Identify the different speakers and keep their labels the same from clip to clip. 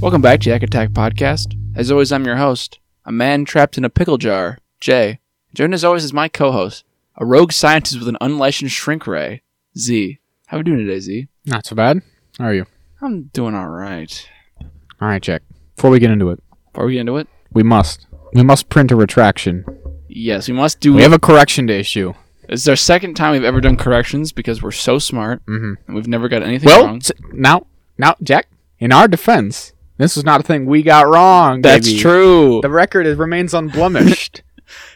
Speaker 1: Welcome back to Yak Attack Podcast. As always, I'm your host, a man trapped in a pickle jar, Jay. Joined as always is my co host, a rogue scientist with an unlicensed shrink ray, Z. How are we doing today, Z?
Speaker 2: Not so bad. How are you?
Speaker 1: I'm doing all right.
Speaker 2: All right, Jack. Before we get into it,
Speaker 1: Are we into it?
Speaker 2: we must. We must print a retraction.
Speaker 1: Yes, we must do.
Speaker 2: We have a correction to issue.
Speaker 1: This is our second time we've ever done corrections because we're so smart
Speaker 2: Mm-hmm.
Speaker 1: and we've never got anything
Speaker 2: Well,
Speaker 1: wrong.
Speaker 2: s- now, now, Jack. In our defense, this was not a thing we got wrong.
Speaker 1: That's
Speaker 2: baby.
Speaker 1: true.
Speaker 2: The record is, remains unblemished.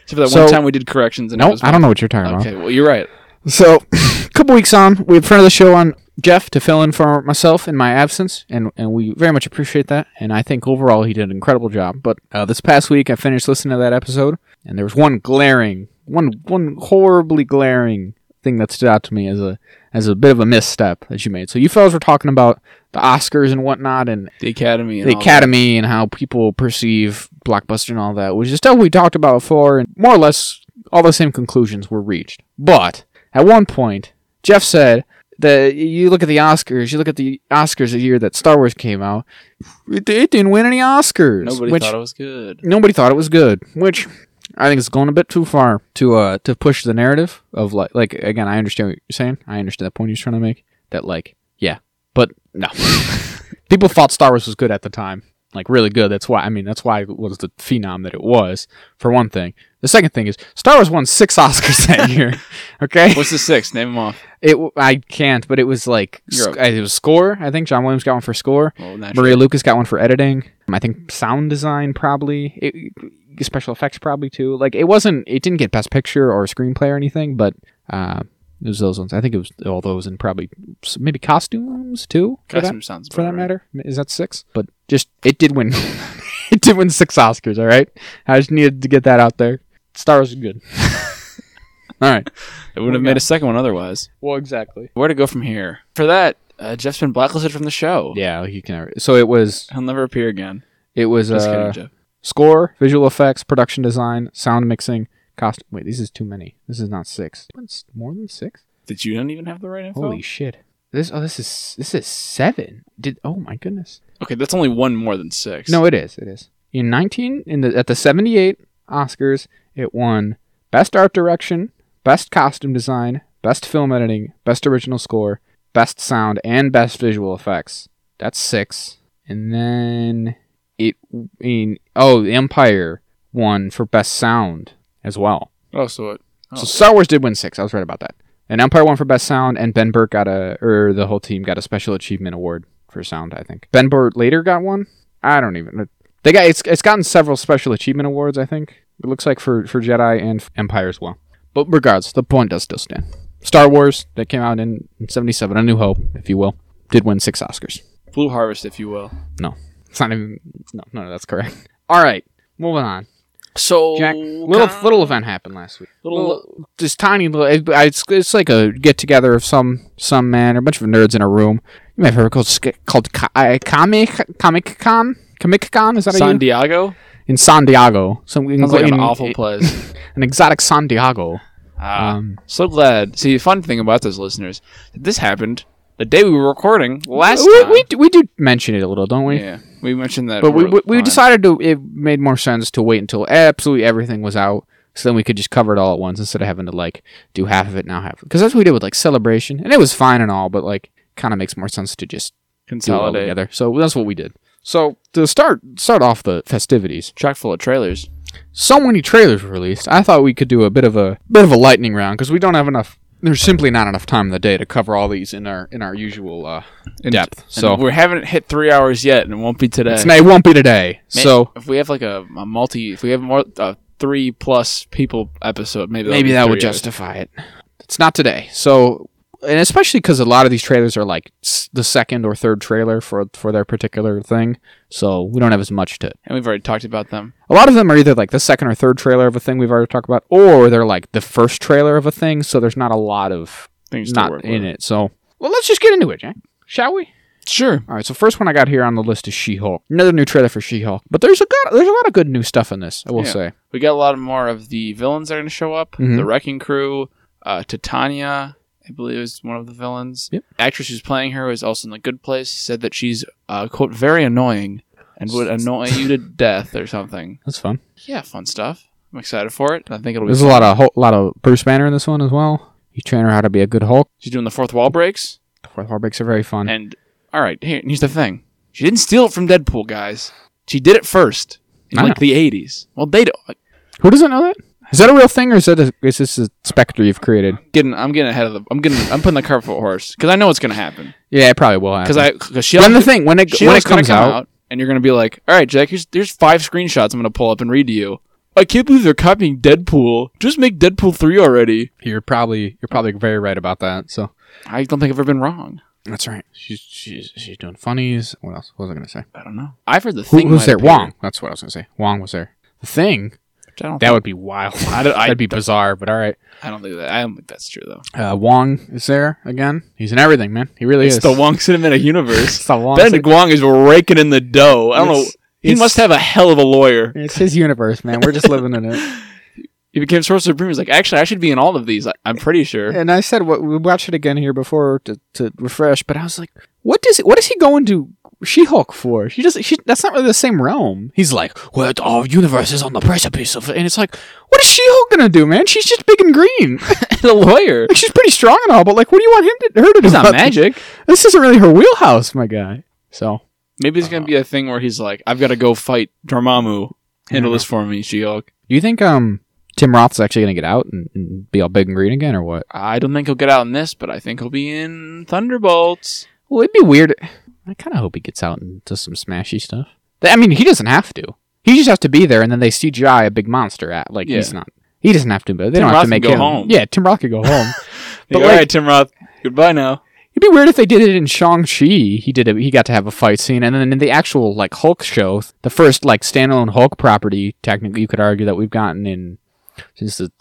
Speaker 1: Except for that
Speaker 2: so-
Speaker 1: one time we did corrections and it
Speaker 2: no,
Speaker 1: was
Speaker 2: I don't know what you're talking
Speaker 1: Okay, well you're right.
Speaker 2: about. So, a couple weeks on, we had front of the show on Jeff to fill in for myself in my absence, and and we very much appreciate that. And I think overall he did an incredible job. But uh, this past week, I finished listening to that episode, and there was one glaring, one one horribly glaring thing that stood out to me as a as a bit of a misstep that you made. So you fellas were talking about the Oscars and whatnot, and
Speaker 1: The academy. And
Speaker 2: the
Speaker 1: all
Speaker 2: Academy and how people perceive Blockbuster and all that, which is stuff we talked about before, and more or less all the same conclusions were reached. But at one point, Jeff said that you look at the Oscars, you look at the Oscars the year that Star Wars came out, it, it didn't win any Oscars.
Speaker 1: That. Nobody
Speaker 2: which
Speaker 1: thought it was good.
Speaker 2: nobody thought it was good, which I think is going a bit too far to uh to push the narrative of like like again I understand what you're saying I understand that point you're trying to make that like yeah but no people thought Star Wars was good at the time like really good that's why I mean that's why it was the phenom that it was for one thing the second thing is Star Wars won six Oscars that year okay
Speaker 1: What's the six? Name them off.
Speaker 2: it w- I can't but it was like
Speaker 1: You're
Speaker 2: sc- it was score I think John Williams got one for score
Speaker 1: Well, naturally.
Speaker 2: Maria Lucas got one for editing. Um, I think sound design probably, it, it- special effects probably too. Like it wasn't, it didn't get best picture or screenplay or anything, but uh, it was those ones. I think it was all those and probably s- maybe costumes too. for that-
Speaker 1: Costume sounds
Speaker 2: for
Speaker 1: about right.
Speaker 2: that matter. Is that six? But just it did win. it did win six Oscars. All right, I just needed to get that out there. Star Wars is good. all right.
Speaker 1: It would have
Speaker 2: Okay.
Speaker 1: made a second one otherwise.
Speaker 2: Well, exactly.
Speaker 1: Where to go from here? For that, uh, Jeff's been blacklisted from the show.
Speaker 2: Yeah, you can. So it was.
Speaker 1: He'll never appear again.
Speaker 2: It was.
Speaker 1: Just
Speaker 2: uh,
Speaker 1: kidding, Jeff.
Speaker 2: score, visual effects, production design, sound mixing, costume. Wait, this is too many. This is not six. It's more than six.
Speaker 1: Did you not even have the right info?
Speaker 2: Holy shit! This oh, this is this is seven. Did oh my goodness?
Speaker 1: okay, that's only one more than six.
Speaker 2: No, it is. It is in nineteen in the at the seventy eight Oscars. It won best art direction, best costume design, best film editing, best original score, best sound, and best visual effects. That's six. And then it in oh, the Empire won for best sound as well.
Speaker 1: Oh, so it. Oh.
Speaker 2: So Star Wars did win six. I was right about that. And Empire won for best sound, and Ben Burtt got a, or the whole team got a special achievement award for sound. I think Ben Burtt later got one. I don't even. They got it's it's gotten several special achievement awards. I think it looks like for for Jedi and f- Empire as well. But regardless, the point does still stand. Star Wars that came out in '77, A New Hope, if you will, did win six Oscars.
Speaker 1: Blue Harvest, if you will.
Speaker 2: It's not even no no that's correct. All right, moving on.
Speaker 1: So
Speaker 2: Jack, little little event happened last week.
Speaker 1: Little-
Speaker 2: Little- this tiny little. It, it's, it's like a get together of some some man or a bunch of nerds in a room. You may have heard it called sk- called Ka- uh, Comic Comic Con Comic Con. Is that
Speaker 1: San
Speaker 2: a you?
Speaker 1: Diego
Speaker 2: in San Diego? Some
Speaker 1: sounds like an
Speaker 2: in-
Speaker 1: awful place.
Speaker 2: an exotic San Diego.
Speaker 1: Ah,
Speaker 2: um,
Speaker 1: so glad. See, fun thing about those listeners, this happened the day we were recording last
Speaker 2: we,
Speaker 1: time.
Speaker 2: we, do- we do mention it a little, don't we?
Speaker 1: yeah, we mentioned that.
Speaker 2: But we,
Speaker 1: we're
Speaker 2: we, we
Speaker 1: fine.
Speaker 2: decided to it made more sense to wait until absolutely everything was out, so then we could just cover it all at once instead of having to like do half of it now half because that's what we did with like celebration, and it was fine and all, but like kind of makes more sense to just do it all
Speaker 1: consolidate.
Speaker 2: together. So that's what we did. So to start start off the festivities,
Speaker 1: Chock full of trailers.
Speaker 2: so many trailers were released. I thought we could do a bit of a bit of a lightning round because we don't have enough. There's simply not enough time in the day to cover all these in our in our usual uh, depth.
Speaker 1: And
Speaker 2: So uh,
Speaker 1: we haven't hit three hours yet, and it won't be today.
Speaker 2: it's, it won't be today.
Speaker 1: May-
Speaker 2: So
Speaker 1: if we have like a, a multi, if we have more a three plus people episode, maybe that'll
Speaker 2: maybe
Speaker 1: be
Speaker 2: that would
Speaker 1: three hours.
Speaker 2: justify it. It's not today, so and especially because a lot of these trailers are like s- the second or third trailer for for their particular thing, so we don't have as much to.
Speaker 1: And we've already talked about them.
Speaker 2: A lot of them are either like the second or third trailer of a thing we've already talked about, or they're like the first trailer of a thing. So there's not a lot of
Speaker 1: Things to
Speaker 2: not
Speaker 1: work
Speaker 2: in
Speaker 1: with.
Speaker 2: it. So well, let's just get into it, Jack. Shall we?
Speaker 1: Sure.
Speaker 2: All right. So first one I got here on the list is She-Hulk. Another new trailer for She-Hulk, but there's a good, there's a lot of good new stuff in this. I will
Speaker 1: Yeah.
Speaker 2: say.
Speaker 1: We got a lot more of the villains that are going to show up.
Speaker 2: Mhm.
Speaker 1: The Wrecking Crew, uh, Titania, I believe is one of the villains.
Speaker 2: Yep.
Speaker 1: Actress who's playing her is also in the good place. Said that she's uh, quote very annoying. and would annoy you to death or something.
Speaker 2: That's fun.
Speaker 1: Yeah, fun stuff. I'm excited for it. I think it'll be.
Speaker 2: There's a lot of Hul- lot of Bruce Banner in this one as well. You train her how to be a good Hulk.
Speaker 1: She's doing the fourth wall breaks,
Speaker 2: The fourth wall breaks are very fun.
Speaker 1: and all right, here, here's the thing: she didn't steal it from Deadpool, guys. She did it first in
Speaker 2: I
Speaker 1: like the '80s. Well, they don't. like,
Speaker 2: Who doesn't know that? Is that a real thing, or is that a, is this a specter you've created?
Speaker 1: Getting, I'm getting ahead of the. I'm getting. I'm putting the cart before the horse because I know it's gonna happen.
Speaker 2: Yeah, it probably will.
Speaker 1: Because
Speaker 2: Because
Speaker 1: I because she
Speaker 2: when the thing when it
Speaker 1: she
Speaker 2: when it
Speaker 1: knows gonna
Speaker 2: comes
Speaker 1: come
Speaker 2: out,
Speaker 1: and you're gonna be like, all right, Jack, here's here's five screenshots I'm gonna pull up and read to you. I can't believe they're copying Deadpool. Just make Deadpool three already.
Speaker 2: you're probably you're probably very right about that. So
Speaker 1: I don't think I've ever been wrong.
Speaker 2: that's right. She's she's she's doing funnies. What else? What was I gonna say?
Speaker 1: I don't know. I've heard the
Speaker 2: Who
Speaker 1: thing
Speaker 2: was
Speaker 1: might
Speaker 2: there?
Speaker 1: appear,
Speaker 2: Wong. That's what I was gonna say. Wong was there. The thing
Speaker 1: which I don't.
Speaker 2: that would be wild.
Speaker 1: I don't- I
Speaker 2: That'd be bizarre. But all right.
Speaker 1: I don't think that. I don't think that's true though.
Speaker 2: Uh, Wong is there again. He's in everything, man. He really
Speaker 1: It's
Speaker 2: is.
Speaker 1: the Wong Cinematic Universe.
Speaker 2: It's the Wong.
Speaker 1: ben Guang is raking in the dough. I don't know.
Speaker 2: It's-
Speaker 1: He
Speaker 2: it's-
Speaker 1: must have a hell of a lawyer.
Speaker 2: It's his universe, man. We're just living in it.
Speaker 1: He became Sorcerer Supreme. He's like, actually, I should be in all of these. I, I'm pretty sure.
Speaker 2: And I said what we watched it again here before to, to refresh, but I was like, what does what is he going to She Hulk for? She does she that's not really the same realm. He's like, well, our universe is on the precipice of, and it's like, what is She Hulk gonna do, man? She's just big and green.
Speaker 1: the lawyer.
Speaker 2: like she's pretty strong and all, but like, what do you want him to her to do?
Speaker 1: It's not
Speaker 2: about
Speaker 1: magic.
Speaker 2: This, this isn't really her wheelhouse, my guy. So
Speaker 1: Maybe it's
Speaker 2: Uh.
Speaker 1: gonna be a thing where he's like, I've got to go fight Dormammu. Handle this for me, She-Hulk.
Speaker 2: do you think um Tim Roth's actually gonna get out and, and be all big and green again, or what?
Speaker 1: I don't think he'll get out in this, but I think he'll be in Thunderbolts.
Speaker 2: Well, it'd be weird. I kind of hope he gets out and does some smashy stuff. Th- I mean, he doesn't have to. He just has to be there, and then they CGI a big monster at. Like he's
Speaker 1: Yeah.
Speaker 2: not. He doesn't have to. But they
Speaker 1: Tim Roth
Speaker 2: don't
Speaker 1: can
Speaker 2: have to make
Speaker 1: go
Speaker 2: him.
Speaker 1: home.
Speaker 2: Yeah, Tim Roth could go home.
Speaker 1: But
Speaker 2: But,
Speaker 1: all
Speaker 2: like-
Speaker 1: right, Tim Roth, goodbye now.
Speaker 2: It'd be weird if they did it in Shang Chi. He did. A, he got to have a fight scene, and then in the actual like Hulk show, the first like standalone Hulk property, technically, you could argue that we've gotten in since the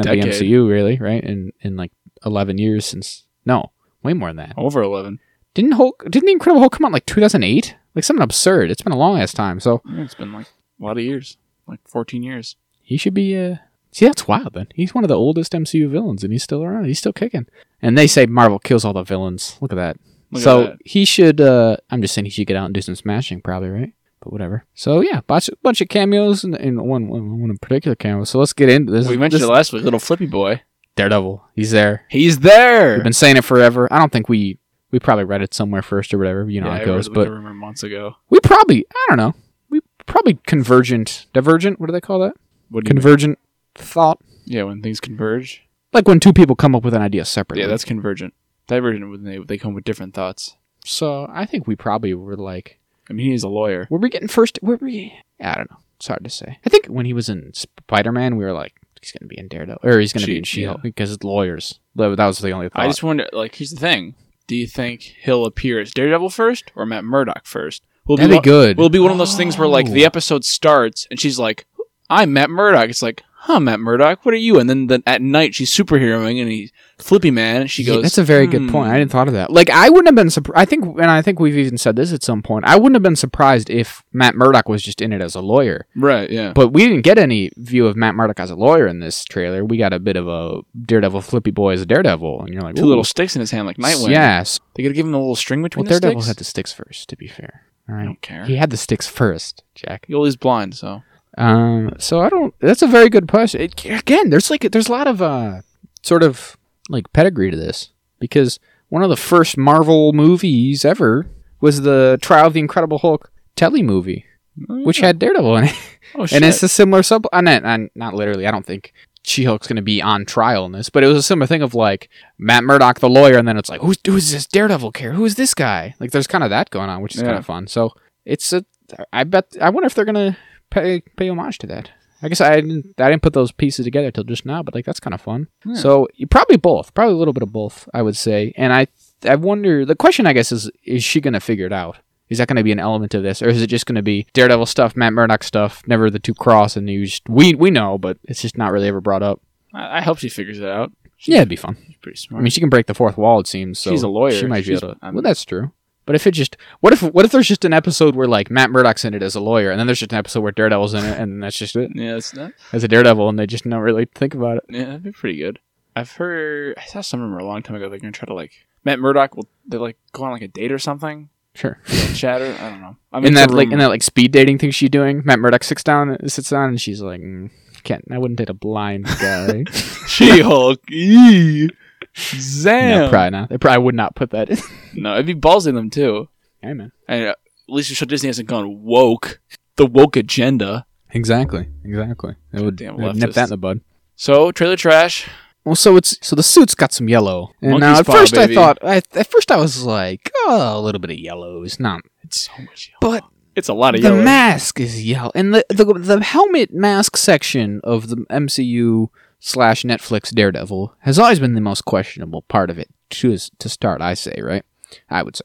Speaker 1: A
Speaker 2: of the
Speaker 1: decade.
Speaker 2: MCU, really, right? In in like eleven years since no, way more than that.
Speaker 1: Over eleven.
Speaker 2: Didn't Hulk? Didn't the Incredible Hulk come out in, like 2008? Like something absurd. It's been a long ass time, so
Speaker 1: Yeah, It's been like a lot of years, like fourteen years.
Speaker 2: he should be. Uh, see, that's wild. Then he's one of the oldest MCU villains, and he's still around. He's still kicking. And they say Marvel kills all the villains. Look at that.
Speaker 1: Look at
Speaker 2: so
Speaker 1: that.
Speaker 2: he should. Uh, I'm just saying he should get out and do some smashing, probably, right? But whatever. So yeah, bunch bunch of cameos and, and one, one one in particular cameo. So let's get into this.
Speaker 1: we mentioned
Speaker 2: this-
Speaker 1: it last week. Little Flippy Boy.
Speaker 2: Daredevil. He's there.
Speaker 1: He's there.
Speaker 2: We've been saying it forever. I don't think we we probably read it somewhere first or whatever. You know
Speaker 1: yeah,
Speaker 2: how
Speaker 1: I
Speaker 2: it goes.
Speaker 1: read
Speaker 2: but
Speaker 1: the rumor months ago.
Speaker 2: we probably i don't know we probably convergent divergent what do they call that
Speaker 1: What do you
Speaker 2: convergent thought
Speaker 1: mean? Yeah, when things converge.
Speaker 2: like when two people come up with an idea separately
Speaker 1: Yeah, that's convergent. Divergent when they they come with different thoughts.
Speaker 2: so i think we probably were like
Speaker 1: I mean, he's a lawyer.
Speaker 2: were we getting first were we i don't know it's hard to say i think when he was in spider-man we were like he's gonna be in daredevil or he's gonna
Speaker 1: She-
Speaker 2: be in she-hulk because it's lawyers that that was the only thought
Speaker 1: I just wonder. Like, here's the thing: Do you think he'll appear as Daredevil first or Matt Murdock first? Will
Speaker 2: that'd be
Speaker 1: one-
Speaker 2: good
Speaker 1: Will be one of those things where like the
Speaker 2: Oh.
Speaker 1: episode starts and she's like, "I'm Matt Murdock." It's like, "Huh, Matt Murdock? What are you?" And then, then at night she's superheroing and he's Flippy Man. And she
Speaker 2: Yeah,
Speaker 1: goes,
Speaker 2: that's a very
Speaker 1: "Hmm."
Speaker 2: good point. I didn't thought of that. Like, I wouldn't have been surprised. I think, and I think we've even said this at some point. I wouldn't have been surprised if Matt Murdock was just in it as a lawyer.
Speaker 1: Right? Yeah.
Speaker 2: But we didn't get any view of Matt Murdock as a lawyer in this trailer. We got a bit of a Daredevil Flippy Boy as a Daredevil, and you're like
Speaker 1: Two
Speaker 2: ooh.
Speaker 1: little sticks in his hand, like Nightwing.
Speaker 2: Yes.
Speaker 1: They gotta give him the little string
Speaker 2: Well,
Speaker 1: between the
Speaker 2: Daredevil
Speaker 1: sticks.
Speaker 2: had the sticks first. To be fair, all
Speaker 1: I
Speaker 2: right.
Speaker 1: don't care.
Speaker 2: He had the sticks first, Jack.
Speaker 1: Well, he's blind, so
Speaker 2: Um, so I don't. That's a very good question. It, again, there's like there's a lot of uh, sort of like pedigree to this because one of the first Marvel movies ever was the Trial of the Incredible Hulk telly movie, which
Speaker 1: Hmm.
Speaker 2: had Daredevil in it.
Speaker 1: oh, shit.
Speaker 2: and it's a similar sub. Uh, not, uh, not literally. I don't think She Hulk's going to be on trial in this, but it was a similar thing of like Matt Murdock, the lawyer, and then it's like, who's who is this Daredevil care? Who is this guy? Like, there's kind of that going on, which is
Speaker 1: Yeah.
Speaker 2: kind of fun. So it's a. I bet. I wonder if they're going to pay pay homage to that. I guess I didn't. I didn't put those pieces together till just now, but like that's kind of fun.
Speaker 1: Yeah.
Speaker 2: So you probably both, probably a little bit of both, I would say. And I, I wonder. The question, I guess, is is she going to figure it out? Is that going to be an element of this, or is it just going to be Daredevil stuff, Matt Murdock stuff, never the two cross, and you just, we we know, but it's just not really ever brought up.
Speaker 1: I, I hope she figures it out.
Speaker 2: Yeah, it'd be fun.
Speaker 1: She's pretty
Speaker 2: I
Speaker 1: smart.
Speaker 2: mean, she can break the fourth wall. It seems so
Speaker 1: She's a lawyer.
Speaker 2: She might
Speaker 1: She's-
Speaker 2: be able to.
Speaker 1: I'm-
Speaker 2: well, that's true. But if it just what if what if there's just an episode where like Matt Murdock's in it as a lawyer, and then there's just an episode where Daredevil's in it, and that's just it
Speaker 1: yeah, it's not,
Speaker 2: as a Daredevil, and they just don't really think about it.
Speaker 1: yeah, that'd be pretty good. I've heard I saw some rumor a long time ago. They're gonna try to like Matt Murdock will they like go on like a date or something,
Speaker 2: Sure.
Speaker 1: Chatter. I don't know. I
Speaker 2: in that
Speaker 1: it's a
Speaker 2: like in
Speaker 1: rumor.
Speaker 2: that like speed dating thing she's doing, Matt Murdock sits down sits down and she's like, "Mm, can't I wouldn't date a blind guy.
Speaker 1: She-Hulk. Eee. Zam.
Speaker 2: no, probably not. They probably would not put that in.
Speaker 1: No, it'd be balls in them too.
Speaker 2: hey man.
Speaker 1: And uh, at least you show Disney hasn't gone woke. The woke agenda.
Speaker 2: Exactly. Exactly. It would,
Speaker 1: Goddamn
Speaker 2: it would nip that
Speaker 1: leftists.
Speaker 2: in the bud.
Speaker 1: So trailer trash.
Speaker 2: Well, so it's so the suit's got some yellow. And
Speaker 1: Monkey
Speaker 2: now at
Speaker 1: spot,
Speaker 2: first
Speaker 1: baby.
Speaker 2: I thought I, at first I was like, oh, a little bit of yellow is not,
Speaker 1: It's so much. Yellow.
Speaker 2: but
Speaker 1: It's a lot
Speaker 2: the
Speaker 1: of yellow.
Speaker 2: mask is yellow, and the, the the helmet mask section of the MCU slash Netflix Daredevil has always been the most questionable part of it to to start. I say, right? I would say,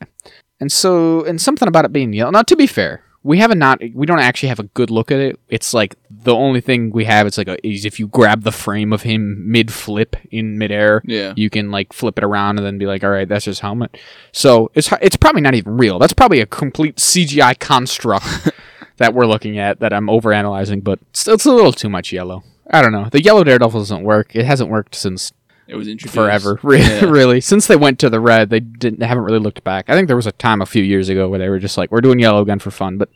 Speaker 2: and so and something about it being yellow. Now, to be fair, we haven't not we don't actually have a good look at it. It's like the only thing we have. It's like a, is if you grab the frame of him mid flip in midair,
Speaker 1: yeah.
Speaker 2: you can like flip it around and then be like, all right, that's his helmet. So it's it's probably not even real. That's probably a complete CGI construct that we're looking at that I'm overanalyzing, but it's, it's a little too much yellow. I don't know. The yellow daredevil doesn't work. It hasn't worked since
Speaker 1: It was introduced
Speaker 2: forever, re-
Speaker 1: Yeah.
Speaker 2: really. Since they went to the red, they didn't they haven't really looked back. I think there was a time a few years ago where they were just like, we're doing yellow again for fun, but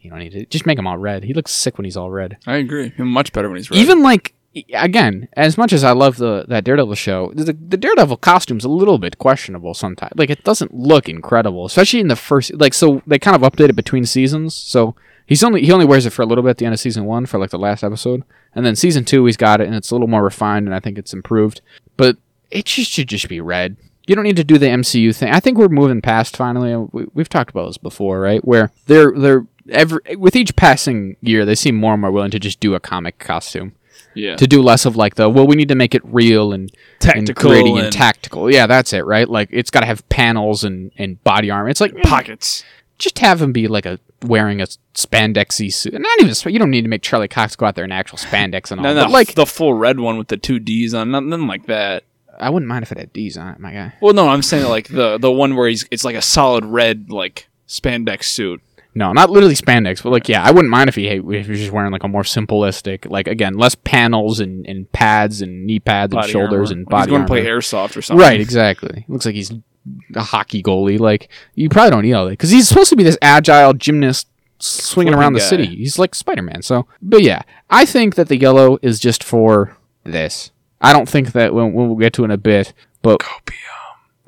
Speaker 2: you don't need to just make him all red. He looks sick when he's all red.
Speaker 1: I agree. Him much better when he's red.
Speaker 2: Even like e- again, as much as I love the that Daredevil show, the, the Daredevil costume's a little bit questionable sometimes. Like it doesn't look incredible, especially in the first. Like so, they kind of update it between seasons. So he's only he only wears it for a little bit at the end of season one for like the last episode, and then season two he's got it and it's a little more refined and I think it's improved. But it just should just be red. You don't need to do the MCU thing. I think we're moving past finally. We, we've talked about this before, right? Where they're they're every with each passing year they seem more and more willing to just do a comic costume
Speaker 1: yeah.
Speaker 2: to do less of like the well we need to make it real and
Speaker 1: Tactical
Speaker 2: and, gritty and
Speaker 1: and-
Speaker 2: tactical yeah that's it right like it's got to have panels and and body armor it's
Speaker 1: Mm.
Speaker 2: like pocket.
Speaker 1: Pockets.
Speaker 2: just have him be like a wearing a spandexy suit not even sp- you don't need to make charlie cox go out there in actual spandex and all
Speaker 1: No, no,
Speaker 2: but like
Speaker 1: the full red one with the two D's on, nothing like that.
Speaker 2: i wouldn't mind if it had d's on it my guy
Speaker 1: Well, no, I'm saying like the the one where he's it's like a solid red like spandex suit.
Speaker 2: no not literally spandex but like yeah i wouldn't mind if he if he was just wearing like a more simplistic like again less panels and and pads and knee pads and shoulders
Speaker 1: armor.
Speaker 2: and
Speaker 1: Like,
Speaker 2: body
Speaker 1: he's going
Speaker 2: armor.
Speaker 1: to play airsoft or something.
Speaker 2: Right, exactly. Looks like he's a hockey goalie. Like you probably don't need all that because he's supposed to be this agile gymnast swinging
Speaker 1: Flipping
Speaker 2: around the
Speaker 1: guy.
Speaker 2: city. He's like Spider Man. So, but yeah, I think that the yellow is just for this. I don't think that when, when we'll get to it in a bit, but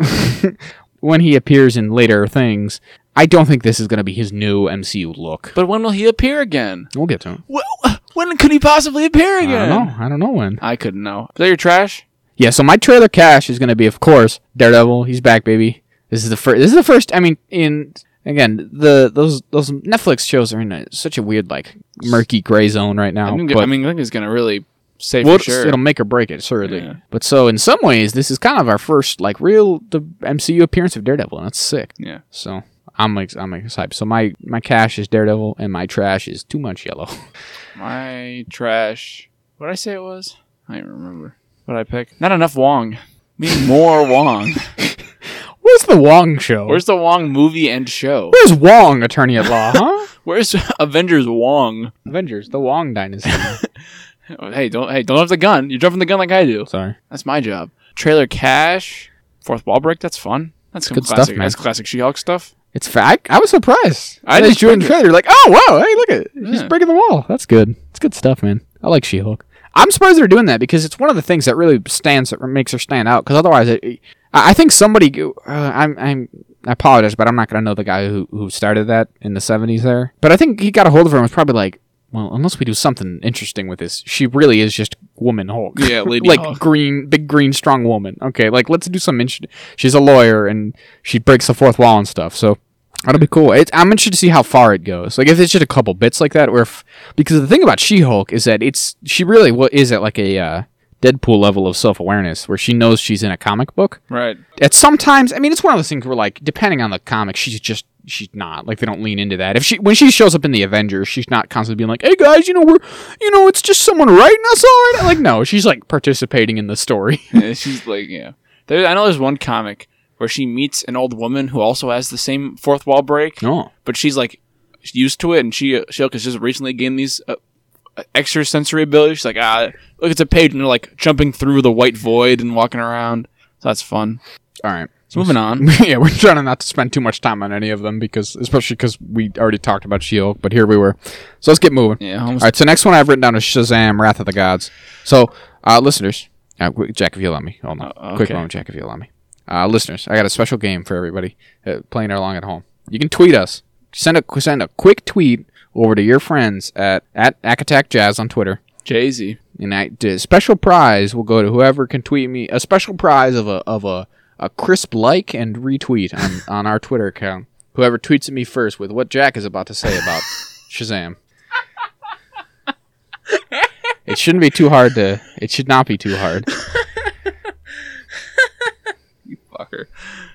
Speaker 2: when he appears in later things, I don't think this is going to be his new MCU look.
Speaker 1: But when will he appear again?
Speaker 2: We'll get to him.
Speaker 1: Well, when could he possibly appear
Speaker 2: I
Speaker 1: again?
Speaker 2: don't know. I don't know when.
Speaker 1: I couldn't know. Is that your trash?
Speaker 2: Yeah, so my trailer cash is going to be, of course, Daredevil. He's back, baby. This is the first. This is the first. I mean, in again, the those those Netflix shows are in a, such a weird, like, murky gray zone right now.
Speaker 1: I, think,
Speaker 2: but
Speaker 1: I mean, I think it's going to really say
Speaker 2: we'll-
Speaker 1: for sure.
Speaker 2: it'll make or break it, certainly.
Speaker 1: Yeah.
Speaker 2: But so, in some ways, this is kind of our first, like, real the MCU appearance of Daredevil, and that's sick.
Speaker 1: Yeah.
Speaker 2: So I'm ex- I'm excited. So my my cash is Daredevil, and my trash is too much yellow.
Speaker 1: My trash. What did I say it was? I don't remember. What did I pick? Not enough Wong. Mean more Wong.
Speaker 2: Where's the Wong show?
Speaker 1: Where's the Wong movie and show?
Speaker 2: Where's Wong, attorney at law? Huh?
Speaker 1: Where's Avengers Wong?
Speaker 2: Avengers, the Wong dynasty.
Speaker 1: Oh, Hey, don't hey, don't have the gun. You're dropping the gun like I do.
Speaker 2: Sorry.
Speaker 1: That's my job. Trailer cash, fourth wall break. That's fun. That's some
Speaker 2: Good stuff,
Speaker 1: classic.
Speaker 2: man.
Speaker 1: That's classic She-Hulk stuff.
Speaker 2: It's fa- I, I was surprised.
Speaker 1: I
Speaker 2: I
Speaker 1: didn't
Speaker 2: just drew in the
Speaker 1: think it-
Speaker 2: trailer. Like, oh wow, hey, look at she's
Speaker 1: Yeah.
Speaker 2: breaking the wall. That's good. It's good stuff, man. I like She Hulk. I'm surprised they're doing that because it's one of the things that really stands that makes her stand out. Because otherwise, it, I I think somebody. go- Uh, I'm, I'm. I apologize, but I'm not gonna know the guy who who started that in the '70s there. But I think he got a hold of her and was probably like, well, unless we do something interesting with this, she really is just woman Hulk.
Speaker 1: Yeah, Lady Oh.
Speaker 2: like
Speaker 1: Hulk.
Speaker 2: green, big green, strong woman. Okay, like let's do some. Int- she's a lawyer and she breaks the fourth wall and stuff. So that'll be cool. It's, I'm interested to see how far it goes. Like if it's just a couple bits like that, or if because the thing about She-Hulk is that it's she really what is at like a uh, Deadpool level of self-awareness where she knows she's in a comic book.
Speaker 1: Right.
Speaker 2: At sometimes, I mean, it's one of those things where like depending on the comic, she's just. She's not like they don't lean into that. If she when she shows up in the Avengers, she's not constantly being like, "Hey guys, you know we're, you know it's just someone writing us all right." Like no, she's like participating in the story.
Speaker 1: Yeah, she's like, yeah. There, I know there's one comic where she meets an old woman who also has the same fourth wall break,
Speaker 2: No,
Speaker 1: but she's like used to it, and she She-Hulk has just recently gained these uh, extra sensory abilities. She's like, ah, look, it's a page, and they're like jumping through the white void and walking around. So that's fun.
Speaker 2: all right.
Speaker 1: So moving on.
Speaker 2: yeah, we're trying not to spend too much time on any of them because, especially because we already talked about She-Hulk, but here we were. So let's get moving.
Speaker 1: Yeah, almost.
Speaker 2: All right, so next one I've written down is Shazam: Wrath of the Gods. So, uh, listeners, uh, w- Jack, if you'll let me, hold on,
Speaker 1: Uh,
Speaker 2: quick
Speaker 1: okay.
Speaker 2: moment, Jack, if you'll let me. Uh, listeners, I got a special game for everybody uh, playing along at home. You can tweet us. Send a send a quick tweet over to your friends at at Ack Attack Jazz on Twitter.
Speaker 1: Jay Z.
Speaker 2: And I the special prize will go to whoever can tweet me a special prize of a of a, a crisp like and retweet on, on our Twitter account. Whoever tweets at me first with what Jack is about to say about Shazam. It shouldn't be too hard to it should not be too hard.
Speaker 1: Fucker.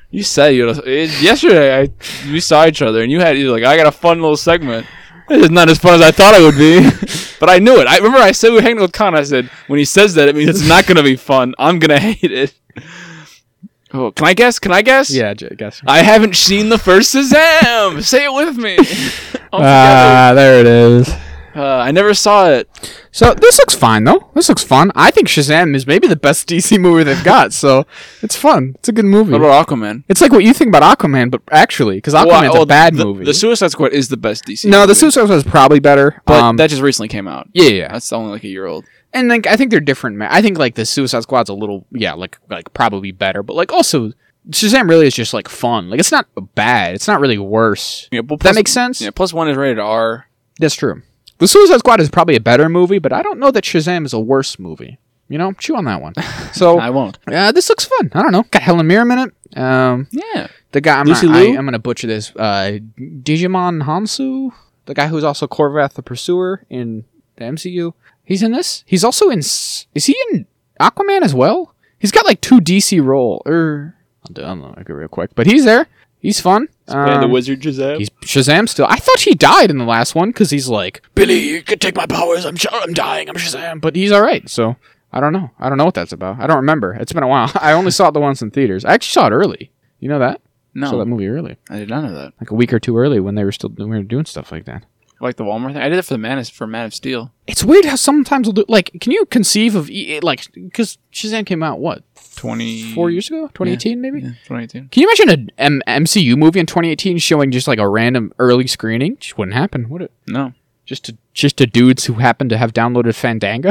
Speaker 1: You said you it, yesterday. I we saw each other, and you had you like I got a fun little segment. This is not as fun as I thought it would be, but I knew it. I remember I said we were hanging with Con. I said when he says that, it means it's not gonna be fun. I'm gonna hate it. Oh, can I guess? Can I guess?
Speaker 2: Yeah, Jack, guess.
Speaker 1: I haven't seen the first Shazam. Say it with me. All together.
Speaker 2: Ah, there it is.
Speaker 1: Uh, I never saw it.
Speaker 2: So this looks fine though. This looks fun. I think Shazam is maybe the best DC movie they've got, so it's fun. It's a good movie.
Speaker 1: What about Aquaman?
Speaker 2: It's like what you think about Aquaman, but actually, because Aquaman's
Speaker 1: Well,
Speaker 2: a bad
Speaker 1: the,
Speaker 2: movie.
Speaker 1: The Suicide Squad is the best DC.
Speaker 2: no,
Speaker 1: movie,
Speaker 2: the Suicide Squad is probably better.
Speaker 1: But
Speaker 2: um,
Speaker 1: that just recently came out.
Speaker 2: yeah, yeah,
Speaker 1: That's only like a year old.
Speaker 2: and like I think they're different. Man. I think like the Suicide Squad's a little, yeah, like like probably better, but like also Shazam really is just like fun. Like it's not bad. It's not really worse.
Speaker 1: Yeah, but
Speaker 2: That
Speaker 1: plus-
Speaker 2: makes sense.
Speaker 1: Yeah, plus one is rated R.
Speaker 2: That's true. The Suicide Squad is probably a better movie, but I don't know that Shazam is a worse movie. You know, chew on that one. So
Speaker 1: I won't.
Speaker 2: uh, this looks fun. I don't know. Got Helen Mirren in it. Um,
Speaker 1: Yeah.
Speaker 2: The guy I'm
Speaker 1: Lucy
Speaker 2: not, I,
Speaker 1: Liu?
Speaker 2: am gonna butcher this. Uh, Digimon Hansu, the guy who's also Korvath the Pursuer in the MCU. He's in this. He's also in. s- Is he in Aquaman as well? He's got like two DC role. Or I'll do, I don't know. I go real quick, but he's there. He's fun. Um,
Speaker 1: Wizard Shazam.
Speaker 2: he's Shazam still. I thought he died in the last one because he's like Billy. You can take my powers. I'm sure I'm dying. I'm Shazam, but he's all right. So I don't know. I don't know what that's about. I don't remember. It's been a while. I only saw it the once in theaters. I actually saw it early. You know that?
Speaker 1: No,
Speaker 2: saw that movie early,
Speaker 1: I did not know that.
Speaker 2: like a week or two early when they were still when we were doing stuff like that.
Speaker 1: Like the Walmart thing. I did it for the Man of, for Man of Steel.
Speaker 2: It's weird how sometimes we'll do like. Can you conceive of e- it, like because Shazam came out what
Speaker 1: 20,
Speaker 2: four years ago, 2018 maybe?
Speaker 1: Yeah, 2018.
Speaker 2: Can you imagine a M- MCU movie in 2018 showing just like a random early screening? Just wouldn't happen, would it?
Speaker 1: No.
Speaker 2: Just to just to dudes who happen to have downloaded Fandango.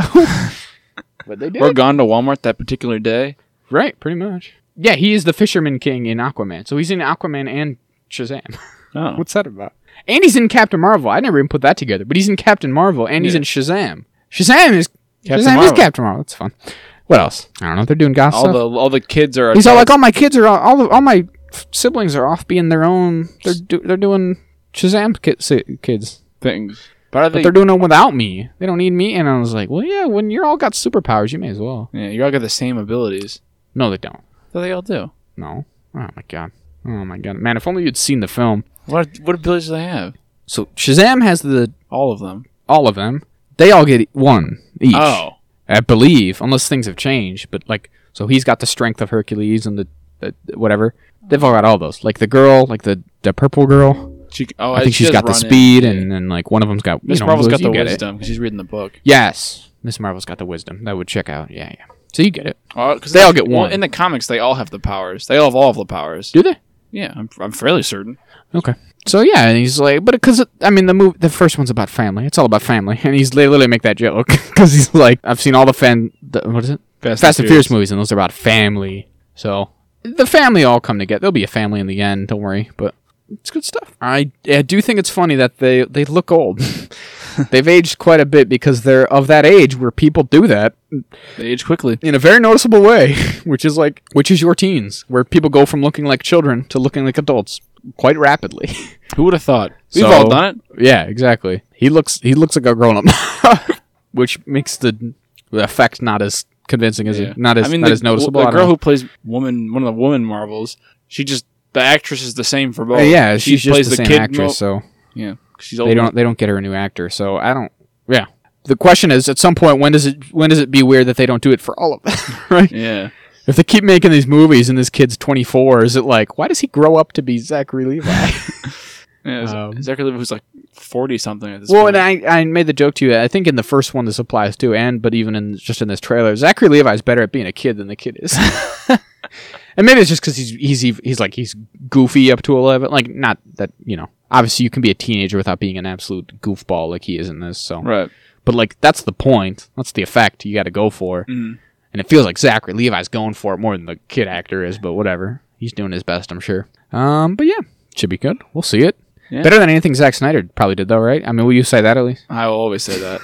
Speaker 2: but they did,
Speaker 1: We're gone to Walmart that particular day.
Speaker 2: right? Pretty much. Yeah, he is the Fisherman King in Aquaman, so he's in Aquaman and Shazam.
Speaker 1: Oh.
Speaker 2: What's that about? And he's in Captain Marvel. I never even put that together, but he's in Captain Marvel and he's
Speaker 1: Yeah.
Speaker 2: in Shazam. Shazam is
Speaker 1: Captain
Speaker 2: Shazam is
Speaker 1: Marvel.
Speaker 2: Captain Marvel. That's fun. What else? I don't know. They're doing goth
Speaker 1: All
Speaker 2: stuff.
Speaker 1: the all the kids are.
Speaker 2: he's all like, all my kids are all all, all my f- siblings are off being their own. They're do, they're doing Shazam ki- si- kids,
Speaker 1: things. But I
Speaker 2: but
Speaker 1: think
Speaker 2: they're doing them without me. They don't need me. And I was like, well, yeah. When you're all got superpowers, you may as well.
Speaker 1: yeah, you all got the same abilities.
Speaker 2: No, they don't.
Speaker 1: So they all do.
Speaker 2: No. Oh my god. Oh my god, man. If only you'd seen the film.
Speaker 1: What what abilities do they have?
Speaker 2: So Shazam has the
Speaker 1: All of them.
Speaker 2: all of them. They all get one each.
Speaker 1: Oh.
Speaker 2: I believe, unless things have changed. But like, so he's got the strength of Hercules and the, the whatever. They've all got all those. Like the girl, like the the purple girl.
Speaker 1: She, oh,
Speaker 2: I think
Speaker 1: she
Speaker 2: she's
Speaker 1: does
Speaker 2: got the
Speaker 1: run in.
Speaker 2: speed, and then like one of them's got.
Speaker 1: Miss
Speaker 2: you know,
Speaker 1: Marvel's got
Speaker 2: those- you
Speaker 1: the
Speaker 2: get it.
Speaker 1: wisdom because she's reading the book.
Speaker 2: Yes, Miss Marvel's got the wisdom. That would check out. Yeah, yeah. So you get it.
Speaker 1: Oh, 'cause
Speaker 2: They all get
Speaker 1: well,
Speaker 2: one.
Speaker 1: in the comics, they all have the powers. They all have all of the powers.
Speaker 2: Do they?
Speaker 1: Yeah, I'm, I'm fairly certain.
Speaker 2: Okay. So yeah, and he's like, but because I mean, the move, the first one's about family. It's all about family, and he's they literally make that joke because he's like, I've seen all the fan, the, what is it? Fast, and Furious movies, and those are about family. So the family all come together. There'll be a family in the end. Don't worry, but it's good stuff. I, I do think it's funny that they they look old. They've aged quite a bit because they're of that age where people do that
Speaker 1: They age quickly.
Speaker 2: in a very noticeable way, which is like which is your teens, where people go from looking like children to looking like adults quite rapidly.
Speaker 1: Who would have thought? We've
Speaker 2: So-
Speaker 1: all done it.
Speaker 2: yeah, exactly. He looks he looks like a grown up, which makes the, the effect not as convincing as
Speaker 1: Yeah.
Speaker 2: it not as not
Speaker 1: the,
Speaker 2: as noticeable.
Speaker 1: The
Speaker 2: I don't
Speaker 1: girl
Speaker 2: know.
Speaker 1: who plays woman, one of the woman Marvels, she just the actress is the same for both.
Speaker 2: Uh, yeah, she's just the, same
Speaker 1: kid
Speaker 2: actress,
Speaker 1: mo-
Speaker 2: so
Speaker 1: yeah, 'cause she's
Speaker 2: they
Speaker 1: older.
Speaker 2: don't they don't get her a new actor. So I don't. Yeah. The question is, at some point, when does it when does it be weird that they don't do it for all of them, right?
Speaker 1: Yeah,
Speaker 2: If they keep making these movies and this kid's 24, is it like why does he grow up to be Zachary Levi?
Speaker 1: yeah Z-
Speaker 2: Um,
Speaker 1: Zachary Levi was like forty something at this
Speaker 2: well,
Speaker 1: point.
Speaker 2: and I, I made the joke to you. I think in the first one this applies too, and but even in just in this trailer, Zachary Levi's better at being a kid than the kid is. and maybe it's just because he's he's ev- he's like he's goofy up to eleven. Like not that you know. Obviously, you can be a teenager without being an absolute goofball like he is in this. So,
Speaker 1: Right.
Speaker 2: but like that's the point. That's the effect you got to go for.
Speaker 1: Mhm.
Speaker 2: And it feels like Zachary Levi's going for it more than the kid actor is. But whatever, he's doing his best, I'm sure. Um, but yeah, should be good. We'll see it.
Speaker 1: Yeah.
Speaker 2: Better than anything Zack Snyder probably did, though, right? I mean, will you say that at least?
Speaker 1: I will always say that.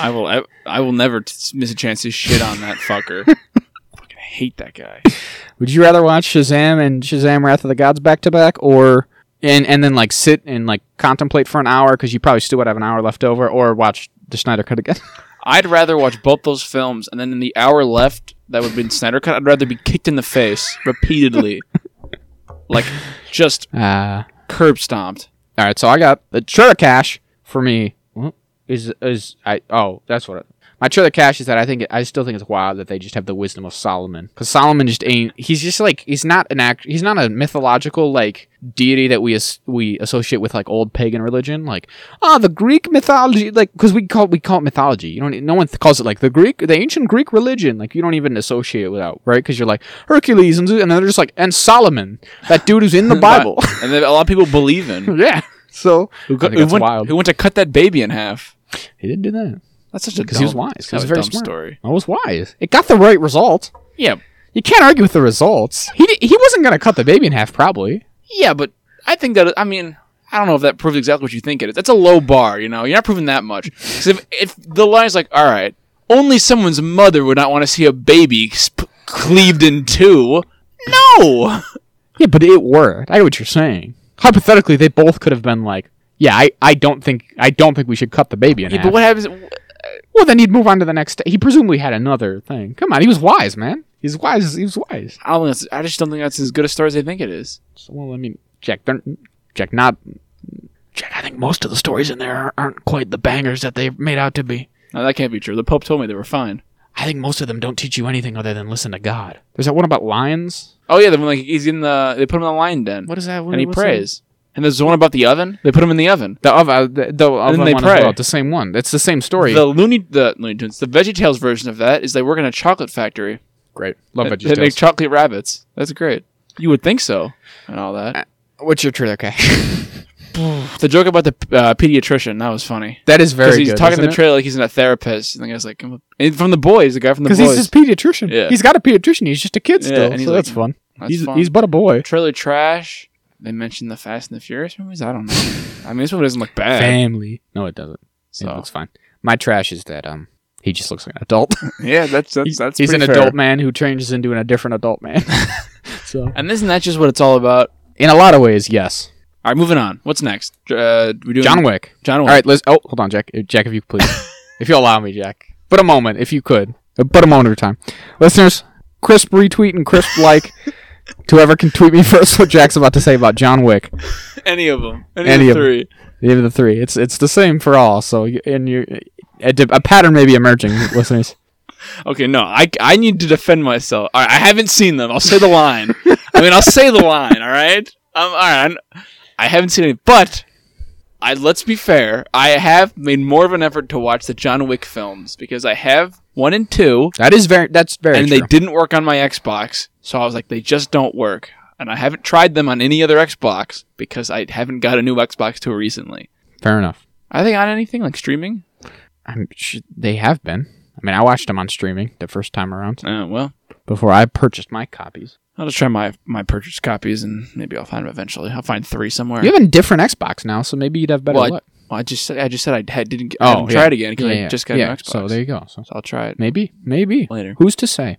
Speaker 1: I will. I, I will never t- miss a chance to shit on that fucker. Fucking hate that guy.
Speaker 2: Would you rather watch Shazam and Shazam Wrath of the Gods back to back or and and then like sit and like contemplate for an hour cuz you probably still would have an hour left over or watch the Snyder cut again?
Speaker 1: I'd rather watch both those films, and then in the hour left that would have been Snyder cut, I'd rather be kicked in the face repeatedly, like just
Speaker 2: Uh
Speaker 1: curb stomped.
Speaker 2: all right, so I got the Trailer Cash for me What? is is I oh, that's what it, my Trailer Cash is that I think I still think it's wild that they just have the wisdom of Solomon cuz Solomon just ain't he's just like he's not an act he's not a mythological like deity that we as, we associate with like old pagan religion like ah, the Greek mythology, like because we call we call it mythology. You don't e, no one th- calls it like the Greek, the ancient Greek religion. Like you don't even associate it without right because you're like Hercules and and they're just like and Solomon, that dude who's in the Bible.
Speaker 1: and then a lot of people believe in.
Speaker 2: yeah, so
Speaker 1: Who,
Speaker 2: I think
Speaker 1: who
Speaker 2: that's
Speaker 1: went,
Speaker 2: wild.
Speaker 1: who went to cut that baby in half?
Speaker 2: he didn't do that
Speaker 1: That's such a
Speaker 2: because he was
Speaker 1: dumb-
Speaker 2: wise. He
Speaker 1: that's
Speaker 2: was
Speaker 1: a
Speaker 2: very
Speaker 1: dumb
Speaker 2: smart.
Speaker 1: story.
Speaker 2: I was wise. It got the right result.
Speaker 1: Yeah,
Speaker 2: You can't argue with the results. He di- he wasn't gonna cut the baby in half probably.
Speaker 1: yeah, but I think that I mean I don't know if that proves exactly what you think it is. That's a low bar, you know. You're not proving that much. 'Cause if, if the line's like, all right, only someone's mother would not want to see a baby sp- cleaved in two. No,
Speaker 2: Yeah, but it worked. I get what you're saying. Hypothetically, they both could have been like, yeah, I, I don't think I don't think we should cut the baby in half.
Speaker 1: but what happens?
Speaker 2: Well, then he'd move on to the next. He presumably had another thing. Come on, he was wise, man. He's wise. He was wise.
Speaker 1: I don't. Know, that's- I just don't think that's as good a story as they think it is.
Speaker 2: So, well, I mean, Jack, they're, Jack, not Jack. I think most of the stories in there aren't- aren't quite the bangers that they've made out to be.
Speaker 1: No, that can't be true. The Pope told me they were fine.
Speaker 2: I think most of them don't teach you anything other than listen to God. There's that one about lions.
Speaker 1: Oh yeah, they were like he's in the. They put him in the lion den,
Speaker 2: What is that? What,
Speaker 1: and he
Speaker 2: what's that?
Speaker 1: prays. And there's the one about the oven. They put him in the oven.
Speaker 2: The other, uh, the, the other
Speaker 1: then they
Speaker 2: one
Speaker 1: pray.
Speaker 2: as well. The same one. It's the same story.
Speaker 1: The Looney, the Looney Tunes, the Veggie Tales version of that is they work in a chocolate factory.
Speaker 2: Great. Love
Speaker 1: They-
Speaker 2: veggies.
Speaker 1: They make chocolate rabbits. That's great. You would think so, and all that.
Speaker 2: What's your trailer cash?
Speaker 1: The joke about the uh, pediatrician that was funny
Speaker 2: that is
Speaker 1: because
Speaker 2: very.
Speaker 1: he's
Speaker 2: good,
Speaker 1: talking in the
Speaker 2: isn't it?
Speaker 1: trailer like he's in a therapist, and the guy's like, I'm a- and "From the boys, the guy from the boys."
Speaker 2: he's his pediatrician.
Speaker 1: Yeah.
Speaker 2: He's got a pediatrician. He's just a kid
Speaker 1: Yeah,
Speaker 2: still.
Speaker 1: and he's
Speaker 2: so
Speaker 1: like-
Speaker 2: that's fun.
Speaker 1: That's
Speaker 2: he's
Speaker 1: fun.
Speaker 2: he's but a boy.
Speaker 1: trailer trash. They mentioned the Fast and the Furious movies. I don't know. I mean, this movie doesn't look bad.
Speaker 2: Family. No, it doesn't. It
Speaker 1: So
Speaker 2: looks fine. My trash is that um he just looks like an adult.
Speaker 1: yeah, that's that's that's
Speaker 2: he's an
Speaker 1: pretty fair.
Speaker 2: adult man who changes into an- a different adult man. so
Speaker 1: And isn't that just what it's all about?
Speaker 2: in a lot of ways, yes.
Speaker 1: All right, moving on. What's next? Uh, we doing
Speaker 2: John Wick.
Speaker 1: John
Speaker 2: All
Speaker 1: Wick.
Speaker 2: right, let's. Oh, hold on, Jack. Uh, Jack, if you could please, if you allow me, Jack. But a moment, if you could. Uh, But a moment of your time, listeners. Crisp retweet and crisp like. to Whoever can tweet me first, what Jack's about to say about John Wick.
Speaker 1: Any of them. Any,
Speaker 2: Any
Speaker 1: of the
Speaker 2: of 'em.
Speaker 1: three.
Speaker 2: Even the three. It's it's the same for all. So you- and you, a, di- a pattern may be emerging, listeners.
Speaker 1: Okay, no, I, I need to defend myself. All right, I haven't seen them. I'll say the line. I mean, I'll say the line. All right. Um. All right. I'm- I haven't seen it, but I let's be fair. I have made more of an effort to watch the John Wick films because I have one and two,
Speaker 2: That is very. That's very.
Speaker 1: and they
Speaker 2: true.
Speaker 1: didn't work on my Xbox. So I was like, they just don't work, and I haven't tried them on any other Xbox because I haven't got a new Xbox too recently.
Speaker 2: Fair enough.
Speaker 1: Are they on anything like streaming?
Speaker 2: I'm. Sh- they have been. I mean, I watched them on streaming the first time around
Speaker 1: Oh well,
Speaker 2: before I purchased my copies.
Speaker 1: I'll just try my my purchase copies, and maybe I'll find them eventually. I'll find three somewhere.
Speaker 2: You have a different Xbox now, so maybe you'd have better
Speaker 1: Well, I-
Speaker 2: luck.
Speaker 1: Well, I just said I just said I had, didn't I haven't
Speaker 2: Oh, yeah.
Speaker 1: try it again because
Speaker 2: Yeah,
Speaker 1: I
Speaker 2: yeah,
Speaker 1: just got
Speaker 2: yeah.
Speaker 1: an Xbox.
Speaker 2: So there you go. So
Speaker 1: So I'll try it
Speaker 2: maybe, maybe
Speaker 1: later.
Speaker 2: Who's to say?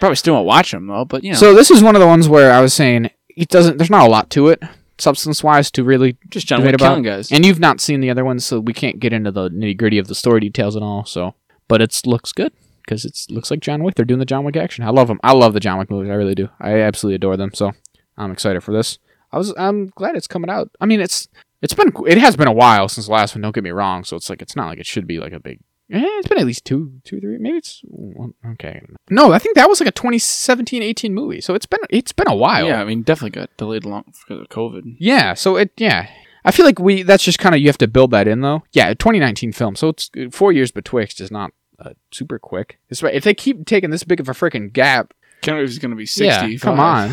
Speaker 1: Probably still won't watch them though. But you know,
Speaker 2: So this is one of the ones where I was saying it doesn't. There's not a lot to it, substance wise, to really.
Speaker 1: just John
Speaker 2: debate
Speaker 1: Wick
Speaker 2: about-
Speaker 1: killing guys.
Speaker 2: And you've not seen the other ones, so we can't get into the nitty gritty of the story details and all. So, but it looks good because it looks like John Wick. They're doing the John Wick action. I love them. I love the John Wick movies. I really do. I absolutely adore them. So I'm excited for this. I was. I'm glad it's coming out. I mean, it's it's been it has been a while since the last one. Don't get me wrong. So it's like it's not like it should be like a big. Eh, it's been at least two, two, three. Maybe it's one- okay. No, I think that was like a 2017, 18 movie. So it's been it's been a while.
Speaker 1: yeah, I mean, definitely got delayed long because of COVID.
Speaker 2: Yeah, so it yeah. I feel like we that's just kind of you have to build that in though. Yeah, a 2019 film. So it's uh, 4 years betwixt is not uh, super quick. It's right. If they keep taking this big of a freaking gap,
Speaker 1: Keanu Reeves is gonna be
Speaker 2: Yeah,
Speaker 1: sixty.
Speaker 2: come on,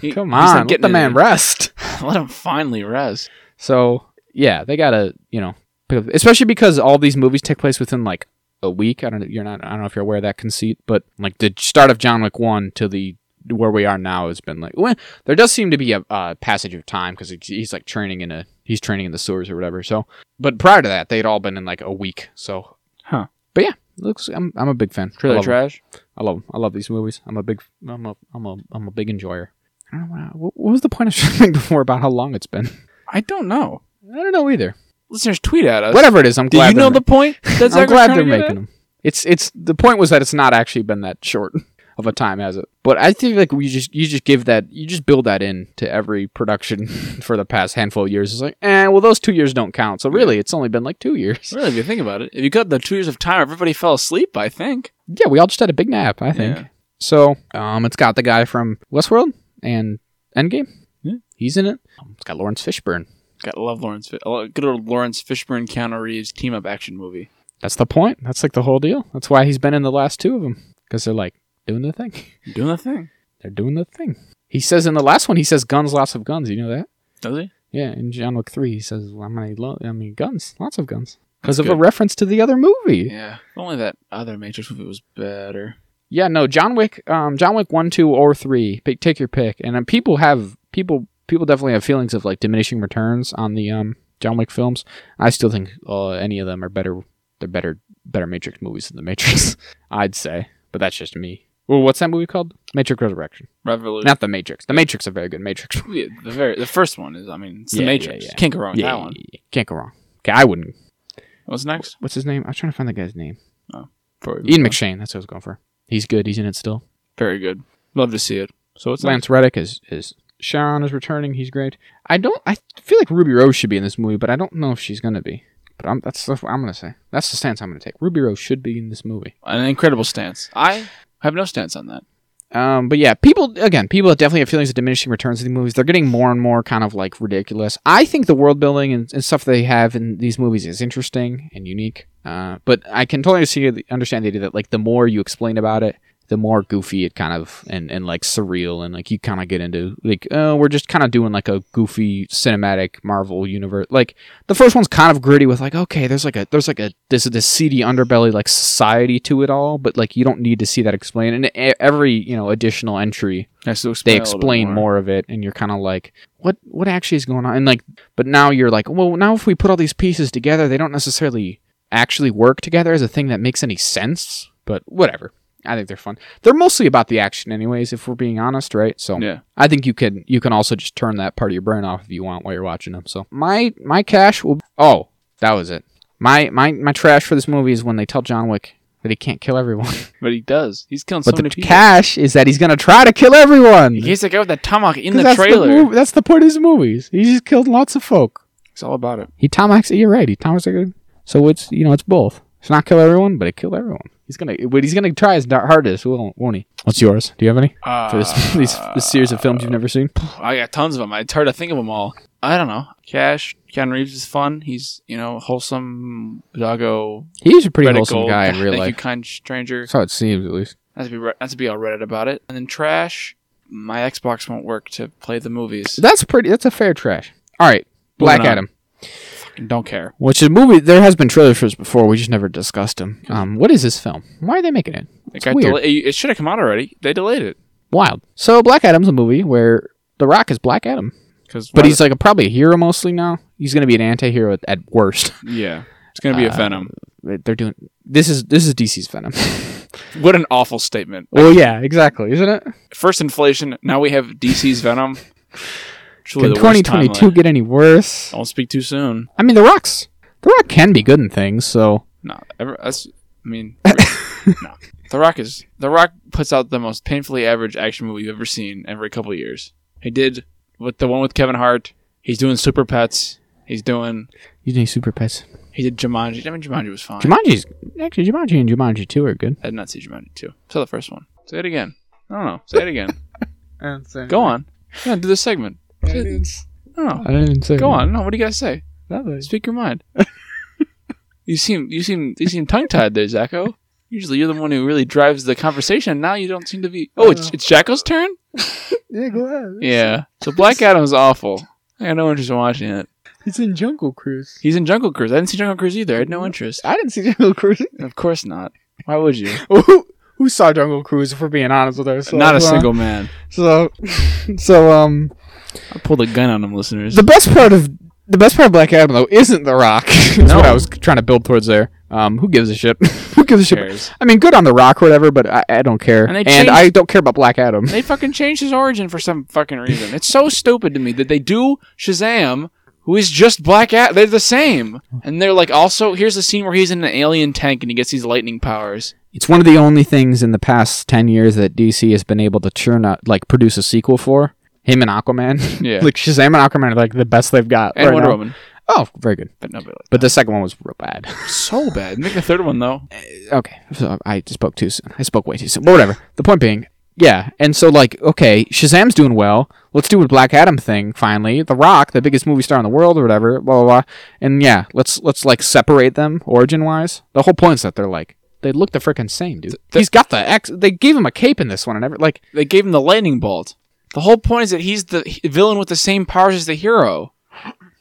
Speaker 1: He-
Speaker 2: come
Speaker 1: he's not
Speaker 2: on, let
Speaker 1: getting
Speaker 2: the
Speaker 1: it
Speaker 2: man
Speaker 1: in.
Speaker 2: rest.
Speaker 1: let him finally rest.
Speaker 2: So yeah, they gotta you know, pick up, especially because all these movies take place within like a week. I don't know, you're not I don't know if you're aware of that conceit, but like the start of John Wick one to the where we are now has been like well, there does seem to be a uh, passage of time because he's like training in a he's training in the sewers or whatever. So, but prior to that, they'd all been in like a week. So,
Speaker 1: Huh.
Speaker 2: But yeah, looks I'm I'm a big fan. I
Speaker 1: Trailer
Speaker 2: love 'em.
Speaker 1: trash.
Speaker 2: I love 'em. I love these movies. I'm a big I'm a I'm a I'm a big enjoyer. I don't know what, I- what what was the point of something before about how long it's been.
Speaker 1: I don't know.
Speaker 2: I don't know either.
Speaker 1: Listeners, tweet at us.
Speaker 2: Whatever it is, I'm
Speaker 1: Do
Speaker 2: glad.
Speaker 1: you
Speaker 2: they're
Speaker 1: know
Speaker 2: ma-
Speaker 1: the point? That's
Speaker 2: I'm glad they're making them. It's it's the point was that it's not actually been that short of a time, has it? But I think like we just you just give that you just build that in to every production for the past handful of years. It's like, eh, well those two years don't count. So really, it's only been like two years.
Speaker 1: Really, if you think about it, if you cut the two years of time, everybody fell asleep. I think.
Speaker 2: Yeah, we all just had a big nap, I think.
Speaker 1: Yeah.
Speaker 2: So um, it's got the guy from Westworld and Endgame.
Speaker 1: Yeah.
Speaker 2: He's in it. Um, It's got Lawrence Fishburne.
Speaker 1: Got to love Lawrence. Fi- oh, Good old Lawrence Fishburne, Keanu Reeves team up action movie.
Speaker 2: That's the point. That's like the whole deal. That's why he's been in the last two of them because they're like doing the thing.
Speaker 1: Doing the thing,
Speaker 2: They're doing the thing. He says in the last one, he says guns, lots of guns. You know that?
Speaker 1: does he?
Speaker 2: Yeah, in John Wick 3, he says, well, how many, lo- I mean, guns, lots of guns. Because
Speaker 1: That's
Speaker 2: of a
Speaker 1: good.
Speaker 2: reference to the other movie.
Speaker 1: Yeah. If only that other Matrix movie was better.
Speaker 2: Yeah, no, John Wick, um, John Wick 1, 2, or 3, pick, take your pick. And um, people have, people, people definitely have feelings of like diminishing returns on the um, John Wick films. I still think uh, any of them are better, they're better, better Matrix movies than the Matrix, I'd say. But that's just me. Well, what's that movie called? Matrix Resurrection.
Speaker 1: Revolution.
Speaker 2: Not The Matrix. The Matrix, a very good Matrix
Speaker 1: Yeah, the very the first one is. I mean, it's
Speaker 2: Yeah,
Speaker 1: the
Speaker 2: yeah,
Speaker 1: Matrix.
Speaker 2: yeah.
Speaker 1: Can't go wrong with that one.
Speaker 2: yeah, yeah. Can't go wrong. Okay, I wouldn't.
Speaker 1: What's next?
Speaker 2: What's his name? I'm trying to find the guy's name.
Speaker 1: For
Speaker 2: Ian McShane. That's what I was going for. He's good. He's in it still.
Speaker 1: Very good. Love to see it. So what's
Speaker 2: Lance Reddick is is Sharon is returning. He's great. I don't. I feel like Ruby Rose should be in this movie, but I don't know if she's gonna be. But I'm, that's what I'm gonna say. That's the stance I'm gonna take. Ruby Rose should be in this movie.
Speaker 1: next? An incredible stance. I have no stance on that.
Speaker 2: Um, but yeah, people again, people definitely have feelings of diminishing returns in the movies. They're getting more and more kind of like ridiculous. I think the world building and, and stuff they have in these movies is interesting and unique. Uh, but I can totally see understand the idea that like the more you explain about it, the more goofy it kind of and and like surreal and like you kind of get into like oh we're just kind of doing like a goofy cinematic Marvel universe. Like the first one's kind of gritty with like okay there's like a there's like a this this seedy underbelly like society to it all, but like you don't need to see that explained. And e- every you know additional entry
Speaker 1: Has to
Speaker 2: they
Speaker 1: explain a little bit
Speaker 2: explain more. of it and you're kind of like what what actually is going on and like but now you're like well now if we put all these pieces together they don't necessarily actually work together as a thing that makes any sense but whatever i think they're fun they're mostly about the action anyways if we're being honest right so
Speaker 1: Yeah.
Speaker 2: i think you can you can also just turn that part of your brain off if you want while you're watching them so my my cash will oh that was it my my my trash for this movie is when they tell john wick that he can't kill everyone
Speaker 1: But he does. He's killing so
Speaker 2: but the
Speaker 1: many people.
Speaker 2: cash is that he's gonna try to kill everyone
Speaker 1: He's the guy with that tomahawk in
Speaker 2: 'Cause
Speaker 1: the
Speaker 2: The
Speaker 1: trailer.
Speaker 2: mov- that's the point of his movies. He just killed lots of folk.
Speaker 1: it's all about it.
Speaker 2: He Tom Hanks. You're right. He Tom Hanks. So it's you know it's both. It's not kill everyone, but it killed everyone. He's gonna. But he's gonna try his dar- hardest, won't, won't he? What's yours? Do you have any
Speaker 1: Uh,
Speaker 2: for this, these this series of films you've never seen?
Speaker 1: I got tons of them. It's hard to think of them all. I don't know. Cash, Keanu Reeves is fun. He's, you know, wholesome, doggo,
Speaker 2: He's a pretty
Speaker 1: Reddit
Speaker 2: wholesome
Speaker 1: gold.
Speaker 2: guy in real
Speaker 1: Thank
Speaker 2: life.
Speaker 1: you, kind stranger.
Speaker 2: That's how it seems, at least.
Speaker 1: Not to be re- not to be all Reddit about it. And then trash. My Xbox won't work to play the movies.
Speaker 2: That's pretty. That's a fair trash. All right, Black
Speaker 1: Moving on.
Speaker 2: Adam.
Speaker 1: Fucking don't care.
Speaker 2: Which is a movie. There has been trailers for this before. We just never discussed them. Um, what is this film? Why are they making it?
Speaker 1: It,
Speaker 2: It's
Speaker 1: got
Speaker 2: weird.
Speaker 1: dela- it it should have come out already. They delayed it
Speaker 2: Wild. So Black Adam's a movie where The Rock is Black Adam.
Speaker 1: because.
Speaker 2: But he's like a, probably a hero mostly now. He's going to be an anti-hero at, at worst.
Speaker 1: yeah. It's gonna be a
Speaker 2: Uh,
Speaker 1: Venom.
Speaker 2: They're doing this is this is DC's Venom.
Speaker 1: What an awful statement.
Speaker 2: well, yeah, exactly, isn't it?
Speaker 1: First inflation. Now we have DC's Venom. Truly
Speaker 2: Can
Speaker 1: the worst
Speaker 2: 2022
Speaker 1: timeline.
Speaker 2: get any worse?
Speaker 1: Don't speak too soon.
Speaker 2: I mean, The Rock's The Rock can be good in things, so
Speaker 1: No, ever. That's. I mean, no. The Rock is The Rock puts out the most painfully average action movie you've ever seen every couple of years. He did with the one with Kevin Hart. He's doing Super Pets. He's doing.
Speaker 2: you need super pets.
Speaker 1: He did Jumanji. I mean, Jumanji was fine.
Speaker 2: Jumanji's actually Jumanji and Jumanji 2 are good.
Speaker 1: I did not see Jumanji too. Saw the first one. Say it again. I don't know. Say it again. Go on. Yeah, do this segment. Say it. I don't know.
Speaker 2: I didn't even say
Speaker 1: Go on. No, what do you guys say?
Speaker 2: Nothing.
Speaker 1: Speak your mind. you seem you seem you seem tongue tied there, Zacho. Usually you're the one who really drives the conversation. Now you don't seem to be. Oh, it's, it's Jacko's turn?
Speaker 2: Yeah, go ahead.
Speaker 1: Yeah. So Black Adam's awful. I had no interest in watching it.
Speaker 2: He's in Jungle Cruise.
Speaker 1: He's in Jungle Cruise. I didn't see Jungle Cruise either. I had no interest.
Speaker 2: I didn't see Jungle Cruise.
Speaker 1: Of course not. Why would you?
Speaker 2: who, who saw Jungle Cruise? If we're being honest with ourselves,
Speaker 1: not a
Speaker 2: huh?
Speaker 1: single man.
Speaker 2: So, so um,
Speaker 1: I pulled a gun on them, listeners.
Speaker 2: the best part of the best part of Black Adam though isn't The Rock. That's what I was trying to build towards there. Um, who gives a shit? who gives a shit?
Speaker 1: Cares.
Speaker 2: I mean, good on The Rock or whatever, but I, I don't care.
Speaker 1: And
Speaker 2: And,
Speaker 1: they changed-
Speaker 2: I don't care about Black Adam.
Speaker 1: They fucking changed his origin for some fucking reason. It's so stupid to me that they do Shazam, who is just Black Adam. They're the same. And they're like, also, here's the scene where he's in an alien tank and he gets these lightning powers.
Speaker 2: It's one of the only things in the past ten years that DC has been able to churn out, like produce a sequel for. Him and Aquaman.
Speaker 1: Yeah.
Speaker 2: like Shazam and Aquaman are like the best they've got.
Speaker 1: And
Speaker 2: right
Speaker 1: Wonder
Speaker 2: now.
Speaker 1: Woman.
Speaker 2: Oh, very good.
Speaker 1: But nobody liked
Speaker 2: But the second one was real bad.
Speaker 1: it. So bad. Make the third one, though.
Speaker 2: okay, so I spoke too soon. I spoke way too soon. But whatever. The point being, yeah. And so like, okay, Shazam's doing well. Let's do a Black Adam thing finally. The Rock, the biggest movie star in the world, or whatever. Blah blah blah. And yeah, let's let's like separate them origin wise. The whole point is that they're like they look the freaking same, dude. He's got the ex. They gave him a cape in this one, and every like
Speaker 1: They gave him the lightning bolt. The whole point is that he's the h- villain with the same powers as the hero.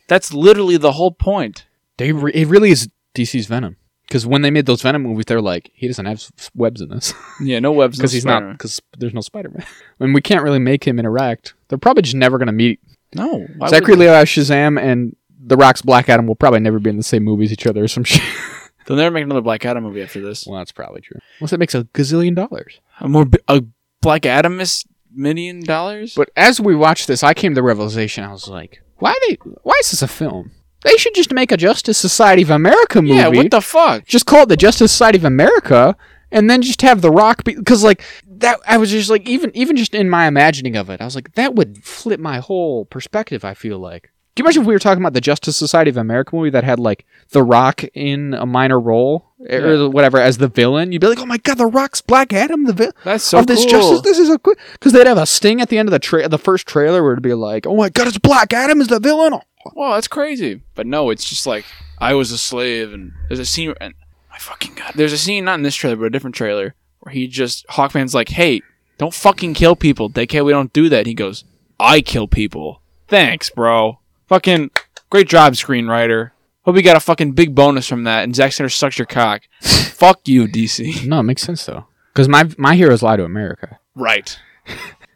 Speaker 1: That's literally the whole point.
Speaker 2: they re- it really is DC's Venom. Because when they made those Venom movies, they're like he doesn't have s- webs in this.
Speaker 1: Yeah, no webs.
Speaker 2: because he's not because there's no Spider-Man, and we can't really make him interact. They're probably just never gonna meet.
Speaker 1: No. Why would
Speaker 2: Zachary Levi Shazam and The Rock's Black Adam will probably never be in the same movie as each other or some shit.
Speaker 1: they? They'll never make another Black Adam movie after this.
Speaker 2: well, that's probably true. Unless it makes a gazillion dollars.
Speaker 1: A more bi- a Black Adam is million dollars.
Speaker 2: But as we watched this, I came to the realization. I was like, why they? Why is this a film? They should just make a Justice Society of America movie.
Speaker 1: yeah, what the fuck?
Speaker 2: just call it the Justice Society of America, and then just have The Rock because like that. I was just like even even just in my imagining of it, I was like that would flip my whole perspective. I feel like. Can you imagine if we were talking about the Justice Society of America movie that had like The Rock in a minor role
Speaker 1: Yeah.
Speaker 2: or whatever as the villain? You'd be like, "Oh my God, The Rock's Black Adam, the villain
Speaker 1: That's so
Speaker 2: of this
Speaker 1: cool.
Speaker 2: Justice. This is a good because they'd have a sting at the end of the tra- the first trailer where it'd be like, "Oh my God, it's Black Adam is the villain." Oh.
Speaker 1: Wow, that's crazy. But no, it's just like I was a slave, and there's a scene, and my fucking god, there's a scene not in this trailer, but a different trailer where he just Hawkman's like, "Hey, don't fucking kill people, dickhead. We don't do that." He goes, "I kill people. Thanks, bro. Fucking great job, screenwriter. Hope you got a fucking big bonus from that." And Zack Snyder sucks your cock. Fuck you, DC.
Speaker 2: No, it makes sense though because my my heroes lie to America.
Speaker 1: Right.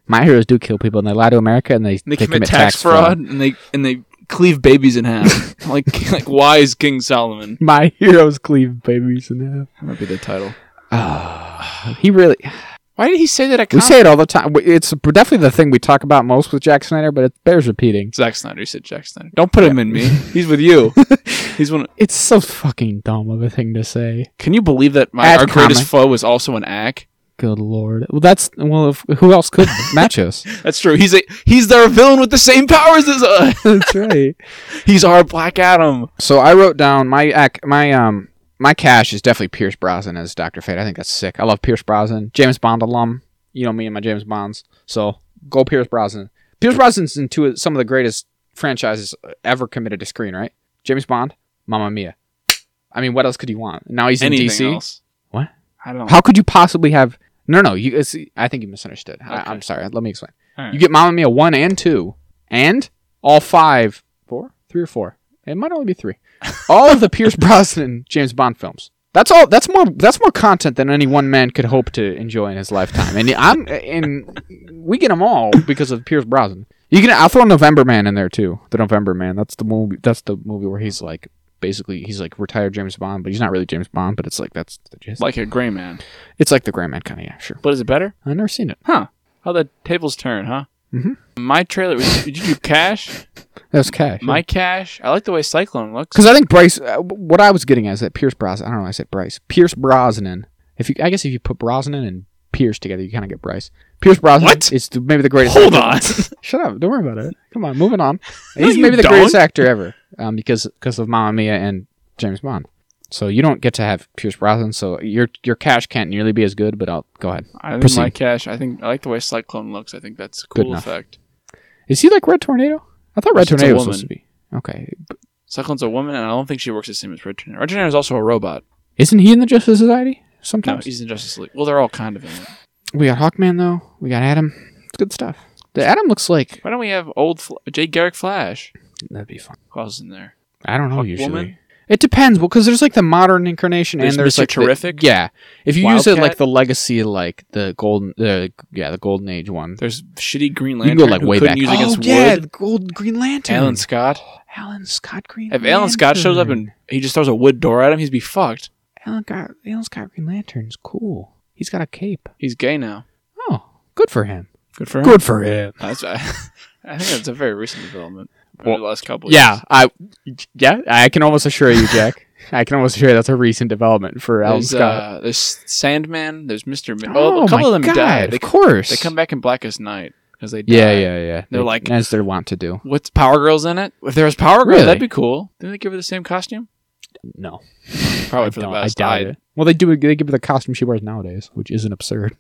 Speaker 2: my heroes do kill people and they lie to America and they,
Speaker 1: They, commit, tax, fraud, and they and they cleave babies in half, like like wise King Solomon.
Speaker 2: My heroes cleave babies in
Speaker 1: That might be the title.
Speaker 2: half. Ah, he really.
Speaker 1: Why did he say that at
Speaker 2: We
Speaker 1: conference?
Speaker 2: say it all the time. We- It's definitely the thing we talk about most with Jack Snyder, but it bears repeating.
Speaker 1: Zack Snyder you said Jack Snyder. Don't put him in me. He's with you. He's one.
Speaker 2: It's so fucking dumb of a thing to say.
Speaker 1: Can you believe that my
Speaker 2: That's
Speaker 1: our greatest
Speaker 2: comic.
Speaker 1: foe was also an ack?
Speaker 2: Good lord. Well, that's well. If, who else could match us?
Speaker 1: That's true. He's a he's their villain with the same powers as us.
Speaker 2: that's right.
Speaker 1: He's our Black Adam.
Speaker 2: So I wrote down my ac- my um my cash is definitely Pierce Brosnan as Doctor Fate. I think that's sick. I love Pierce Brosnan, James Bond alum. You know me and my James Bonds. So go Pierce Brosnan. Pierce Brosnan's in two of some of the greatest franchises ever committed to screen. Right? James Bond, Mamma Mia. I mean, what else could you want? Now he's
Speaker 1: Anything
Speaker 2: in DC.
Speaker 1: else?
Speaker 2: What?
Speaker 1: I don't. know.
Speaker 2: How could you possibly have? No, no. You. It's, I think you misunderstood. I,
Speaker 1: Okay.
Speaker 2: I'm sorry. Let me explain.
Speaker 1: Alright.
Speaker 2: You get Mamma Mia one and two, and all five, four, three or four. It might only be three. All of the Pierce Brosnan James Bond films. That's all. That's more. That's more content than any one man could hope to enjoy in his lifetime. And I'm. And we get them all because of Pierce Brosnan. You can. I'll throw November Man in there too. The November Man. That's the movie. That's the movie where he's like basically he's like retired James Bond, but he's not really James Bond. But it's like that's the gist.
Speaker 1: Like a gray man.
Speaker 2: It's like the Grand Man kind of yeah. Sure.
Speaker 1: But is it better?
Speaker 2: I've never seen it.
Speaker 1: Huh? How the tables turn, huh?
Speaker 2: Mhm.
Speaker 1: My trailer. Did you do Cash?
Speaker 2: That's cash.
Speaker 1: My Cash. I like the way Cyclone looks.
Speaker 2: Because I think Bryce, uh, what I was getting at is that Pierce Brosnan. I don't know. why I said Bryce. Pierce Brosnan. If you, I guess if you put Brosnan and Pierce together, you kind of get Bryce. Pierce Brosnan
Speaker 1: What?
Speaker 2: is the, maybe the greatest.
Speaker 1: Hold
Speaker 2: actor-
Speaker 1: on.
Speaker 2: Shut up! Don't worry about it. Come on, moving on.
Speaker 1: No,
Speaker 2: He's
Speaker 1: you
Speaker 2: maybe the
Speaker 1: don't.
Speaker 2: greatest actor ever, um, because because of Mamma Mia and James Bond. So you don't get to have Pierce Brosnan. So your your cash can't nearly be as good. But I'll go ahead.
Speaker 1: I think
Speaker 2: Proceed.
Speaker 1: my Cash. I think I like the way Cyclone looks. I think that's a
Speaker 2: Good
Speaker 1: cool
Speaker 2: enough.
Speaker 1: effect.
Speaker 2: Is he like Red Tornado? I thought Red
Speaker 1: It's a
Speaker 2: Tornado was
Speaker 1: woman.
Speaker 2: supposed to be. Okay,
Speaker 1: Cyclone's a woman, and I don't think she works the same as Red Tornado. Red Tornado is also a robot.
Speaker 2: isn't he in the Justice Society?
Speaker 1: No,
Speaker 2: Sometimes
Speaker 1: he's in Justice League. Well, they're all kind of in it.
Speaker 2: we got Hawkman though. We got Adam. It's good stuff. The Adam looks like
Speaker 1: Why don't we have old Fl- Jay Garrick Flash?
Speaker 2: that'd be fun.
Speaker 1: Who else is in there?
Speaker 2: I don't know
Speaker 1: Hawk
Speaker 2: usually.
Speaker 1: Woman?
Speaker 2: It depends. Well, because there's like the modern incarnation
Speaker 1: There's
Speaker 2: and there's
Speaker 1: Mr.
Speaker 2: like the-
Speaker 1: Terrific?
Speaker 2: yeah. If you use it
Speaker 1: Wildcat?
Speaker 2: like the legacy, like the golden, the yeah, the golden age one.
Speaker 1: There's shitty Green
Speaker 2: You can
Speaker 1: Lantern.
Speaker 2: go like
Speaker 1: who
Speaker 2: way
Speaker 1: couldn't
Speaker 2: back. Oh,
Speaker 1: Use against wood.
Speaker 2: the gold Green Lantern.
Speaker 1: Alan Scott.
Speaker 2: Alan Scott Green.
Speaker 1: If Alan Scott shows up and he just throws a wood door at him, he's be fucked.
Speaker 2: Alan Scott, Alan Scott Green Lantern's cool. He's got a cape.
Speaker 1: He's gay now.
Speaker 2: Oh, good for him.
Speaker 1: Good for him.
Speaker 2: Good for him.
Speaker 1: That's, I, I think that's a very recent development. over
Speaker 2: Well,
Speaker 1: the last couple.
Speaker 2: Yeah, I, yeah, I can almost assure you, Jack. I can almost assure you that's a recent development for Alan
Speaker 1: There's,
Speaker 2: Scott.
Speaker 1: uh, there's Sandman. There's Mister. Mi- oh, a couple of them die. They,
Speaker 2: Of course,
Speaker 1: they come back in Blackest Night because they. Die.
Speaker 2: Yeah, yeah, yeah.
Speaker 1: They're like-
Speaker 2: as they're wont to do.
Speaker 1: What's Power Girls in it? If there was Power Girl,
Speaker 2: Really?
Speaker 1: that'd be cool. Didn't they give her the same costume?
Speaker 2: No,
Speaker 1: Probably for the
Speaker 2: don't-
Speaker 1: best.
Speaker 2: doubt it. Well, they do. They give her the costume she wears nowadays, which isn't absurd.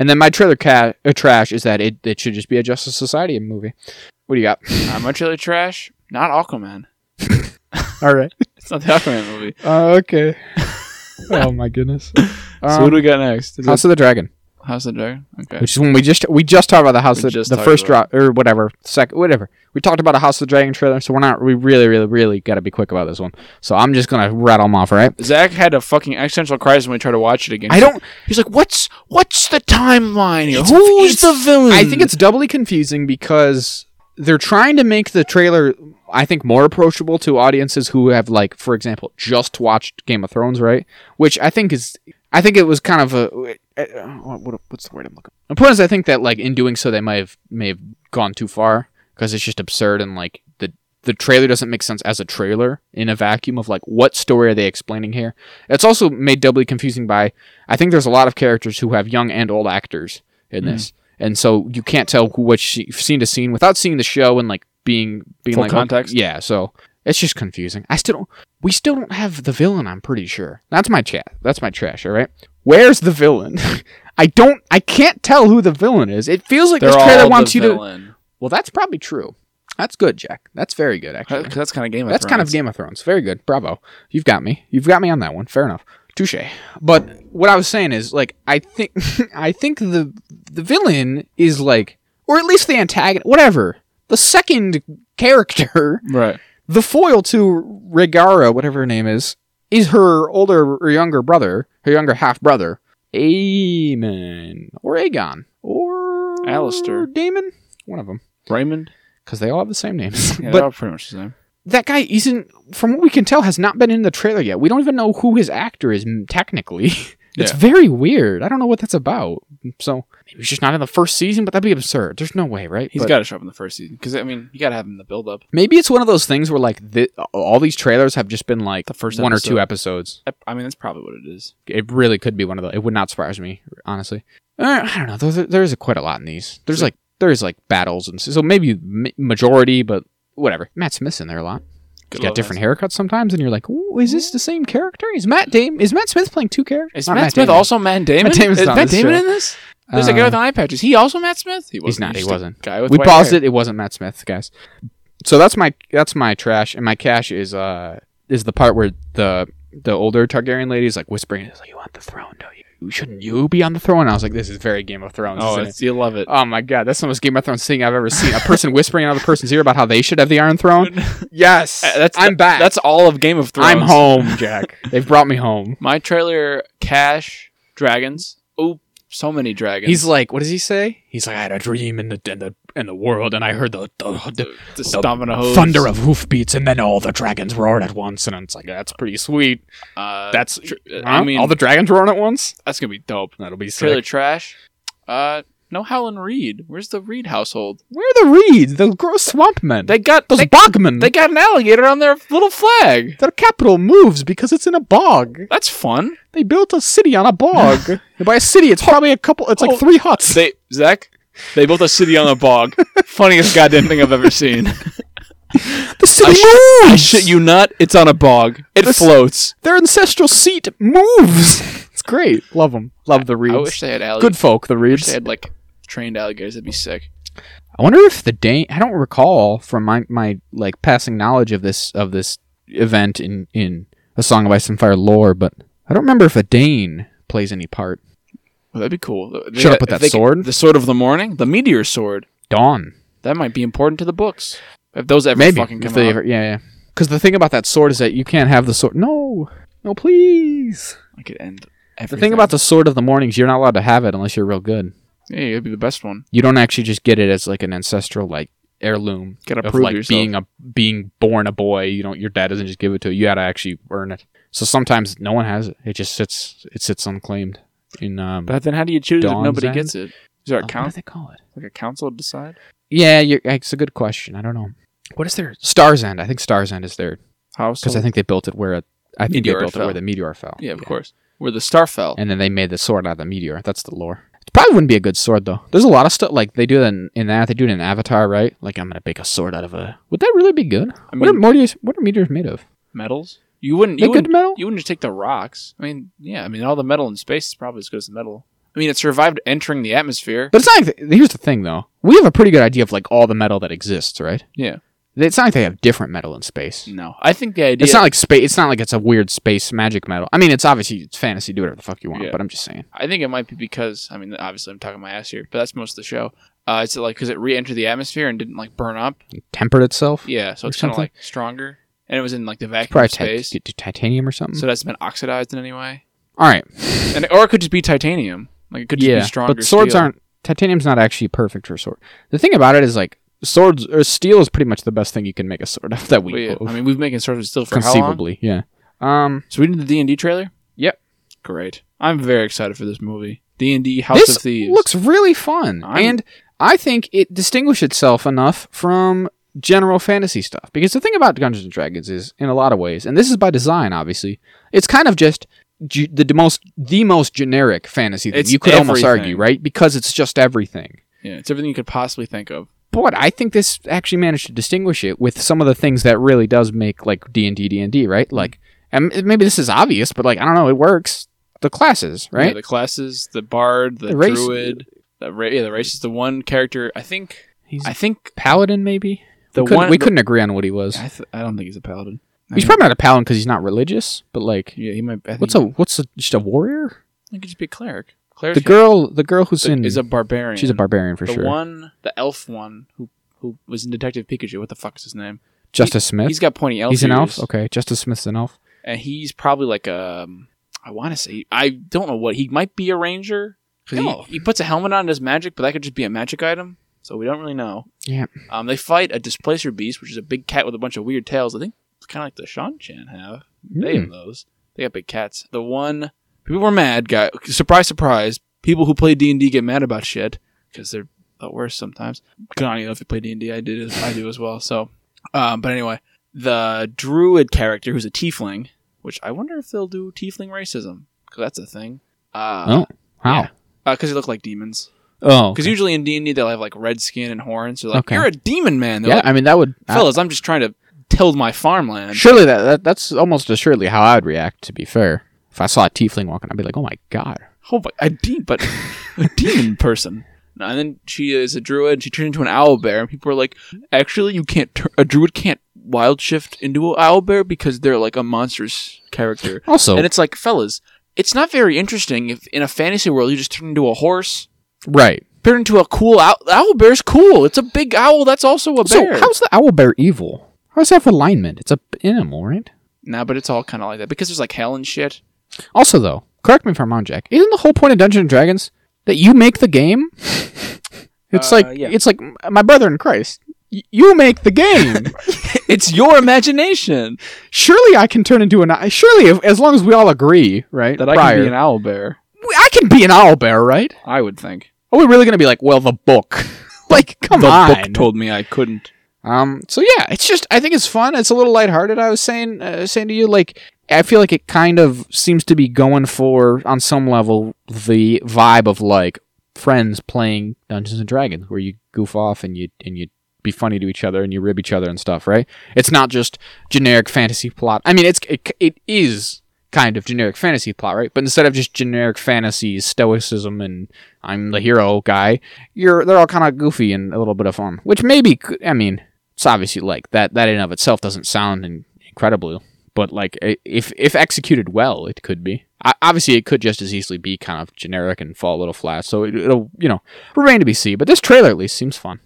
Speaker 2: And then my trailer ca- uh, trash is that it, it should just be a Justice Society movie. What do you got?
Speaker 1: I'm much really trash. Not Aquaman.
Speaker 2: All right.
Speaker 1: It's not the Aquaman movie.
Speaker 2: Uh, okay. oh my goodness.
Speaker 1: so what do
Speaker 2: Um,
Speaker 1: we got next? Is
Speaker 2: House of the Dragon,
Speaker 1: it House of the Dragon. Okay.
Speaker 2: which is when we just we just talked about the house
Speaker 1: We
Speaker 2: that
Speaker 1: just
Speaker 2: the
Speaker 1: talked
Speaker 2: first
Speaker 1: about
Speaker 2: drop or whatever second whatever we talked about a House of the Dragon trailer, so we're not we really really really got to be quick about this one. So I'm just gonna rattle them off, all right?
Speaker 1: Zach had a fucking existential crisis when we tried to watch it again.
Speaker 2: I don't
Speaker 1: He's like, "What's what's the timeline? here?
Speaker 2: It's-
Speaker 1: Who's
Speaker 2: it's-
Speaker 1: the villain?"
Speaker 2: I think it's doubly confusing because they're trying to make the trailer, I think, more approachable to audiences who have, like, for example, just watched Game of Thrones, right? Which I think is, I think it was kind of a, uh, what, what's the word I'm looking? The point is, I think that like in doing so, they might have may have gone too far because it's just absurd and like the the trailer doesn't make sense as a trailer in a vacuum of like what story are they explaining here. It's also made doubly confusing by I think there's a lot of characters who have young and old actors in
Speaker 1: Mm-hmm.
Speaker 2: this, and so you can't tell who which sce- scene to scene without seeing the show and like being being
Speaker 1: Full
Speaker 2: like
Speaker 1: context.
Speaker 2: Yeah, so it's just confusing. I still don't. We still don't have the villain. I'm pretty sure. That's my chat. That's my trash. All right. Where's the villain? I don't. I can't tell who the villain is. It feels like
Speaker 1: they're
Speaker 2: this trailer
Speaker 1: all
Speaker 2: wants
Speaker 1: the
Speaker 2: you to.
Speaker 1: villain.
Speaker 2: Well, that's probably true. That's good, Jack. That's very good, actually.
Speaker 1: That- That's kind of game.
Speaker 2: That's kind of Game of Thrones. Very good. Bravo. You've got me. You've got me on that one. Fair enough. Touche. But what I was saying is like I think I think the the villain is like or at least the antagonist whatever. The second character,
Speaker 1: game. Right.
Speaker 2: the foil to Regara, whatever her name is, is her older or younger brother, her younger half brother, Aemon or Aegon or
Speaker 1: Alistair.
Speaker 2: Damon, one of them,
Speaker 1: Raymond.
Speaker 2: because they all have the same names.
Speaker 1: Yeah,
Speaker 2: but
Speaker 1: they're all pretty much the same.
Speaker 2: that guy isn't from what we can tell has not been in the trailer yet we don't even know who his actor is m- technically it's
Speaker 1: Yeah.
Speaker 2: very weird i don't know what that's about so maybe he's just not in the first season but that'd be absurd there's no way right
Speaker 1: He's
Speaker 2: But
Speaker 1: got to show up in the first season because I mean, you got to have him in the build up.
Speaker 2: maybe it's one of those things where like thi- all these trailers have just been like
Speaker 1: The first
Speaker 2: one
Speaker 1: episode.
Speaker 2: or two episodes
Speaker 1: I mean, that's probably what it is.
Speaker 2: it really could be one of those it would not surprise me honestly Uh, i don't know there's, there's quite a lot in these there's
Speaker 1: Yeah.
Speaker 2: like there's like battles and so so maybe ma- majority but whatever matt smith's in there a lot He's got
Speaker 1: lord
Speaker 2: different haircuts sometimes, and you're like, Ooh, "Is this the same character? Is Matt Dame? Is Matt Smith playing two characters?
Speaker 1: Is
Speaker 2: Not
Speaker 1: Matt, Smith
Speaker 2: Damon.
Speaker 1: also Matt Damon?
Speaker 2: Matt Damon's
Speaker 1: is
Speaker 2: not
Speaker 1: Matt
Speaker 2: in this
Speaker 1: Damon
Speaker 2: show.
Speaker 1: in this? There's a guy
Speaker 2: Uh,
Speaker 1: with an eye patch. Is he also Matt Smith? He
Speaker 2: He's
Speaker 1: wasn't.
Speaker 2: not. He
Speaker 1: just a
Speaker 2: wasn't.
Speaker 1: Guy with
Speaker 2: We
Speaker 1: white
Speaker 2: paused
Speaker 1: hair.
Speaker 2: it. It wasn't Matt Smith, guys. So that's my that's my trash, and my cash is uh is the part where the the older Targaryen lady is like whispering, is like, "You want the throne, don't you? Shouldn't you be on the throne?" And I was like, "This is very Game of Thrones."
Speaker 1: Oh,
Speaker 2: isn't
Speaker 1: it's, you love it.
Speaker 2: it? oh my god, that's the most Game of Thrones thing I've ever seen. A person whispering in another person's ear about how they should have the Iron Throne. Yes,
Speaker 1: Uh, that's
Speaker 2: I'm back.
Speaker 1: That's all of Game of Thrones.
Speaker 2: I'm home, Jack. They've brought me home.
Speaker 1: My trailer, Cash, dragons. Oh, so many dragons.
Speaker 2: He's like, what does he say? He's like, I had a dream in the in the, in the world, and I heard the the, the,
Speaker 1: the
Speaker 2: the
Speaker 1: stomping a hose.
Speaker 2: thunder of hoofbeats, and then all the dragons roared at once, and it's like that's pretty sweet.
Speaker 1: Uh,
Speaker 2: That's
Speaker 1: tr-
Speaker 2: huh?
Speaker 1: I mean,
Speaker 2: all the dragons roaring at once.
Speaker 1: that's gonna be dope.
Speaker 2: That'll be sick.
Speaker 1: Trailer trash. Uh, no Howland Reed. Where's the Reed household?
Speaker 2: Where are the reeds? The gross swamp men.
Speaker 1: They got
Speaker 2: those
Speaker 1: they,
Speaker 2: bogmen.
Speaker 1: they got an alligator on their little flag.
Speaker 2: their capital moves because it's in a bog.
Speaker 1: That's fun.
Speaker 2: They built a city on a bog. and by a city, it's probably a couple. It's
Speaker 1: Oh.
Speaker 2: like three huts.
Speaker 1: They Zach, they built a city on a bog. Funniest goddamn thing I've ever seen.
Speaker 2: the city
Speaker 1: I sh-
Speaker 2: moves.
Speaker 1: I shit you not. It's on a bog. It
Speaker 2: This-
Speaker 1: floats.
Speaker 2: Their ancestral seat moves. it's great. Love them. Love the reeds.
Speaker 1: I wish they had alligators.
Speaker 2: Good folk, the
Speaker 1: I wish they
Speaker 2: reeds.
Speaker 1: had like trained alligators. That'd be sick.
Speaker 2: I wonder if the Dane. I don't recall from my, my like passing knowledge of this of this event in in a Song of Ice and Fire lore, but I don't remember if a Dane plays any part.
Speaker 1: Well, that'd be cool. They
Speaker 2: Should've
Speaker 1: got-
Speaker 2: put
Speaker 1: if
Speaker 2: that
Speaker 1: they could-
Speaker 2: sword.
Speaker 1: The sword of the morning, the meteor sword.
Speaker 2: Dawn.
Speaker 1: That might be important to the books if those ever
Speaker 2: Maybe.
Speaker 1: fucking
Speaker 2: If
Speaker 1: come
Speaker 2: they
Speaker 1: out.
Speaker 2: ever, yeah, yeah. Because the thing about that sword is that you can't have the sword. No. No, please.
Speaker 1: I could end.
Speaker 2: The
Speaker 1: Everything.
Speaker 2: thing about the sword of the mornings, you're not allowed to have it unless you're real good.
Speaker 1: yeah, it'd be the best one.
Speaker 2: You don't actually just get it as like an ancestral like heirloom
Speaker 1: Gotta
Speaker 2: of
Speaker 1: prove
Speaker 2: like
Speaker 1: yourself.
Speaker 2: being a being born a boy. You don't. Your dad doesn't just give it to you. You gotta actually earn it. So sometimes no one has it. It just sits. It sits unclaimed. In um,
Speaker 1: But then how do you choose if
Speaker 2: Dawn's
Speaker 1: nobody Oh,
Speaker 2: End?
Speaker 1: gets it? Is there a
Speaker 2: uh,
Speaker 1: count?
Speaker 2: they call it?
Speaker 1: Like a council to decide?
Speaker 2: Yeah, you're, uh, it's a good question. I don't know. What is their Star's End? I think Star's End is there
Speaker 1: House?
Speaker 2: because I think they built it where it. I think
Speaker 1: Meteor
Speaker 2: they built
Speaker 1: fell.
Speaker 2: it where the meteor fell.
Speaker 1: yeah, of course. Where the star fell.
Speaker 2: And then they made the sword out of the meteor. That's the lore. It probably wouldn't be a good sword though. There's a lot of stuff like they do that in, in that. They do it in Avatar, right? Like I'm gonna make a sword out of a. Would that really be good?
Speaker 1: I
Speaker 2: what are
Speaker 1: mean,
Speaker 2: meteors? What are meteors made of?
Speaker 1: metals. You wouldn't.
Speaker 2: They
Speaker 1: You
Speaker 2: good
Speaker 1: wouldn't,
Speaker 2: metal?
Speaker 1: you wouldn't just take the rocks. I mean, yeah. I mean, all the metal in space is probably as good as the metal. I mean, it survived entering the atmosphere.
Speaker 2: But it's not. Like th- here's the thing though. We have a pretty good idea of like all the metal that exists, right?
Speaker 1: Yeah.
Speaker 2: It's not like they have different metal in space.
Speaker 1: No, I think the idea.
Speaker 2: It's not like space. It's not like it's a weird space magic metal. I mean, it's obviously it's fantasy. Do whatever the fuck you want.
Speaker 1: Yeah.
Speaker 2: But I'm just saying.
Speaker 1: I think it might be because I mean, obviously, I'm talking my ass here, but that's most of the show. Uh, it's like because it re-entered the atmosphere and didn't like burn up.
Speaker 2: Tempered itself.
Speaker 1: Yeah, so
Speaker 2: Or
Speaker 1: it's kind of
Speaker 2: something.
Speaker 1: like stronger, and it was in like the vacuum
Speaker 2: Probably
Speaker 1: of space,
Speaker 2: tit- t- titanium or something.
Speaker 1: so that's been oxidized in any way,
Speaker 2: all right.
Speaker 1: and or it could just be titanium. Like it could just be stronger.
Speaker 2: But swords
Speaker 1: steel.
Speaker 2: aren't titanium's not actually perfect for sword. The thing about it is like swords or steel is pretty much the best thing you can make a sword of that
Speaker 1: But
Speaker 2: we
Speaker 1: yeah,
Speaker 2: know of,
Speaker 1: I mean, we've been making swords of steel for how long?
Speaker 2: conceivably. Yeah. Um
Speaker 1: So we did the D and D trailer.
Speaker 2: Yep.
Speaker 1: Great. I'm very excited for this movie. D and D House
Speaker 2: this
Speaker 1: of Thieves.
Speaker 2: looks really fun.
Speaker 1: I'm-
Speaker 2: and I think it distinguished itself enough from general fantasy stuff. Because the thing about Dungeons and Dragons is in a lot of ways, and this is by design obviously, it's kind of just g- the d- most the most generic fantasy that
Speaker 1: It's
Speaker 2: you could almost argue,
Speaker 1: everything.
Speaker 2: right? Because it's just everything.
Speaker 1: yeah, it's everything you could possibly think of.
Speaker 2: but I think this actually managed to distinguish it with some of the things that really does make like D and D D and D
Speaker 1: Mm-hmm.
Speaker 2: right. Like, and m- maybe this is obvious, but like I don't know, it works. The classes,
Speaker 1: Yeah,
Speaker 2: right?
Speaker 1: the classes, the bard, the,
Speaker 2: The race-
Speaker 1: druid, the ra- yeah, the race is the one character. I think.
Speaker 2: He's
Speaker 1: I think
Speaker 2: paladin, maybe.
Speaker 1: the
Speaker 2: we couldn't,
Speaker 1: one
Speaker 2: we couldn't agree on what he was.
Speaker 1: I, th- I don't think he's a paladin. I
Speaker 2: He's
Speaker 1: mean,
Speaker 2: probably not a paladin because he's not religious, but like,
Speaker 1: yeah. He might. I think
Speaker 2: what's a what's a, just a
Speaker 1: I
Speaker 2: warrior?
Speaker 1: think he could just be a cleric. Cleric
Speaker 2: The girl, the girl who's in,
Speaker 1: is a barbarian.
Speaker 2: she's a barbarian for
Speaker 1: the
Speaker 2: sure.
Speaker 1: one, the elf one who who was in Detective Pikachu. What the fuck is his name?
Speaker 2: Justice Smith.
Speaker 1: He's got pointy elf.
Speaker 2: He's an elf.
Speaker 1: ears,
Speaker 2: Okay, Justice Smith's an elf.
Speaker 1: and he's probably like a. I want to say I don't know what he might be a ranger. 'Cause he-
Speaker 2: No.
Speaker 1: He, puts a helmet on as magic, but that could just be a magic item. So we don't really know.
Speaker 2: Yeah.
Speaker 1: Um, they fight a displacer beast, which is a big cat with a bunch of weird tails. I think it's kind of like the Shan Chan have. They
Speaker 2: Hmm.
Speaker 1: have those. They got big cats. The one people were mad. Guy, surprise, surprise. People who play D and D get mad about shit because they're the worst sometimes. God, you know, if you play D and I did. as- I do as well. So, um, but anyway, the druid character who's a tiefling, which I wonder if they'll do tiefling racism because that's a thing. Uh,
Speaker 2: Oh, Wow.
Speaker 1: Yeah. because they look like demons.
Speaker 2: Oh,
Speaker 1: Because usually in D and D they'll have like red skin and horns. They're like,
Speaker 2: Okay.
Speaker 1: "You're a demon man." They're
Speaker 2: yeah.
Speaker 1: like,
Speaker 2: I mean, that would I-
Speaker 1: "Fellas, I'm just trying to till my farmland."
Speaker 2: Surely that, that that's almost assuredly how I'd react. To be fair, if I saw a tiefling walking, I'd be like, "Oh my god!"
Speaker 1: Oh my, a demon, but a demon person. No, And then she is a druid. She turned into an owl bear, and people are like, "Actually, you can't. Tur- a druid can't wild shift into an owl bear because they're like a monstrous character."
Speaker 2: Also,
Speaker 1: And it's like, fellas, it's not very interesting if in a fantasy world you just turn into a horse,
Speaker 2: right.
Speaker 1: turn into a cool owl. The owl bear's cool. It's a big owl. That's also a
Speaker 2: So
Speaker 1: bear.
Speaker 2: how's the owl bear evil? How's that for alignment? It's a p- animal, right?
Speaker 1: nah, but it's all kind of like that because there's like hell and shit.
Speaker 2: Also, though, correct me if I'm wrong, Jack. Isn't the whole point of Dungeons and Dragons that you make the game? It's
Speaker 1: Uh,
Speaker 2: like
Speaker 1: yeah.
Speaker 2: it's like m- my brother in Christ. Y- You make the game.
Speaker 1: It's your imagination
Speaker 2: surely I can turn into an. o- Surely, if, as long as we all agree, right?
Speaker 1: that I
Speaker 2: prior-
Speaker 1: can be an owl bear.
Speaker 2: We- I can be an owl bear, right?
Speaker 1: I would think.
Speaker 2: Are we really gonna be like, well, the book? like, come
Speaker 1: the
Speaker 2: on.
Speaker 1: book told me I couldn't.
Speaker 2: Um, so yeah, it's just I think it's fun. It's a little lighthearted. I was saying uh, saying to you, like I feel like it kind of seems to be going for on some level the vibe of like friends playing Dungeons and Dragons, where you goof off and you and you be funny to each other and you rib each other and stuff, right? It's not just generic fantasy plot. I mean, it's it, it is kind of generic fantasy plot, right? But instead of just generic fantasy stoicism and I'm the hero guy, you're they're all kind of goofy and a little bit of fun, which maybe could- I mean it's obviously like that that in and of itself doesn't sound in- incredible but like i- if if executed well it could be I, obviously, it could just as easily be kind of generic and fall a little flat. So it, will you know remain to be seen. But this trailer at least seems fun.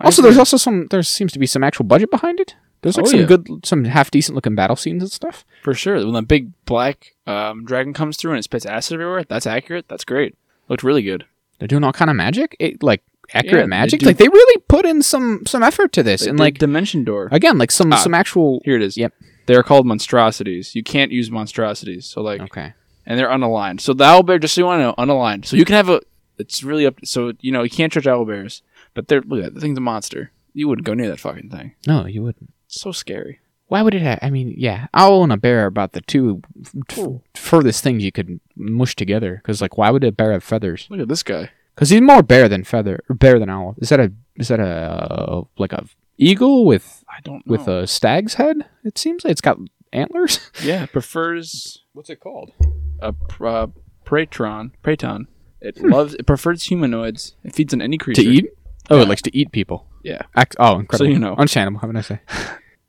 Speaker 1: I
Speaker 2: Also, there's
Speaker 1: agree.
Speaker 2: also some there seems to be some actual budget behind it. There's like
Speaker 1: Oh,
Speaker 2: some
Speaker 1: yeah.
Speaker 2: good, some half decent looking battle scenes and stuff.
Speaker 1: for sure when that big black um, dragon comes through and it spits acid everywhere. That's accurate. That's great. Looked really good.
Speaker 2: They're doing all kind of magic, it, like
Speaker 1: Yeah,
Speaker 2: accurate
Speaker 1: they
Speaker 2: magic.
Speaker 1: do-
Speaker 2: like they really put in some some effort to this,
Speaker 1: They
Speaker 2: and
Speaker 1: did
Speaker 2: like
Speaker 1: dimension door.
Speaker 2: again, like some
Speaker 1: Ah.
Speaker 2: some actual.
Speaker 1: Here it is.
Speaker 2: Yep.
Speaker 1: They're called monstrosities. You can't use monstrosities. So like,
Speaker 2: Okay.
Speaker 1: and they're unaligned. So the owlbear, just so you want to know, unaligned. So you can have a. It's really up. So you know you can't judge owlbears, but they're look at that, the thing's a monster. You wouldn't go near that fucking thing.
Speaker 2: No, you wouldn't.
Speaker 1: It's so scary.
Speaker 2: Why would it? Ha- I mean, yeah, owl and a bear are about the two f- f-
Speaker 1: Ooh.
Speaker 2: furthest things you could mush together. Because like, why would a bear have feathers?
Speaker 1: Look at this guy.
Speaker 2: Because he's more bear than feather, or bear than owl. Is that a is that a like a eagle with
Speaker 1: I don't know.
Speaker 2: with a stag's head? It seems like it's got antlers.
Speaker 1: yeah, prefers
Speaker 2: What's it called?
Speaker 1: a pr- uh, praetron. Praeton. It loves. It prefers humanoids. It feeds on any creature.
Speaker 2: Hmm. To eat? Oh, it
Speaker 1: Yeah.
Speaker 2: likes to eat people.
Speaker 1: Yeah.
Speaker 2: Ac- oh, incredible.
Speaker 1: you know.
Speaker 2: understandable. Have a nice day.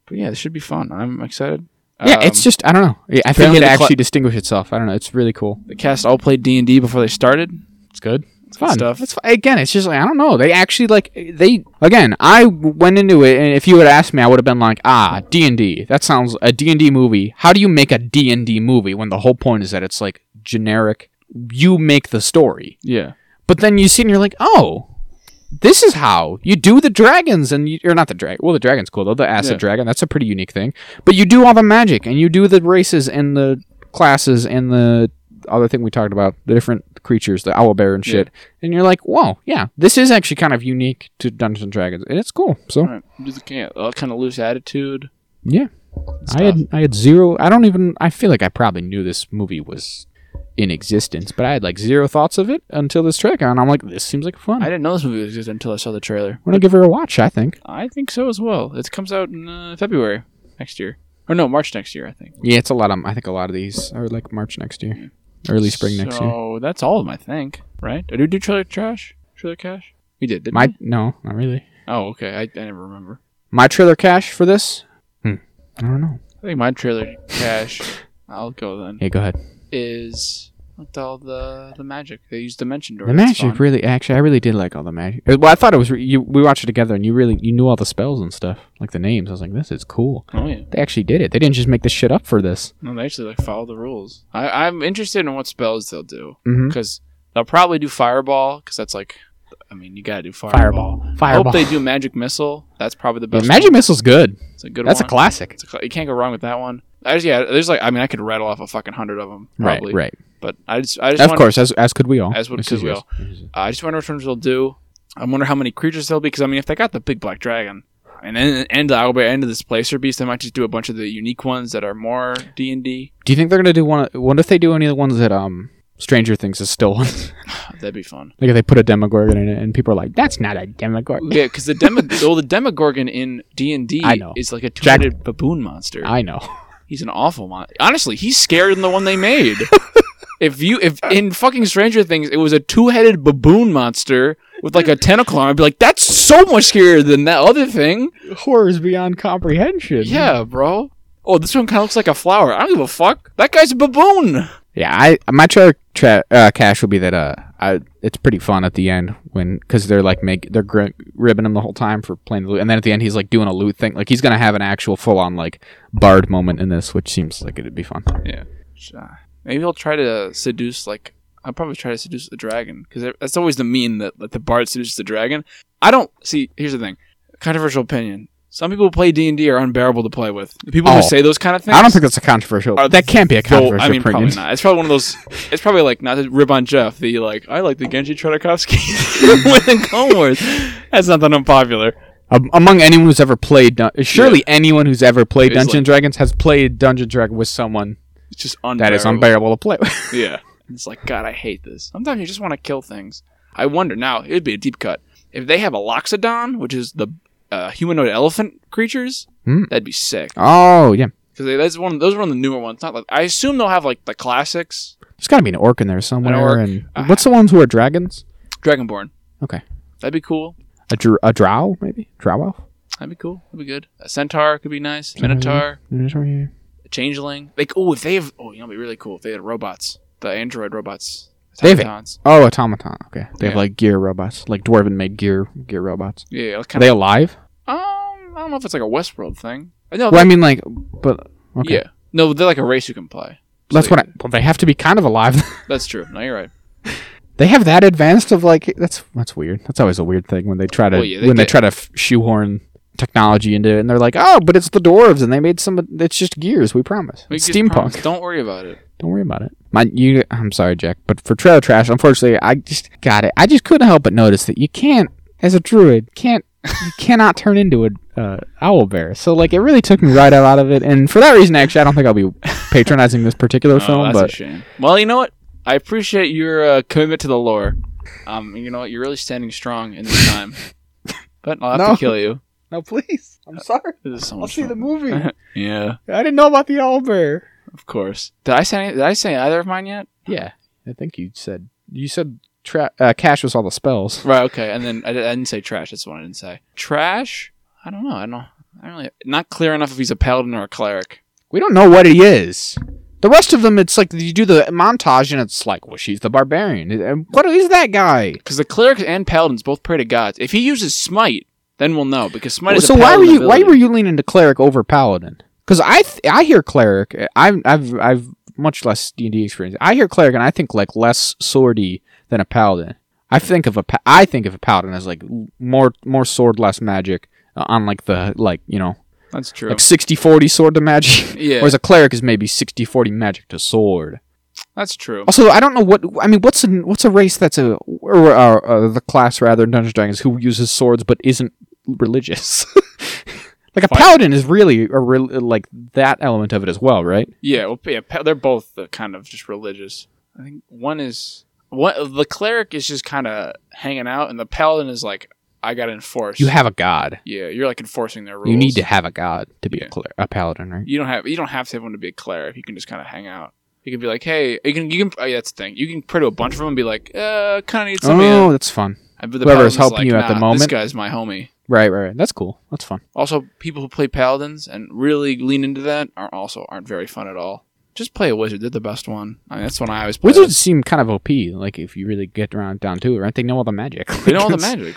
Speaker 1: But yeah, it should be fun. I'm excited.
Speaker 2: Yeah, it's
Speaker 1: Um,
Speaker 2: just I don't know. Yeah, I think
Speaker 1: apparently
Speaker 2: it
Speaker 1: the cla-
Speaker 2: actually distinguishes itself. I don't know. It's really cool.
Speaker 1: the cast all played D and D before they started.
Speaker 2: It's good. It's
Speaker 1: good
Speaker 2: fun
Speaker 1: stuff.
Speaker 2: It's fu- again. It's just like I don't know. They actually like they again. I went into it, and if you had asked me, I would have been like, ah, D and D. That sounds a D and D movie. How do you make a D and D movie when the whole point is that it's like generic? You make the story,
Speaker 1: Yeah.
Speaker 2: but then you see and you're like, oh. This is how you do the dragons, and you, or not the dragon. Well, the dragon's cool though. The acid
Speaker 1: Yeah.
Speaker 2: dragon, that's a pretty unique thing. But you do all the magic, and you do the races, and the classes, and the other thing we talked about, the different creatures, the owl bear and
Speaker 1: Yeah.
Speaker 2: shit. And you're like, whoa, yeah, this is actually kind of unique to Dungeons and Dragons, and it's cool. So
Speaker 1: All right. Just can't. All kind of loose attitude.
Speaker 2: yeah, I had I had zero. I don't even. I feel like I probably knew this movie was in existence, but I had like zero thoughts of it until this track on. I'm like, this seems like fun.
Speaker 1: I
Speaker 2: I
Speaker 1: didn't know this movie existed until I saw the trailer.
Speaker 2: want to give her a watch. I think.
Speaker 1: I think so as well. It comes out in uh, February next year, or no, March next year, I think.
Speaker 2: Yeah, it's a lot of. I think a lot of these are like March next year, early spring next year.
Speaker 1: So that's all of them, I think. Right? Did we do trailer trash? Trailer cash? We did, didn't
Speaker 2: My
Speaker 1: we?
Speaker 2: no, not really.
Speaker 1: Oh, okay. I, I never remember.
Speaker 2: My trailer cash for this. Hmm. I don't know.
Speaker 1: I think my trailer cash. I'll go then.
Speaker 2: Hey, go ahead.
Speaker 1: Is what the hell the the magic? They use dimension door.
Speaker 2: The
Speaker 1: that's
Speaker 2: magic
Speaker 1: fun.
Speaker 2: really, actually, I really did like all the magic. Uh, Well, I thought it was re- you. We watched it together, and you really you knew all the spells and stuff, like the names. I was like, this is cool.
Speaker 1: Oh yeah.
Speaker 2: They actually did it. They didn't just make this shit up for this.
Speaker 1: No, they actually like follow the rules. I I'm interested in what spells they'll do
Speaker 2: Mm-hmm.
Speaker 1: because they'll probably do fireball because that's like, I mean, you gotta do
Speaker 2: Fireball,
Speaker 1: I
Speaker 2: fireball.
Speaker 1: hope they do magic missile. That's probably the
Speaker 2: Yeah,
Speaker 1: best.
Speaker 2: magic
Speaker 1: one.
Speaker 2: missile's good.
Speaker 1: It's a good
Speaker 2: That's
Speaker 1: one.
Speaker 2: a classic.
Speaker 1: It's a cla- you can't go wrong with that one. I just, yeah, there's like I mean I could rattle off a fucking hundred of them probably.
Speaker 2: Right,
Speaker 1: But I just I just
Speaker 2: right. Of
Speaker 1: wonder,
Speaker 2: course, as as could we all.
Speaker 1: As would-
Speaker 2: This
Speaker 1: could
Speaker 2: is
Speaker 1: we
Speaker 2: yours.
Speaker 1: all. Uh, I just wonder which ones they'll do. I wonder how many creatures they'll be because I mean if they got the big black dragon and then and the owlbear and the displacer beast, they might just do a bunch of the unique ones that are more D and D.
Speaker 2: Do you think they're gonna do one? What if they do any of the ones that um Stranger Things is still on?
Speaker 1: That'd be fun.
Speaker 2: like if they put a Demogorgon in it, and people are like, "That's not a Demogorgon."
Speaker 1: Yeah, because the demo well the demogorgon in D and D
Speaker 2: I know.
Speaker 1: is like a two
Speaker 2: Jack-
Speaker 1: headed baboon monster.
Speaker 2: I know.
Speaker 1: He's an awful mon. Honestly, he's scarier than the one they made. if you if in fucking Stranger Things it was a two headed baboon monster with like a tentacle arm, I'd be like, that's so much scarier than that other thing.
Speaker 2: Horrors beyond comprehension.
Speaker 1: Yeah, bro. Oh, this one kind of looks like a flower. I don't give a fuck. That guy's a baboon.
Speaker 2: Yeah, I my trailer tra- uh, cash will be that uh, I, it's pretty fun at the end when because they're like make they're gri- ribbing him the whole time for playing the lute, and then at the end he's like doing a lute thing, like he's gonna have an actual full on like bard moment in this, which seems like it'd be fun.
Speaker 1: Uh, Maybe he'll try to seduce like I'll probably try to seduce the dragon because that's always the mean that, that the bard seduces the dragon. I don't see. Here's the thing, controversial opinion. Some people who play D and D are unbearable to play with. The people
Speaker 2: Oh.
Speaker 1: who say those kind of things.
Speaker 2: I don't think that's a controversial.
Speaker 1: Are
Speaker 2: that can't be a
Speaker 1: Though,
Speaker 2: controversial
Speaker 1: Uh, I mean,
Speaker 2: opinion.
Speaker 1: probably not. It's probably one of those. It's probably like not to rib on Jeff. The like, I like the Genji Trotakovsky with in Clone Wars. That's not that unpopular.
Speaker 2: Am- among anyone who's ever played, Dun- surely anyone who's ever played
Speaker 1: It's
Speaker 2: Dungeons
Speaker 1: like-
Speaker 2: and Dragons has played Dungeons and Dragons with someone
Speaker 1: It's just
Speaker 2: that
Speaker 1: unbearable.
Speaker 2: is unbearable to play with.
Speaker 1: Yeah. It's like, God, I hate this. Sometimes you just want to kill things. I wonder now, it'd be a deep cut. If they have a Loxodon, which is the uh, humanoid elephant creatures,
Speaker 2: Hmm.
Speaker 1: that'd be sick.
Speaker 2: oh yeah,
Speaker 1: Because that's one, those are one of the newer ones. Not like I assume they'll have like the classics,
Speaker 2: there's got to be an orc in there somewhere.
Speaker 1: orc.
Speaker 2: And
Speaker 1: Ah.
Speaker 2: what's the ones who are dragons?
Speaker 1: Dragonborn.
Speaker 2: Okay.
Speaker 1: That'd be cool.
Speaker 2: A, dr- a drow, maybe? Drow elf?
Speaker 1: That'd be cool. That'd be good. A centaur could be nice. Minotaur,
Speaker 2: Minotaur, yeah.
Speaker 1: a changeling. Like, oh, if they have, oh, you know, it'd be really cool if they had robots. the android robots.
Speaker 2: They've-
Speaker 1: Automatons.
Speaker 2: Oh, automaton. Okay, they have
Speaker 1: Yeah.
Speaker 2: like gear robots, like dwarven made gear gear robots.
Speaker 1: Yeah,
Speaker 2: Are
Speaker 1: kind
Speaker 2: they
Speaker 1: of.
Speaker 2: alive?
Speaker 1: Um, I don't know if it's like a Westworld thing. No,
Speaker 2: Well, I mean, like, but okay.
Speaker 1: yeah, no, they're like a race you can play.
Speaker 2: That's what I. Well, they have to be kind of alive.
Speaker 1: That's true. No, you're right.
Speaker 2: they have that advanced of like that's that's weird. That's always a weird thing when they try to
Speaker 1: Well, yeah, they
Speaker 2: when they
Speaker 1: get-
Speaker 2: try to f- shoehorn technology into it, and they're like, oh, but it's the dwarves, and they made some. It's just gears. We promise.
Speaker 1: We
Speaker 2: It's
Speaker 1: just promise,
Speaker 2: steampunk.
Speaker 1: Don't worry about it.
Speaker 2: Don't worry about it. My, you, I'm sorry, Jack, but for Trail Trash, unfortunately, I just got it. I just couldn't help but notice that you can't, as a druid, can't you cannot turn into an uh, owl bear. So like, it really took me right out of it. And for that reason, actually, I don't think I'll be patronizing this particular
Speaker 1: Oh,
Speaker 2: film.
Speaker 1: that's a
Speaker 2: But
Speaker 1: shame. Well, you know what? I appreciate your uh, commitment to the lore. Um, you know what? You're really standing strong in this time. but I'll have
Speaker 2: No.
Speaker 1: to kill you.
Speaker 2: no, please, I'm sorry.
Speaker 1: This is so
Speaker 2: I'll
Speaker 1: much
Speaker 2: see the
Speaker 1: fun.
Speaker 2: movie. I
Speaker 1: Yeah,
Speaker 2: didn't know about the owl bear.
Speaker 1: of course. Did I say Did I say either of mine yet?
Speaker 2: Yeah, I think you said you said tra- uh, cash was all the spells.
Speaker 1: Right. Okay. And then I, di- I didn't say trash. That's what I didn't say. Trash? I don't know. I don't. I don't really. Not clear enough if he's a paladin or a cleric.
Speaker 2: We don't know what he is. The rest of them, it's like you do the montage and it's like, well, she's the barbarian. And What is that guy?
Speaker 1: Because the clerics and paladins both pray to gods. If he uses smite, then we'll know. Because smite is a
Speaker 2: so why were
Speaker 1: paladin
Speaker 2: you why
Speaker 1: ability.
Speaker 2: were you leaning to cleric over paladin? Because I th- I hear cleric. I've I've I've much less D and D experience. I hear cleric and I think like less swordy than a paladin. I think of a pa- I think of a paladin as like l- more more sword less magic uh, on like the like you know
Speaker 1: That's true.
Speaker 2: like 60 40 sword to magic
Speaker 1: yeah,
Speaker 2: whereas a cleric is maybe 60 40 magic to sword
Speaker 1: that's true.
Speaker 2: Also, I don't know what I mean. What's an, what's a race that's a or uh, uh, the class rather in Dungeons and Dragons who uses swords but isn't religious? like a
Speaker 1: Fire.
Speaker 2: paladin is really a real like that element of it as well, right?
Speaker 1: Yeah, well, yeah, pa- they're both uh, kind of just religious. I think one is one the cleric is just kind of hanging out, and the paladin is like, I got to enforce.
Speaker 2: You have a god.
Speaker 1: yeah, you're like enforcing their rules.
Speaker 2: You need to have a god to be
Speaker 1: Yeah.
Speaker 2: a, cler- a paladin, right?
Speaker 1: You don't have you don't have to have one to be a cleric. You can just kind of hang out. You can be like, hey, you can you can. Oh, yeah, that's the thing. You can pray to a bunch of them and be like, uh, kind of need some
Speaker 2: Oh,
Speaker 1: in.
Speaker 2: that's fun.
Speaker 1: And but paladin's
Speaker 2: whoever's helping you at the
Speaker 1: "Nah, This
Speaker 2: moment."
Speaker 1: guy's my homie.
Speaker 2: Right, right, right. That's cool. That's fun.
Speaker 1: Also, people who play paladins and really lean into that are also aren't very fun at all. Just play a wizard. They're the best one. I mean, that's one I always play.
Speaker 2: Wizards seem kind of OP. Like if you really get around down to it, right? They know all the magic.
Speaker 1: They know all the magic.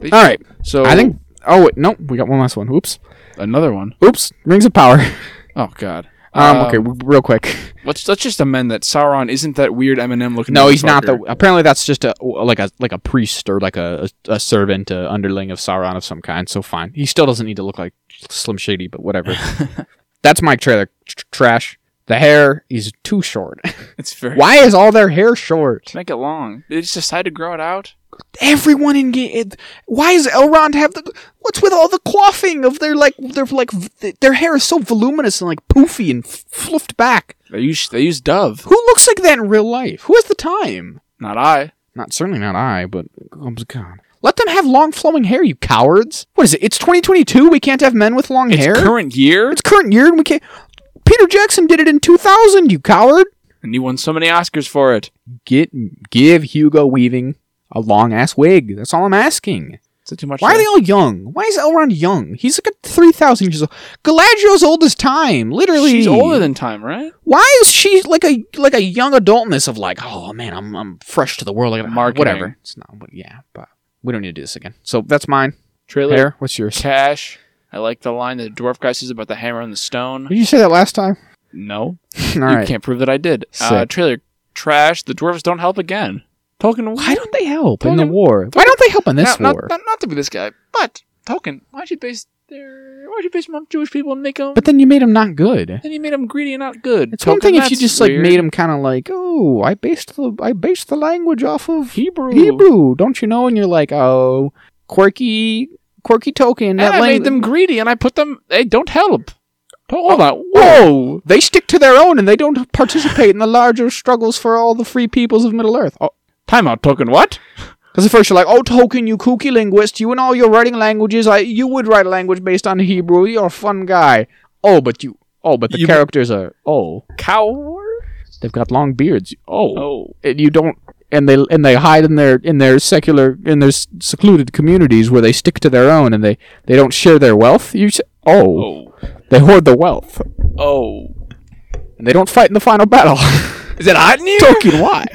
Speaker 1: They
Speaker 2: All
Speaker 1: do.
Speaker 2: right.
Speaker 1: So
Speaker 2: I think. Oh wait, nope. We got one last one. Oops.
Speaker 1: another one.
Speaker 2: Oops. Rings of power.
Speaker 1: Oh God.
Speaker 2: Um.
Speaker 1: Uh,
Speaker 2: okay. w- real quick.
Speaker 1: Let's let's just amend that Sauron isn't that weird Eminem looking.
Speaker 2: No, he's not. The
Speaker 1: motherfucker.
Speaker 2: apparently that's just a like a like a priest or like a a servant, a underling of Sauron of some kind. So fine, he still doesn't need to look like Slim Shady, but whatever. that's my trailer tr- trash. The hair is too short.
Speaker 1: It's very.
Speaker 2: Why is all their hair short?
Speaker 1: Make it long. They just decide to grow it out.
Speaker 2: Everyone in game. Why is Elrond have the? What's with all the quaffing of their like their like v- their hair is so voluminous and like poofy and f- fluffed back?
Speaker 1: They use they use Dove.
Speaker 2: Who looks like that in real life? Who has the time?
Speaker 1: Not I.
Speaker 2: Not certainly not I, but oh my God. Let them have long flowing hair, you cowards. What is it? It's 2022. We can't have men with long
Speaker 1: It's
Speaker 2: hair.
Speaker 1: current year,
Speaker 2: it's current year, and we can't. Peter Jackson did it in 2000. You coward.
Speaker 1: and he won so many Oscars for it.
Speaker 2: Get give Hugo Weaving a long ass wig. That's all I'm asking.
Speaker 1: Is it too much?
Speaker 2: Why are
Speaker 1: to-
Speaker 2: they all young? Why is Elrond young? He's like a 3,000 years old. Galadriel's old as time. Literally,
Speaker 1: She's older than time, right?
Speaker 2: Why is she like a like a young adultness of like, oh man, I'm I'm fresh to the world. Like
Speaker 1: Marketing.
Speaker 2: whatever. It's not. But yeah, but we don't need to do this again. So that's mine.
Speaker 1: Trailer.
Speaker 2: Hair. What's yours?
Speaker 1: Cash. I like the line that the dwarf guy says about the hammer and the stone.
Speaker 2: Did you say that last time?
Speaker 1: No,
Speaker 2: All
Speaker 1: you
Speaker 2: right.
Speaker 1: can't prove that I did. Uh,
Speaker 2: Sick.
Speaker 1: trailer trash. The dwarves don't help again. Tolkien,
Speaker 2: Why don't they help in the
Speaker 1: Fucking-
Speaker 2: war? Why don't they help in this
Speaker 1: not,
Speaker 2: war?
Speaker 1: Not, not, not to be this guy, but Tolkien. Why'd you base their? Why'd you base them on Jewish people and make them?
Speaker 2: but then you made them not good.
Speaker 1: then you made them greedy and not good.
Speaker 2: It's one
Speaker 1: Tolkien,
Speaker 2: thing if you
Speaker 1: that's
Speaker 2: just like
Speaker 1: weird.
Speaker 2: made them kind of like, oh, I based the I based the language off of
Speaker 1: Hebrew.
Speaker 2: Hebrew, don't you know? And you're like, oh, quirky, quirky token.
Speaker 1: And
Speaker 2: that
Speaker 1: I
Speaker 2: language. Oh.
Speaker 1: made them greedy, and I put them. They don't help. Oh, Hold on.
Speaker 2: Whoa! They stick to their own and they don't participate in the larger struggles for all the free peoples of Middle Earth. Because
Speaker 1: Time out, Tolkien. What?
Speaker 2: at first you're like, oh, Tolkien, you kooky linguist, you and all your writing languages, I, you would write a language based on Hebrew, you're a fun guy. Oh, but you. Oh, but the
Speaker 1: You-
Speaker 2: characters are. Oh.
Speaker 1: Coward.
Speaker 2: They've got long beards. Oh.
Speaker 1: Oh,
Speaker 2: And you don't. And they and they hide in their in their secular in their s- secluded communities where they stick to their own and they, they don't share their wealth. You s oh
Speaker 1: oh,
Speaker 2: they hoard the wealth
Speaker 1: oh.
Speaker 2: and they don't fight in the final battle.
Speaker 3: Is that hot in here?
Speaker 1: Tolkien, why?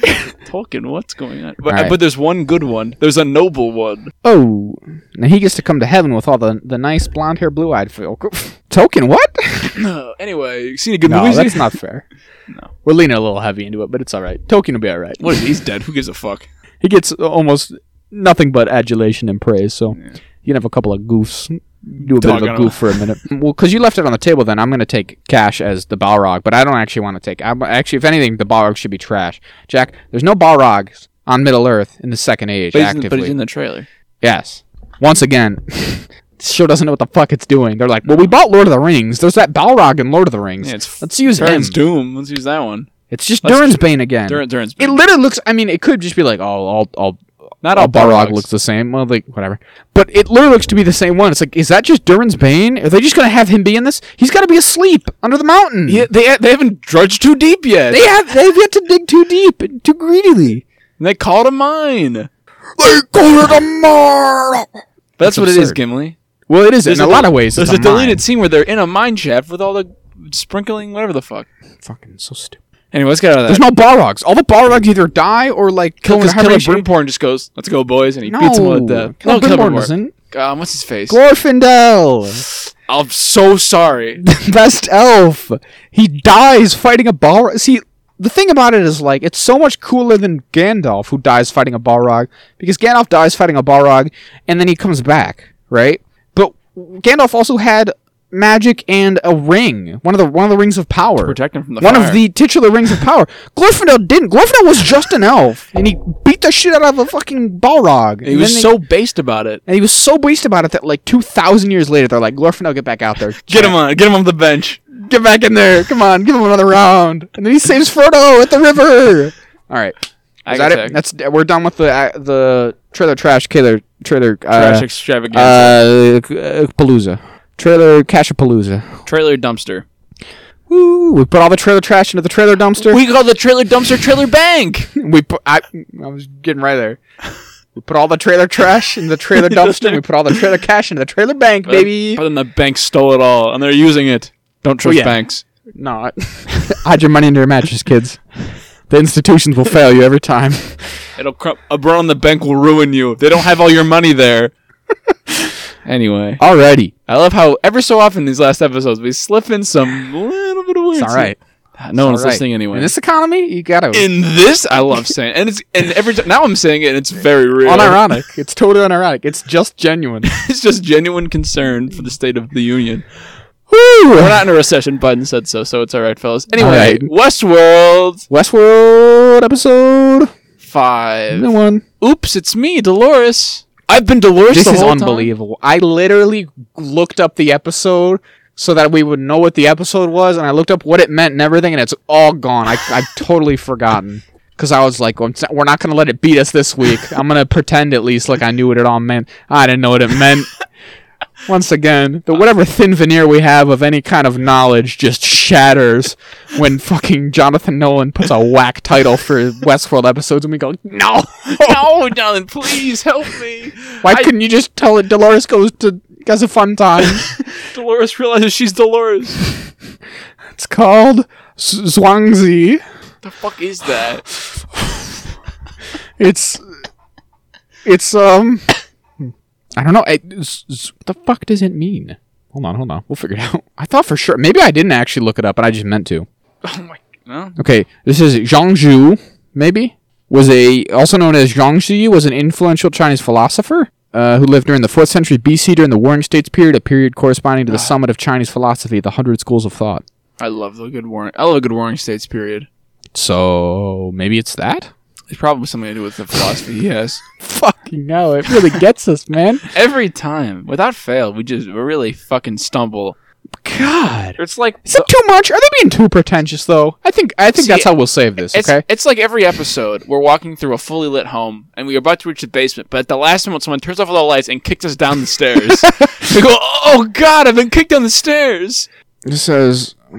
Speaker 1: Tolkien, what's going on? But,
Speaker 2: All right.
Speaker 1: but there's one good one. There's a noble one.
Speaker 2: Oh, now he gets to come to heaven with all the, the nice blonde hair, blue eyed folk. Token, what?
Speaker 1: anyway, you seen a good
Speaker 2: no,
Speaker 1: movie?
Speaker 2: that's not fair.
Speaker 1: No.
Speaker 2: We're leaning a little heavy into it, but it's all right. Token will be all right.
Speaker 1: What is he? He's dead. Who gives a fuck?
Speaker 2: He gets almost nothing but adulation and praise, so you can have a couple of goofs. Do a bit of
Speaker 1: Doggone
Speaker 2: a
Speaker 1: it.
Speaker 2: goof for a minute. Well, because you left it on the table, then I'm going to take cash as the Balrog, but I don't actually want to take. I'm, actually, if anything, the Balrog should be trash. Jack, there's no Balrogs on Middle Earth in the Second Age
Speaker 1: But he's, in,
Speaker 2: actively.
Speaker 1: but he's in the trailer.
Speaker 2: Yes. Once again, this show doesn't know what the fuck it's doing. They're like, well, we bought Lord of the Rings. There's that Balrog in Lord of the Rings.
Speaker 1: Yeah, it's
Speaker 2: Let's use him.
Speaker 1: Durin's Doom. Let's use that one.
Speaker 2: It's just
Speaker 1: Let's-
Speaker 2: Durin's Bane again.
Speaker 1: Durin, Durin's
Speaker 2: It literally looks. I mean, it could just be like, oh, all all
Speaker 1: Not
Speaker 2: all
Speaker 1: all
Speaker 2: Balrog
Speaker 1: Balrogs.
Speaker 2: looks the same. Well, like whatever. But it literally looks to be the same one. It's like, is that just Durin's Bane? Are they just gonna have him be in this? He's got to be asleep under the mountain.
Speaker 1: Yeah, they, they haven't drudged too deep yet.
Speaker 2: They have. They've yet to dig too deep, and too greedily.
Speaker 1: And they call it a mine. But
Speaker 2: They call it a mar.
Speaker 1: that's what it is,
Speaker 2: absurd.
Speaker 1: Gimli.
Speaker 2: Well, it is in a, lot
Speaker 1: del-
Speaker 2: of ways.
Speaker 1: There's
Speaker 2: it's
Speaker 1: a,
Speaker 2: a mine.
Speaker 1: deleted scene where they're in a mine shaft with all the sprinkling, whatever the fuck.
Speaker 2: Fucking so stupid.
Speaker 1: Anyway, let's get out of that.
Speaker 2: There's no Balrogs. All the Balrogs either die or like kill
Speaker 1: Because
Speaker 2: however
Speaker 1: Killer
Speaker 2: many shape-
Speaker 1: Brimporn just goes, "Let's go, boys," and he
Speaker 2: No,
Speaker 1: beats him with the.
Speaker 2: Killer Brimborn
Speaker 1: Brimborn.
Speaker 2: isn't.
Speaker 1: Um, what's his face?
Speaker 2: Glorfindel,
Speaker 1: I'm so sorry.
Speaker 2: the best elf. He dies fighting a Balrog. See, the thing about it is like it's so much cooler than Gandalf, who dies fighting a Balrog, because Gandalf dies fighting a Balrog, and then he comes back, right? But Gandalf also had magic and a ring, one of the one of the rings of power,
Speaker 1: protect him from the
Speaker 2: one
Speaker 1: fire.
Speaker 2: of the titular rings of power. Glorfindel didn't. Glorfindel was just an elf, and he beat the shit out of a fucking Balrog.
Speaker 1: He
Speaker 2: And
Speaker 1: was
Speaker 2: then they-
Speaker 1: so based about it.
Speaker 2: And he was so based about it that like two thousand years later, they're like, Glorfindel, get back out there,
Speaker 1: Get him on. Get him on the bench.
Speaker 2: get back in there, come on, give him another round. And then he saves Frodo at the river. All right, is
Speaker 1: I
Speaker 2: that it? That's we're done with the uh, the trailer trash killer trailer uh,
Speaker 1: Trash extravaganza.
Speaker 2: uh palooza trailer cashapalooza.
Speaker 1: trailer dumpster.
Speaker 2: Woo! We put all the trailer trash into the trailer dumpster.
Speaker 1: We call the trailer dumpster trailer bank.
Speaker 2: We put. I, I was getting right there. We put all the trailer trash in the trailer dumpster. we put all the trailer cash into the trailer bank, baby.
Speaker 1: But then the bank stole it all, and they're using it. Don't trust
Speaker 2: yeah.
Speaker 1: banks.
Speaker 2: No, I- hide your money under your mattress, kids. The institutions will fail you every time.
Speaker 1: It'll cr- a burn on the bank will ruin you. They don't have all your money there. anyway,
Speaker 2: Alrighty,
Speaker 1: I love how ever so often in these last episodes we slip in some little bit of weird.
Speaker 2: it's all right.
Speaker 1: No one's
Speaker 2: All right.
Speaker 1: listening anyway.
Speaker 2: In this economy, you gotta.
Speaker 1: in this I love saying and it's and every time now I'm saying it and it's very real.
Speaker 2: unironic. it's totally unironic. It's just genuine.
Speaker 1: it's just genuine concern for the state of the union. We're
Speaker 2: Woo!
Speaker 1: not in a recession, Biden said so, so it's all right, fellas. Anyway,
Speaker 2: All right.
Speaker 1: Westworld
Speaker 2: Westworld episode
Speaker 1: five.
Speaker 2: the one.
Speaker 1: Oops, it's me, Dolores. I've been Dolores.
Speaker 2: This
Speaker 1: the
Speaker 2: is
Speaker 1: whole
Speaker 2: unbelievable. I literally looked up the episode so that we would know what the episode was, and I looked up what it meant and everything, and it's all gone. I I totally forgotten because I was like, "Well, we're not gonna let it beat us this week. I'm gonna pretend at least like I knew what it all meant. I didn't know what it meant. Once again, the whatever thin veneer we have of any kind of knowledge just shatters when fucking Jonathan Nolan puts a whack title for Westworld episodes, and we go, "No,
Speaker 1: No, darling, please help me.
Speaker 2: why couldn't you just tell it Dolores goes to has a fun time?
Speaker 1: Dolores realizes she's Dolores.
Speaker 2: it's called S- Zhuangzi.
Speaker 1: the fuck is that?
Speaker 2: It's it's um I don't know. I, s- s- what the fuck does it mean? Hold on, hold on. We'll figure it out. I thought for sure. Maybe I didn't actually look it up, and I just meant to.
Speaker 1: Oh my no.
Speaker 2: Okay, this is Zhang Zhu. Maybe was a also known as Zhang Zhi was an influential Chinese philosopher uh, who lived during the fourth century BC during the Warring States period, a period corresponding to the summit of Chinese philosophy, the Hundred Schools of Thought.
Speaker 1: I love the good warning. I love the good warning states period.
Speaker 2: So maybe it's that.
Speaker 1: It's probably something to do with the philosophy, yes.
Speaker 2: Fucking no! It really gets us, man.
Speaker 1: Every time, without fail, we just really fucking stumble.
Speaker 2: God,
Speaker 1: It's like
Speaker 2: is it too much? Are they being too pretentious, though? I think I think
Speaker 1: See,
Speaker 2: that's how we'll save this.
Speaker 1: it's,
Speaker 2: Okay.
Speaker 1: it's like every episode we're walking through a fully lit home and we are about to reach the basement, but at the last moment someone turns off all the lights and kicks us down the stairs. we go, "Oh God, I've been kicked down the stairs!"
Speaker 2: It says, uh,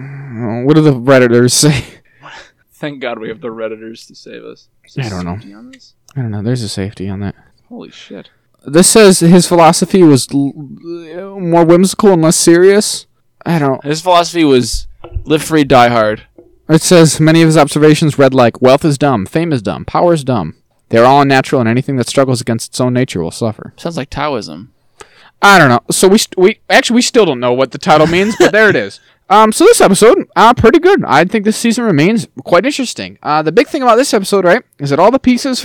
Speaker 2: what do the redditors say?
Speaker 1: Thank God we have the redditors to save us. Is there
Speaker 2: I don't know.
Speaker 1: safety on this?
Speaker 2: I don't know. There's a safety on that.
Speaker 1: Holy shit!
Speaker 2: This says his philosophy was l- uh, more whimsical and less serious. I don't.
Speaker 1: His philosophy was live free, die hard.
Speaker 2: It says many of his observations read like wealth is dumb, fame is dumb, power is dumb. They're all unnatural, and anything that struggles against its own nature will suffer.
Speaker 1: Sounds like Taoism.
Speaker 2: I don't know. So we st- we actually we still don't know what the title means, but there it is. Um, so this episode, uh, pretty good. I think this season remains quite interesting. Uh, the big thing about this episode, right, is that all the pieces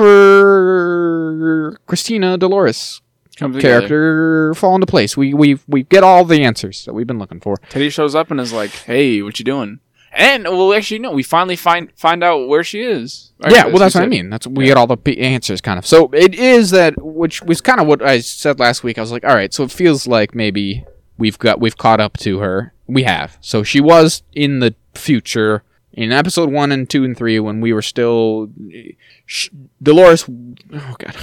Speaker 2: for Christina Dolores
Speaker 1: Comes together.
Speaker 2: character fall into place. We we we get all the answers that we've been looking for.
Speaker 1: Teddy shows up and is like, "Hey, what you doing?" And well, actually, no. We finally find find out where she is. Or,
Speaker 2: yeah,
Speaker 1: as
Speaker 2: well, that's
Speaker 1: you
Speaker 2: what I
Speaker 1: said,
Speaker 2: mean. That's we get all the p- answers, kind of. So it is that, which was kind of what I said last week. I was like, all right, so it feels like maybe we've got we've caught up to her. We have. So she was in the future in episode one and two and three when we were still. eh, Sh- Dolores, oh god,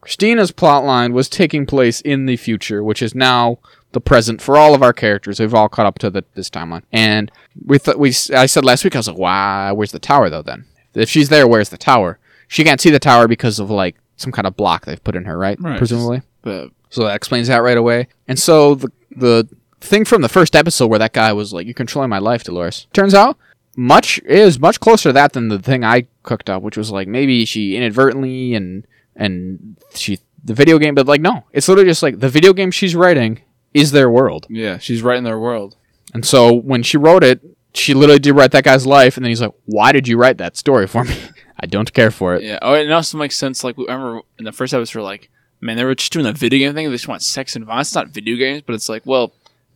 Speaker 2: Christina's plotline was taking place in the future, which is now the present for all of our characters. We've all caught up to the, this timeline, and we thought we. s- I said last week, I was like, "Why? Where's the tower though? Then if she's there, where's the tower? She can't see the tower because of like some kind of block they've put in her, right?
Speaker 1: Right.
Speaker 2: Presumably,
Speaker 1: But
Speaker 2: so that explains that right away. And so the the thing from the first episode where that guy was like, "You're controlling my life, Dolores." Turns out, much is much closer to that than the thing I cooked up, which was like maybe she inadvertently and and she the video game, but like no, it's literally just like the video game she's writing is their world.
Speaker 1: yeah, she's right in their world.
Speaker 2: And so when she wrote it, she literally did write that guy's life, and then he's like, "Why did you write that story for me? I don't care for it."
Speaker 1: Yeah. Oh, and it also makes sense. Like we remember in the first episode, we're like, man, they were just doing the video game thing. They just want sex and violence. It's not video games, but it's like, well,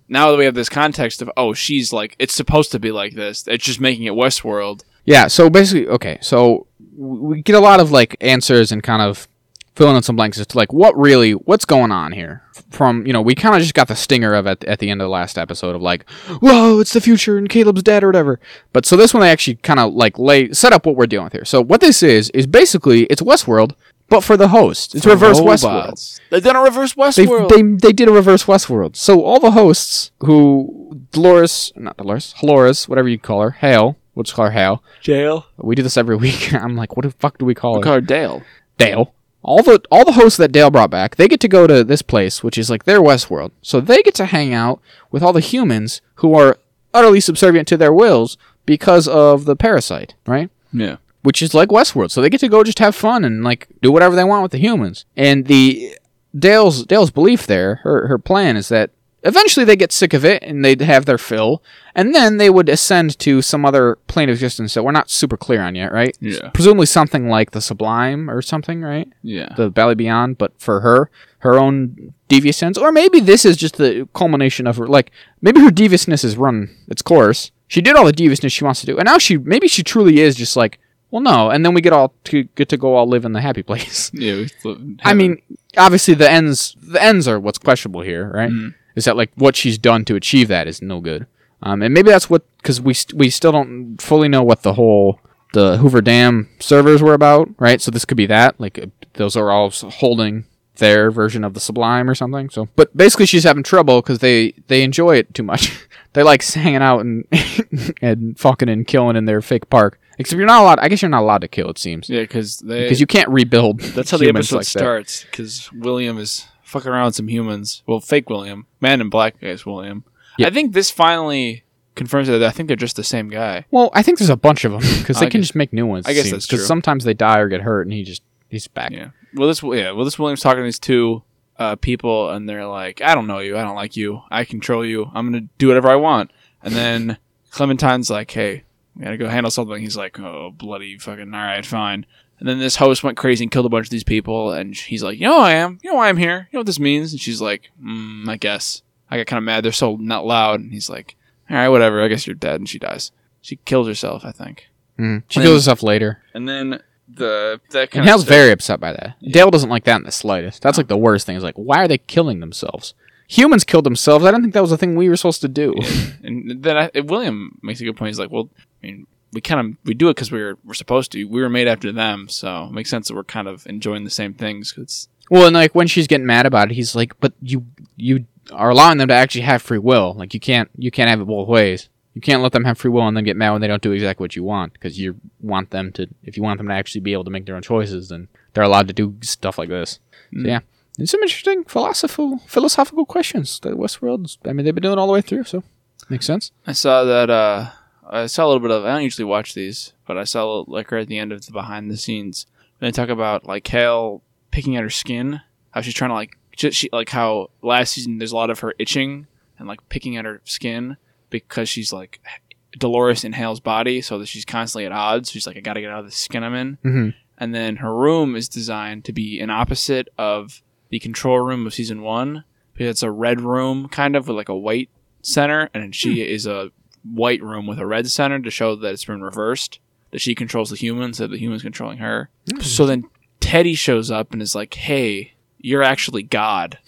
Speaker 1: now that we have this context of, oh, she's like, it's supposed to be like this. It's just making it Westworld.
Speaker 2: Yeah. So basically, okay. So w- we get a lot of like answers and kind of filling in some blanks as to like what really what's going on here. From you know, we kind of just got the stinger of at, at the end of the last episode of like, whoa, it's the future and Caleb's dead or whatever. But so this one they actually kind of like lay set up what we're dealing with here. So what this is is basically it's Westworld, but for the host. It's reverse Westworld.
Speaker 1: Robots. They've done a reverse
Speaker 2: They,
Speaker 1: Westworld.
Speaker 2: they they did a reverse Westworld. So all the hosts who Dolores, not Dolores, Dolores, whatever you call her, Hale, we'll just call her Hale.
Speaker 1: Jail.
Speaker 2: We do this every week. I'm like, what the fuck do we call
Speaker 1: We
Speaker 2: it?
Speaker 1: call her Dale.
Speaker 2: Dale. All the all the hosts that Dale brought back, they get to go to this place, which is like their Westworld. So they get to hang out with all the humans who are utterly subservient to their wills because of the parasite, right?
Speaker 1: Yeah.
Speaker 2: Which is like Westworld. So they get to go just have fun and like do whatever they want with the humans. And the Dale's Dale's belief there, her her plan is that eventually they get sick of it and they'd have their fill, and then they would ascend to some other plane of existence that we're not super clear on yet, right?
Speaker 1: Yeah.
Speaker 2: presumably something like the sublime or something right
Speaker 1: Yeah.
Speaker 2: the valley beyond but for her her own devious sense or maybe this is just the culmination of her like maybe her deviousness has run its course she did all the deviousness she wants to do and now she maybe she truly is just like well no and then we get all to get to go all live in the happy place
Speaker 1: Yeah. we still haven't-
Speaker 2: I mean, obviously the ends the ends are what's questionable here, right?
Speaker 1: Mhm.
Speaker 2: Is that like what she's done to achieve that is no good, um, and maybe that's what because we st- we still don't fully know what the whole the Hoover Dam servers were about, right? So this could be that like uh, those are all s- holding their version of the sublime or something. So, but basically she's having trouble because they they enjoy it too much. they like hanging out and and fucking and killing in their fake park. Except you're not allowed. I guess you're not allowed to kill. It seems
Speaker 1: yeah, because they.
Speaker 2: because you can't rebuild.
Speaker 1: That's how the
Speaker 2: humans
Speaker 1: episode
Speaker 2: like that.
Speaker 1: starts because William is fucking around with some humans. Well, fake William, man in black is William.
Speaker 2: Yeah.
Speaker 1: I think this finally confirms that I think they're just the same guy.
Speaker 2: Well, I think there's a bunch of them because they
Speaker 1: I
Speaker 2: can
Speaker 1: guess-
Speaker 2: just make new ones.
Speaker 1: I guess that's true.
Speaker 2: Because sometimes they die or get hurt, and he just he's back.
Speaker 1: Yeah. Well, this yeah. Well, this William's talking to these two uh, people, and they're like, "I don't know you. I don't like you. I control you. I'm gonna do whatever I want." And then Clementine's like, "Hey, we gotta go handle something." He's like, "Oh, bloody fucking all right, fine." And then this host went crazy and killed a bunch of these people, and he's like, "You know who I am. You know why I'm here. You know what this means." And she's like, mm, "I guess." I got kind of mad. They're so not loud, and he's like, "All right, whatever. I guess you're dead." And she dies. She kills herself, I think.
Speaker 2: Mhm. She
Speaker 1: And then-
Speaker 2: kills herself later,
Speaker 1: And then the that
Speaker 2: and
Speaker 1: kind
Speaker 2: Hale's
Speaker 1: of
Speaker 2: very upset by that. Dale doesn't like that in the slightest. That's like the worst thing. Is like, why are they killing themselves? Humans killed themselves. I don't think that was a thing we were supposed to do.
Speaker 1: And then I, and William makes a good point. He's like, well, I mean, we kind of we do it because we were we're supposed to. We were made after them, so it makes sense that we're kind of enjoying the same things. 'cause it's-
Speaker 2: Well, and like when she's getting mad about it, he's like, "But you, you are allowing them to actually have free will. Like you can't, you can't have it both ways. You can't let them have free will and then get mad when they don't do exactly what you want because you want them to. If you want them to actually be able to make their own choices, then they're allowed to do stuff like this. So
Speaker 1: Mm.
Speaker 2: yeah, it's some interesting philosophical philosophical questions that Westworld's. I mean, they've been doing all the way through, so makes sense.
Speaker 1: I saw that uh, I saw a little bit of. I don't usually watch these, but I saw like right at the end of the behind the scenes when they talk about like Kale picking at her skin, how she's trying to like just she like how last season there's a lot of her itching and like picking at her skin because she's like Dolores in Hale's body, so that she's constantly at odds. She's like, I gotta get out of the skin I'm in.
Speaker 2: Mm-hmm.
Speaker 1: And then her room is designed to be an opposite of the control room of season one. Because it's a red room kind of with like a white center, and then
Speaker 2: Hmm.
Speaker 1: she is a white room with a red center to show that it's been reversed. That she controls the humans, that the humans controlling her.
Speaker 2: Hmm.
Speaker 1: So then Teddy shows up and is like, "Hey, you're actually God.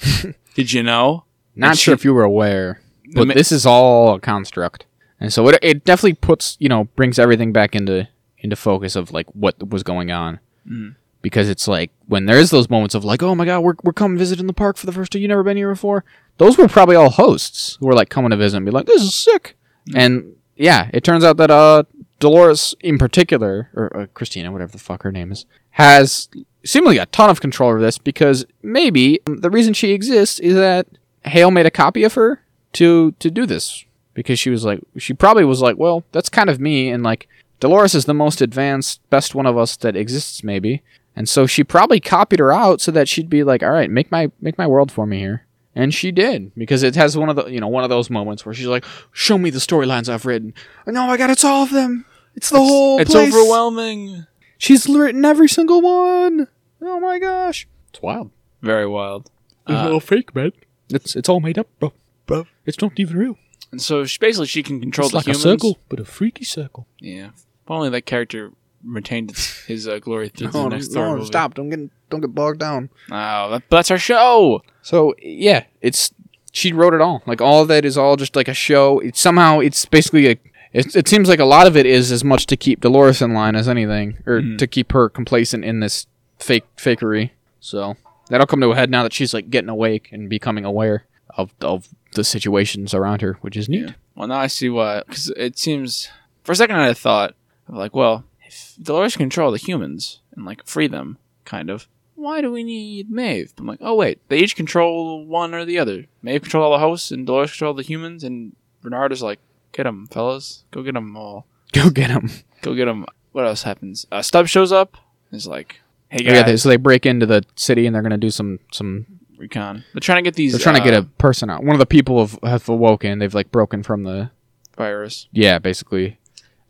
Speaker 1: Did you know?"
Speaker 2: Not
Speaker 1: And
Speaker 2: sure
Speaker 1: she-
Speaker 2: if you were aware,
Speaker 1: The
Speaker 2: but
Speaker 1: ma-
Speaker 2: this is all a construct, and so it, it definitely puts you know brings everything back into into focus of like what was going on,
Speaker 1: Mhm.
Speaker 2: because it's like when there is those moments of like oh my god we're we're coming visiting the park for the first time you never been here before those were probably all hosts who were like coming to visit and be like this is sick,
Speaker 1: Mm.
Speaker 2: and yeah it turns out that uh Dolores in particular or uh, Christina whatever the fuck her name is has seemingly a ton of control over this because maybe the reason she exists is that Hale made a copy of her to to do this because she was like she probably was like well that's kind of me and like Dolores is the most advanced best one of us that exists maybe and so she probably copied her out so that she'd be like all right make my make my world for me here and she did because it has one of the you know one of those moments where she's like show me the storylines I've written no I got it's all of them it's the whole
Speaker 1: it's
Speaker 2: place.
Speaker 1: overwhelming.
Speaker 2: She's written every single one. Oh my gosh. It's wild.
Speaker 1: Very wild. Uh,
Speaker 2: fake, man. It's it's all made up, bro.
Speaker 1: Bro.
Speaker 2: It's not even real.
Speaker 1: and so she, basically, she can control the humans.
Speaker 2: but a freaky circle.
Speaker 1: Yeah. If only that character retained its, his uh, glory through the next Thor movie.
Speaker 2: Don't get don't get bogged down.
Speaker 1: Oh, that, that's our show.
Speaker 2: So yeah, it's she wrote it all. Like all of that is all just like a show. It's somehow it's basically a. It, it seems like a lot of it is as much to keep Dolores in line as anything, or
Speaker 1: Mhm.
Speaker 2: to keep her complacent in this fake fakery. So that'll come to a head now that she's like getting awake and becoming aware of of the situations around her, which is neat.
Speaker 1: Well, now I see why. Because it seems for a second I had a thought of like, well, if Dolores can control the humans and like free them, kind of. Why do we need Maeve? I'm like, oh wait, they each control one or the other. Maeve control all the hosts, and Dolores control the humans, and Bernard is like, get them, fellas, go get them all,
Speaker 2: Go get him.
Speaker 1: go get them. What else happens? Uh, Stubb shows up. and Is like, hey
Speaker 2: Yeah.
Speaker 1: guys,
Speaker 2: they, so they break into the city and they're gonna do some some.
Speaker 1: recon. They're trying to get these.
Speaker 2: They're trying to get
Speaker 1: uh,
Speaker 2: a person out. One of the people have, have awoken. They've like broken from the
Speaker 1: virus.
Speaker 2: yeah, basically,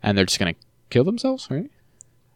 Speaker 2: and they're just gonna kill themselves, right?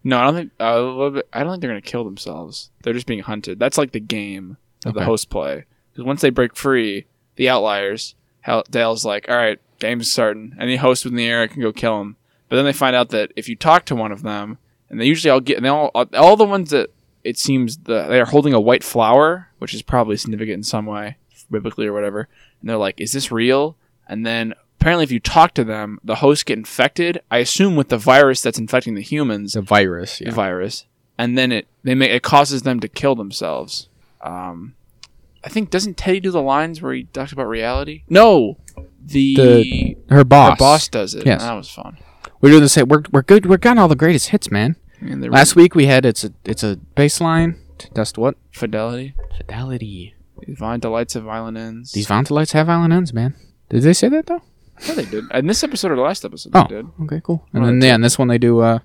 Speaker 1: No, I don't think. Uh, a little bit- I don't think they're gonna kill themselves. They're just being hunted. That's like the game that the
Speaker 2: Okay.
Speaker 1: hosts play. Because once they break free, the outliers. Hal- Dale's like, all right, game's starting. Any host within the area can go kill him. But then they find out that if you talk to one of them, and they usually all get, and they all, all the ones that it seems the, they are holding a white flower, which is probably significant in some way, biblically or whatever. And they're like, is this real? And then apparently, if you talk to them, the hosts get infected. I assume with the virus that's infecting the humans
Speaker 2: It's a virus. Yeah.
Speaker 1: virus, and then it they make it causes them to kill themselves. Um, I think doesn't Teddy do the lines where he talks about reality? No, the,
Speaker 2: The
Speaker 1: the
Speaker 2: Her boss.
Speaker 1: boss does it.
Speaker 2: Yes.
Speaker 1: that was fun.
Speaker 2: We're doing the same. We're, we're good. We're getting all the greatest hits, man.
Speaker 1: And the
Speaker 2: Last week we had it's a it's a baseline to test what
Speaker 1: fidelity,
Speaker 2: fidelity.
Speaker 1: divine delights of violent ends.
Speaker 2: These Vantalites have violent ends, man. Did they say that though?
Speaker 1: yeah, they did. In this episode or the last episode,
Speaker 2: Oh,
Speaker 1: they did.
Speaker 2: okay, cool. And
Speaker 1: Oh,
Speaker 2: then
Speaker 1: that's
Speaker 2: yeah, in this one they do. uh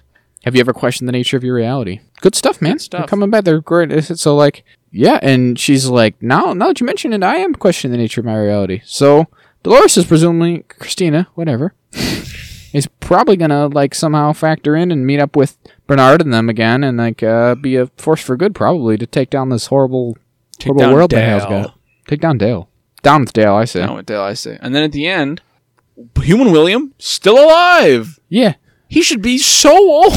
Speaker 2: Have you ever questioned the nature of your reality? Good stuff, man.
Speaker 1: Good stuff.
Speaker 2: They're coming back. They're great. Is it so like yeah? And she's like, now now that you mention it, I am questioning the nature of my reality. So Dolores is presumably Christina, whatever, is probably gonna like somehow factor in and meet up with Bernard and them again, and like uh, be a force for good probably to take down this horrible
Speaker 1: Take
Speaker 2: horrible
Speaker 1: down
Speaker 2: world that
Speaker 1: Dale.
Speaker 2: Hale's got. Take down Dale. Down with Dale, I say.
Speaker 1: Down with Dale, I say. And then at the end, human William still alive.
Speaker 2: Yeah.
Speaker 1: He should be so old.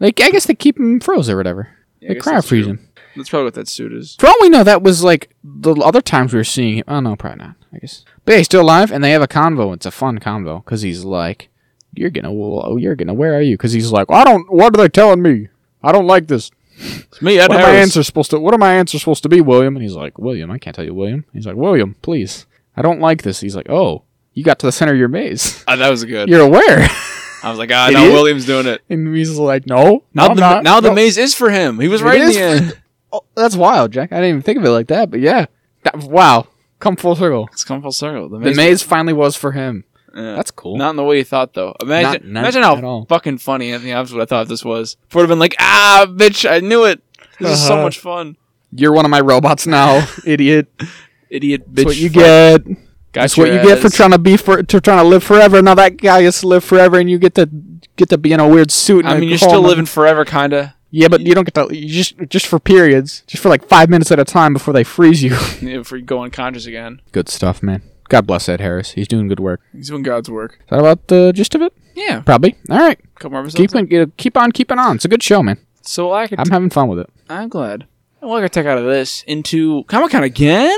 Speaker 2: Like I guess they keep him froze or whatever.
Speaker 1: Yeah, I
Speaker 2: they
Speaker 1: guess that's true.
Speaker 2: cryofreeze him.
Speaker 1: That's probably what that suit is.
Speaker 2: For all we know, that was like the other times we were seeing him. Oh no, probably not. I guess. But yeah, he's still alive, and they have a convo. It's a fun convo because he's like, "You're gonna, well, you're gonna, where are you?" Because he's like, "I don't. What are they telling me? I don't like this.
Speaker 1: It's me, Ed
Speaker 2: What are my
Speaker 1: Harris.
Speaker 2: answers supposed to? What are my answers supposed to be, William?" And he's like, "William, I can't tell you, William." He's like, "William, please, I don't like this." He's like, "Oh, you got to the center of your maze.
Speaker 1: Ah, that was good.
Speaker 2: You're aware."
Speaker 1: I was like, ah,
Speaker 2: Idiot.
Speaker 1: now William's doing it.
Speaker 2: and he's like, "No,
Speaker 1: Now
Speaker 2: I'm
Speaker 1: the
Speaker 2: not.
Speaker 1: now the
Speaker 2: No."
Speaker 1: maze is for him. He was
Speaker 2: It
Speaker 1: right in
Speaker 2: is
Speaker 1: the end.
Speaker 2: Oh, that's wild, Jack. I didn't even think of it like that, but yeah. That- wow, come full circle.
Speaker 1: It's come full circle. The
Speaker 2: The
Speaker 1: maze.
Speaker 2: maze finally was for him.
Speaker 1: Yeah.
Speaker 2: That's cool.
Speaker 1: Not in the way you thought, though. Imagine,
Speaker 2: not
Speaker 1: imagine
Speaker 2: at
Speaker 1: how
Speaker 2: all.
Speaker 1: fucking funny Anthony Hopkins would have thought this was. Would have been like, ah, bitch, I knew it. This is so
Speaker 2: Uh-huh.
Speaker 1: much fun.
Speaker 2: You're one of my robots now, idiot.
Speaker 1: Idiot, bitch.
Speaker 2: That's what you
Speaker 1: fuck.
Speaker 2: get.
Speaker 1: Got
Speaker 2: That's what
Speaker 1: your
Speaker 2: you get for
Speaker 1: ass.
Speaker 2: trying to be for to trying to live forever. Now that guy gets to live forever, and you get to get to be in a weird suit.
Speaker 1: I
Speaker 2: and
Speaker 1: mean,
Speaker 2: a
Speaker 1: you're still
Speaker 2: home.
Speaker 1: living forever, kinda.
Speaker 2: Yeah, but you don't get to. You just just for periods, just for like five minutes at a time before they freeze you.
Speaker 1: If we go unconscious again,
Speaker 2: Good stuff, man. God bless Ed Harris. He's doing good work.
Speaker 1: he's doing God's work.
Speaker 2: Is that about the gist of it?
Speaker 1: Yeah,
Speaker 2: Probably. All right.
Speaker 1: couple more episodes.
Speaker 2: Keep on, keep on keeping on. It's a good show, man.
Speaker 1: So I could.
Speaker 2: I'm having fun with it.
Speaker 1: I'm glad. Well, I got to take out of this into Comic Con again,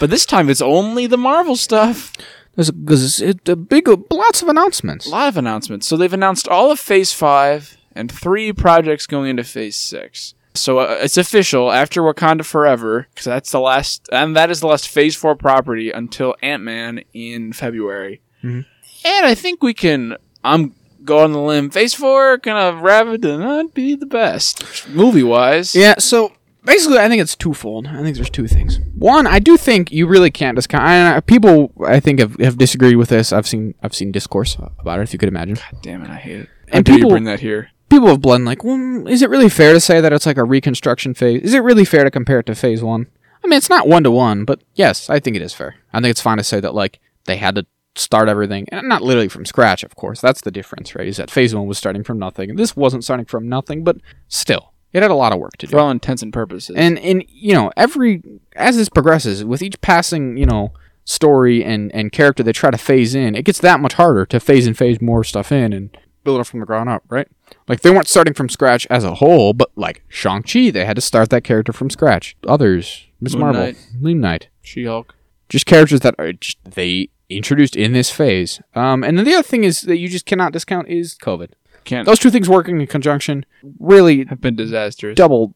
Speaker 1: but this time it's only the Marvel stuff.
Speaker 2: There's, there's it, a big lots of announcements.
Speaker 1: A lot of announcements. So they've announced all of Phase 5 and three projects going into Phase 6. So uh, it's official after Wakanda Forever, because that's the last, and that is the last Phase 4 property until Ant Man in February.
Speaker 2: Mhm.
Speaker 1: And I think we can, I'm going on the limb, Phase 4 gonna rabbit to not be the best, movie wise.
Speaker 2: Yeah, so basically, I think it's twofold. I think there's two things. One, I do think you really can't discount. I, I- uh, people, I think, have, have disagreed with this. I've seen I've seen discourse about it. If you could imagine,
Speaker 1: Damn it, I hate it.
Speaker 2: And
Speaker 1: And people
Speaker 2: people-
Speaker 1: bring that here.
Speaker 2: people have blown like, well, is it really fair to say that it's like a reconstruction phase? Is it really fair to compare it to phase one? I mean, it's not one to one, but yes, I think it is fair. I think it's fine to say that like they had to start everything, and not literally from scratch, of course. That's the difference, right? Is that phase one was starting from nothing, and this wasn't starting from nothing, but still, it had a lot of work to do.
Speaker 1: For all intents and purposes.
Speaker 2: and and you know every as this progresses with each passing you know story and and character they try to phase in it gets that much harder to phase and phase more stuff in and build it up from the ground up right like they weren't starting from scratch as a whole but like shang-chi they had to start that character from scratch others miss
Speaker 1: Moon
Speaker 2: marvel
Speaker 1: Knight.
Speaker 2: moon knight
Speaker 1: She Hulk.
Speaker 2: just characters that are just, they introduced in this phase um and then the other thing is that you just cannot discount is covid
Speaker 1: Can't
Speaker 2: those two things working in conjunction really
Speaker 1: have been disastrous.
Speaker 2: double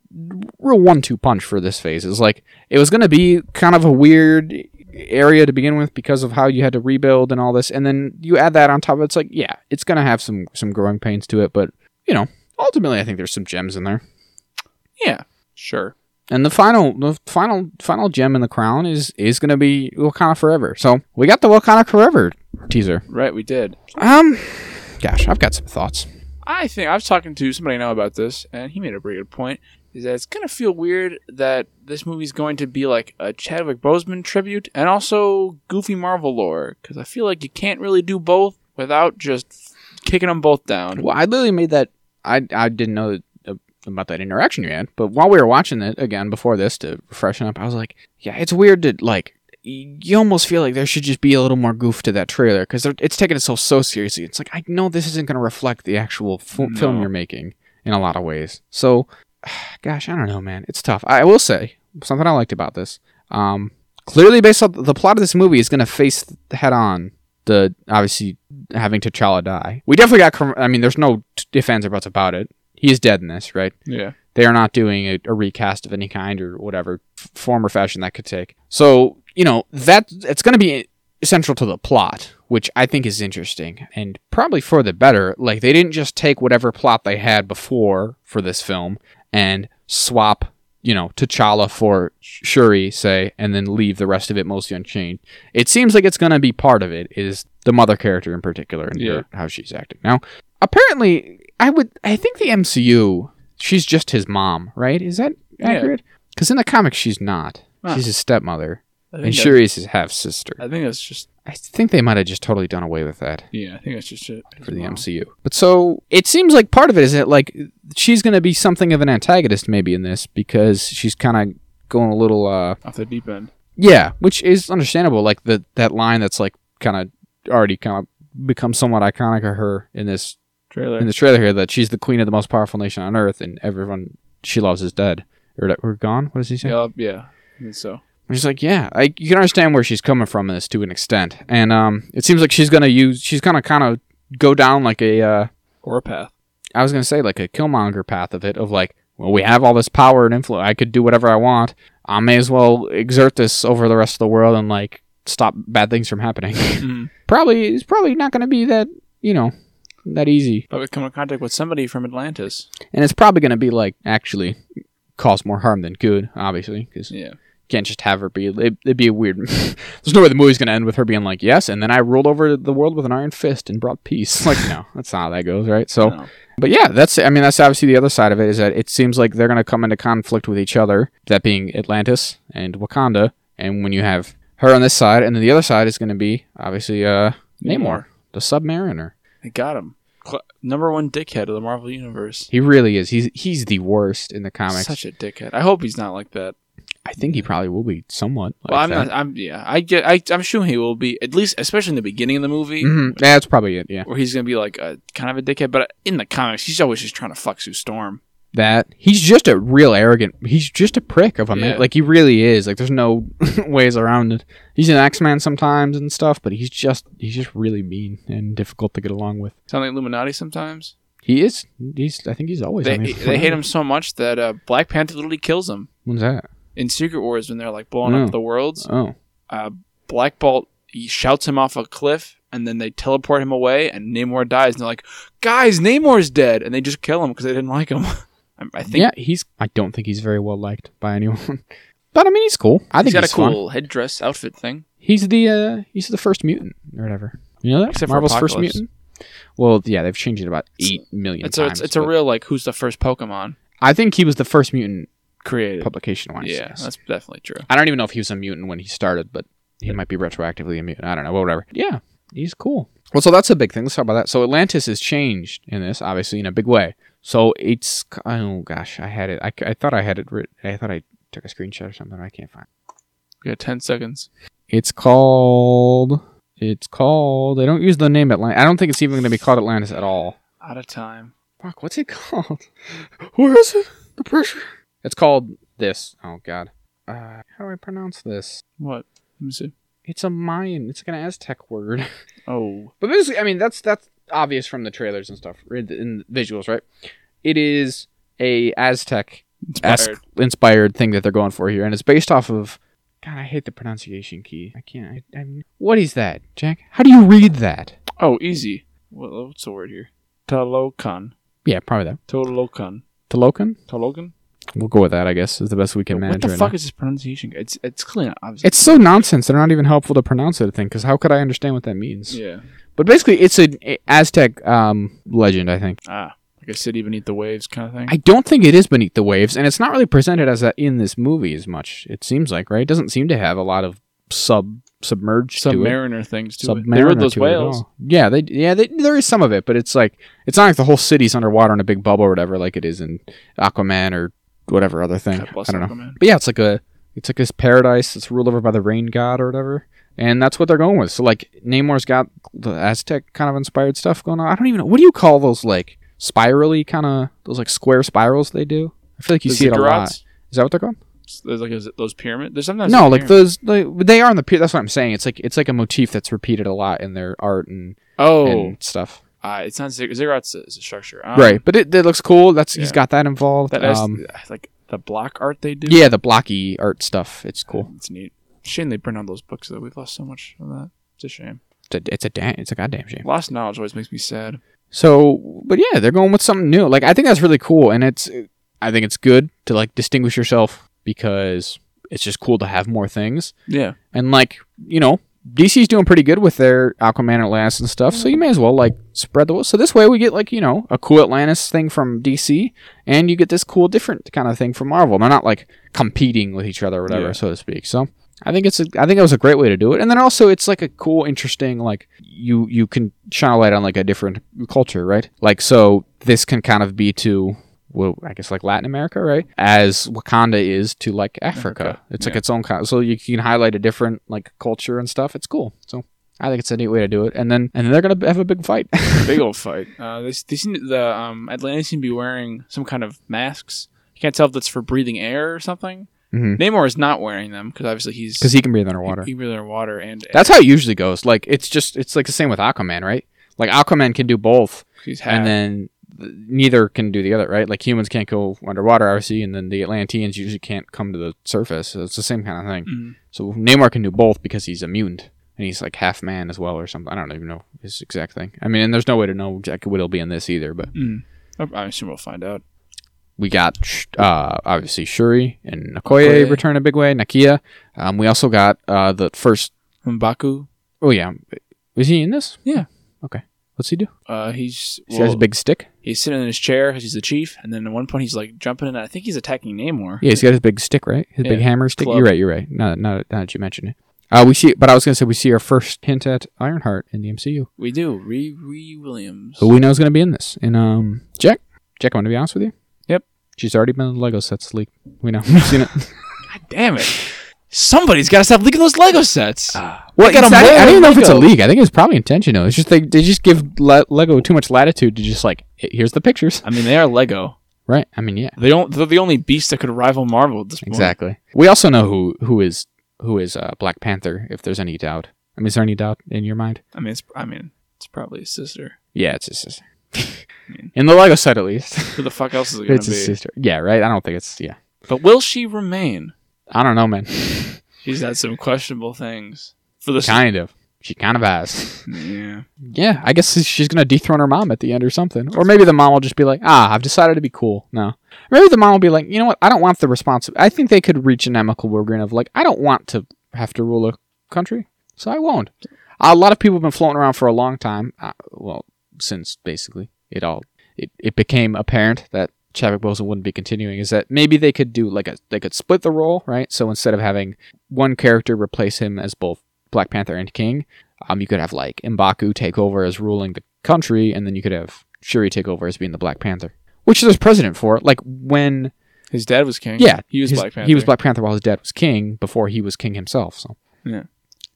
Speaker 2: real one-two punch for this phase is like it was going to be kind of a weird area to begin with because of how you had to rebuild and all this and then you add that on top of it, it's like yeah it's going to have some some growing pains to it but you know ultimately i think there's some gems in there
Speaker 1: Yeah, sure.
Speaker 2: and the final the final final gem in the crown is is going to be wakana forever so we got the wakana forever teaser
Speaker 1: Right, we did.
Speaker 2: um gosh i've got some thoughts
Speaker 1: I think I was talking to somebody I know about this, and he made a pretty good point. Is that it's gonna feel weird that this movie's going to be like a Chadwick Boseman tribute and also goofy Marvel lore, because I feel like you can't really do both without just kicking them both down.
Speaker 2: Well, I literally made that. I I didn't know uh, about that interaction you had, but while we were watching it again before this to freshen up, I was like, yeah, it's weird to like. y- You almost feel like there should just be a little more goof to that trailer because it's taking itself so seriously. It's like I know this isn't going to reflect the actual f- film
Speaker 1: No.
Speaker 2: you're making in a lot of ways. So, gosh, I don't know, man. It's tough. I, I will say something I liked about this. Um, clearly, based on the plot of this movie, is going to face head on the obviously having T'Challa die. We definitely got. cor- I mean, there's no t- ifs ands or buts about it. He is dead in this, right?
Speaker 1: Yeah,
Speaker 2: They are not doing a, a recast of any kind or whatever f- form or fashion that could take. So you know that it's going to be central to the plot, which I think is interesting and probably for the better. Like they didn't just take whatever plot they had before for this film and swap. You know, T'Challa for Shuri, say, and then leave the rest of it mostly unchanged. It seems like it's going to be part of it. Is the mother character in particular and
Speaker 1: Yeah.
Speaker 2: her- how she's acting now? Apparently, I would. I think the MCU. She's just his mom, right? Is that
Speaker 1: Yeah.
Speaker 2: accurate? Because in the comics, she's not.
Speaker 1: Huh.
Speaker 2: She's his stepmother,
Speaker 1: I
Speaker 2: and
Speaker 1: think, that,
Speaker 2: Shuri's his half sister.
Speaker 1: I think that's just
Speaker 2: I think they might have just totally done away with that
Speaker 1: yeah. I think that's just it
Speaker 2: for the MCU. But so it seems like part of it is that like she's going to be something of an antagonist maybe in this because she's kind of going a little uh
Speaker 1: off the deep end.
Speaker 2: yeah, which is understandable like the that line that's like kind of already kind of become somewhat iconic of her in this
Speaker 1: Trailer.
Speaker 2: in the trailer here that she's the queen of the most powerful nation on earth and everyone she loves is dead or, or gone. What does he say?
Speaker 1: yeah, yeah. I think so
Speaker 2: And She's like, yeah, I, you can understand where she's coming from in this to an extent, and um, it seems like she's gonna use, she's gonna kind of go down like a, uh,
Speaker 1: or a path.
Speaker 2: I was gonna say like a Killmonger path of it, of like, well, we have all this power and influence, I could do whatever I want, I may as well exert this over the rest of the world and like stop bad things from happening.
Speaker 1: Mm.
Speaker 2: probably, it's probably not gonna be that, you know, that easy,
Speaker 1: Probably come in contact with somebody from Atlantis.
Speaker 2: and it's probably gonna be like actually cause more harm than good, obviously, because
Speaker 1: Yeah,
Speaker 2: Can't just have her be. It, it'd be a weird. There's no way the movie's gonna end with her being like, "Yes," and then I ruled over the world with an iron fist and brought peace. Like, no, that's not how that goes, right? So,
Speaker 1: No.
Speaker 2: but yeah, that's I mean that's obviously the other side of it is that it seems like they're going to come into conflict with each other, that being Atlantis and Wakanda, and when you have her on this side and then the other side is going to be obviously uh Namor, the Submariner.
Speaker 1: They got him. Cl- number one dickhead of the Marvel Universe.
Speaker 2: He really is. He's he's the worst in the comics.
Speaker 1: Such a dickhead. I hope he's not like that.
Speaker 2: I think he probably will be somewhat like
Speaker 1: well, I'm
Speaker 2: that.
Speaker 1: not. I'm yeah. I get. I, I'm sure he will be at least, especially in the beginning of the movie,
Speaker 2: Mhm. Yeah, that's probably it, yeah.
Speaker 1: where he's gonna be like a kind of a dickhead. But in the comics, he's always just trying to fuck Sue Storm.
Speaker 2: That he's just a real arrogant. He's just a prick of a man.
Speaker 1: Yeah.
Speaker 2: Like he really is. Like there's no ways around it. He's an X Man sometimes and stuff, but he's just he's just really mean and difficult to get along with.
Speaker 1: Sound like Illuminati sometimes.
Speaker 2: He is. He's. I think he's always.
Speaker 1: They
Speaker 2: I mean,
Speaker 1: they hate him so much that uh, Black Panther literally kills him
Speaker 2: When's that?
Speaker 1: in Secret Wars when they're like blowing
Speaker 2: No.
Speaker 1: up the worlds.
Speaker 2: Oh,
Speaker 1: Uh, Black Bolt he shouts him off a cliff, and then they teleport him away, and Namor dies. And they're like, "Guys, Namor's dead!" And they just kill him because they didn't like him. I- I think
Speaker 2: yeah. He's. I don't think he's very well liked by anyone. but I mean, he's cool. I
Speaker 1: he's
Speaker 2: think
Speaker 1: got
Speaker 2: he's
Speaker 1: a
Speaker 2: cool.
Speaker 1: cool headdress outfit thing.
Speaker 2: He's the. uh He's the first mutant or whatever. You know that
Speaker 1: Except for
Speaker 2: Marvel's first
Speaker 1: Apocalypse.
Speaker 2: mutant. Well, yeah, they've changed it about
Speaker 1: It's-
Speaker 2: eight million
Speaker 1: It's a it's,
Speaker 2: times.
Speaker 1: it's a
Speaker 2: but
Speaker 1: real like who's the first Pokemon
Speaker 2: I think he was the first mutant
Speaker 1: created.
Speaker 2: publication wise.
Speaker 1: Yeah, that's definitely true.
Speaker 2: I don't even know if he was a mutant when he started, but he might be retroactively a mutant. I don't know. Well, whatever. Yeah, he's cool. Well, so that's a big thing. Let's talk about that. So Atlantis is changed in this, obviously, in a big way. So it's oh gosh, I had it. I, I thought I had it. Writ- I thought I took a screenshot or something. I can't find.
Speaker 1: We got ten seconds.
Speaker 2: it. It's called. It's called. They don't use the name Atlantis. I don't think it's even going to be called Atlantis at all.
Speaker 1: Out of time.
Speaker 2: Fuck, what's it called? Where is it? The pressure. It's called this. Oh god. Uh, how do I pronounce this?
Speaker 1: What? Let me see.
Speaker 2: It's a Mayan. It's like an Aztec word.
Speaker 1: Oh,
Speaker 2: But basically, I mean, that's that's obvious from the trailers and stuff, in in the visuals, right? It is a Aztec
Speaker 1: inspired.
Speaker 2: inspired thing that they're going for here, and it's based off of. God, I hate the pronunciation key. I can't. I, I'm, what is that, Jack? How do you read that?
Speaker 1: Oh, easy. What, what's the word here? Talokan.
Speaker 2: Yeah, probably that.
Speaker 1: Tolokan.
Speaker 2: Tolokan.
Speaker 1: Tolokan.
Speaker 2: We'll go with that. I guess is the best we can manage
Speaker 1: What the
Speaker 2: right
Speaker 1: fuck
Speaker 2: now.
Speaker 1: is this pronunciation? It's it's clearly not obviously.
Speaker 2: It's so nonsense. They're not even helpful to pronounce it. I think because how could I understand what that means?
Speaker 1: yeah.
Speaker 2: But basically, it's an a- Aztec um, legend. I think.
Speaker 1: Ah, like a city beneath the waves kind of thing.
Speaker 2: I don't think it is beneath the waves, and it's not really presented as that in this movie as much. It seems like right. It doesn't seem to have a lot of sub submerged
Speaker 1: Some
Speaker 2: to it.
Speaker 1: mariner things too.
Speaker 2: Submariner
Speaker 1: They rode those
Speaker 2: to it at
Speaker 1: whales.
Speaker 2: all. Yeah, they yeah they, there is some of it, but it's like it's not like the whole city's underwater in a big bubble or whatever, like it is in Aquaman or whatever other thing.
Speaker 1: God bless
Speaker 2: I don't know.
Speaker 1: Aquaman.
Speaker 2: But yeah, it's like a it's like this paradise that's ruled over by the rain god or whatever. And that's what they're going with. So like Namor's got the Aztec kind of inspired stuff going on. I don't even know what do you call those like spirally kind of those like square spirals they do. I feel like you
Speaker 1: The
Speaker 2: see it a lot.
Speaker 1: ziggurats?
Speaker 2: Is that what they're called?
Speaker 1: There's like is it those pyramid. There's sometimes
Speaker 2: no,
Speaker 1: a
Speaker 2: like
Speaker 1: pyramid.
Speaker 2: those like, they are in the. Pe- that's what I'm saying. It's like it's like a motif that's repeated a lot in their art and,
Speaker 1: oh,
Speaker 2: and stuff.
Speaker 1: uh, it's not zig- ziggurats is a structure. Um,
Speaker 2: right, but it, it looks cool. That's he's
Speaker 1: yeah.
Speaker 2: got that involved.
Speaker 1: That is
Speaker 2: um,
Speaker 1: like the block art they do.
Speaker 2: yeah, the blocky art stuff. It's cool.
Speaker 1: It's neat. Shame they print out those books though. We've lost so much of that. It's a shame.
Speaker 2: It's a, it's a da- it's a goddamn shame.
Speaker 1: Lost knowledge always makes me sad.
Speaker 2: So, but yeah, they're going with something new. Like I think that's really cool, and it's I think it's good to like distinguish yourself because it's just cool to have more things.
Speaker 1: Yeah.
Speaker 2: And like you know, DC's doing pretty good with their Aquaman Atlantis and stuff, so you may as well like spread the. wo- So this way we get like you know a cool Atlantis thing from DC, and you get this cool different kind of thing from Marvel. They're not like competing with each other, or whatever,
Speaker 1: Yeah.
Speaker 2: so to speak. So. I think it's a, I think that was a great way to do it, and then also it's like a cool, interesting like you you can shine a light on like a different culture, right? Like so this can kind of be to well, I guess like Latin America, right? As Wakanda is to like Africa,
Speaker 1: Africa,
Speaker 2: it's like
Speaker 1: yeah.
Speaker 2: its own kind. So you can highlight a different like culture and stuff. It's cool. So I think it's a neat way to do it, and then and then they're gonna have a big fight.
Speaker 1: Big old fight. Uh, they, they seem to- the um, Atlanteans seem to be wearing some kind of masks. You can't tell if that's for breathing air or something.
Speaker 2: Because
Speaker 1: Namor is not wearing them because obviously he's
Speaker 2: he can breathe underwater.
Speaker 1: He, he breathes water and
Speaker 2: That's how it usually goes. Like it's just it's like the same with Aquaman, right? Like Aquaman can do both.
Speaker 1: he's half.
Speaker 2: and then th- neither can do the other, right? Like humans can't go underwater, obviously, and then the Atlanteans usually can't come to the surface. So it's the same kind of thing.
Speaker 1: Mhm.
Speaker 2: So Namor can do both because he's a mutant and he's like half man as well or something. I don't even know
Speaker 1: Oh,
Speaker 2: his exact thing. I mean, and there's no way to know exactly what he'll be in this either, but
Speaker 1: Mm. I I assume we'll find out.
Speaker 2: We got sh- uh, obviously Shuri and Okoye
Speaker 1: Okoye.
Speaker 2: return a big way. Nakia. Um, we also got uh, the first.
Speaker 1: Mbaku.
Speaker 2: Oh yeah, is he in this?
Speaker 1: Yeah.
Speaker 2: Okay. What's he do?
Speaker 1: Uh, he's
Speaker 2: He has
Speaker 1: well,
Speaker 2: a big stick.
Speaker 1: he's sitting in his chair because he's the chief, and then at one point he's like jumping, and I think he's attacking Namor.
Speaker 2: Yeah, he's got his big stick, right? His big
Speaker 1: Yeah,
Speaker 2: hammer stick.
Speaker 1: club.
Speaker 2: You're right. You're right. Now, now, now that you mention it, uh, we see. But I was gonna say we see our first hint at Ironheart in the MCU,
Speaker 1: We do. Riri Williams.
Speaker 2: who we know is gonna be in this. And um, Jack, Jack, I'm gonna be honest with you.
Speaker 1: Yep.
Speaker 2: She's already been in the Lego sets leaked. We know. We've seen it.
Speaker 1: God damn it! Somebody's got to stop leaking those Lego sets.
Speaker 2: Well,
Speaker 1: They got
Speaker 2: it's-
Speaker 1: a
Speaker 2: I, don't- I
Speaker 1: mold
Speaker 2: don't even know if it's a
Speaker 1: Lego.
Speaker 2: leak. I think it's probably intentional. It's just they, they just give Le- Lego too much latitude to just like "Hey, here's the pictures,
Speaker 1: I mean, they are Lego.
Speaker 2: right? I mean, yeah,
Speaker 1: They don't. They're the only beast that could rival Marvel at this point.
Speaker 2: exactly. We also know who who is who is uh, Black Panther. If there's any doubt, I mean, is there any doubt in your mind?
Speaker 1: I mean, it's. I mean, it's probably his sister.
Speaker 2: Yeah, it's his sister. in the Lego set, at least,
Speaker 1: Who the fuck else is it gonna
Speaker 2: it's his
Speaker 1: be?
Speaker 2: sister. Yeah, right. I don't think it's yeah.
Speaker 1: But will she remain?
Speaker 2: I don't know, man.
Speaker 1: She's had some questionable things for the.
Speaker 2: kind of. She kind of has.
Speaker 1: yeah.
Speaker 2: Yeah, I guess she's gonna dethrone her mom at the end or something, or maybe the mom will just be like, "Ah, I've decided to be cool." No, maybe the mom will be like, "You know what? I don't want the response." I think they could reach an amicable agreement of like, "I don't want to have to rule a country, so I won't." A lot of people have been floating around for a long time. Uh, well, since basically it all it, it became apparent that Chadwick Boseman wouldn't be continuing, is that maybe they could do like a they could split the role, right? So instead of having one character replace him as both Black Panther and King, um, you could have like Mbaku take over as ruling the country, and then you could have Shuri take over as being the Black Panther, which there's precedent for. Like when,
Speaker 1: His dad was king.
Speaker 2: yeah,
Speaker 1: He was
Speaker 2: his-
Speaker 1: Black Panther.
Speaker 2: He was Black Panther while his dad was king before he was king himself. So
Speaker 1: Yeah.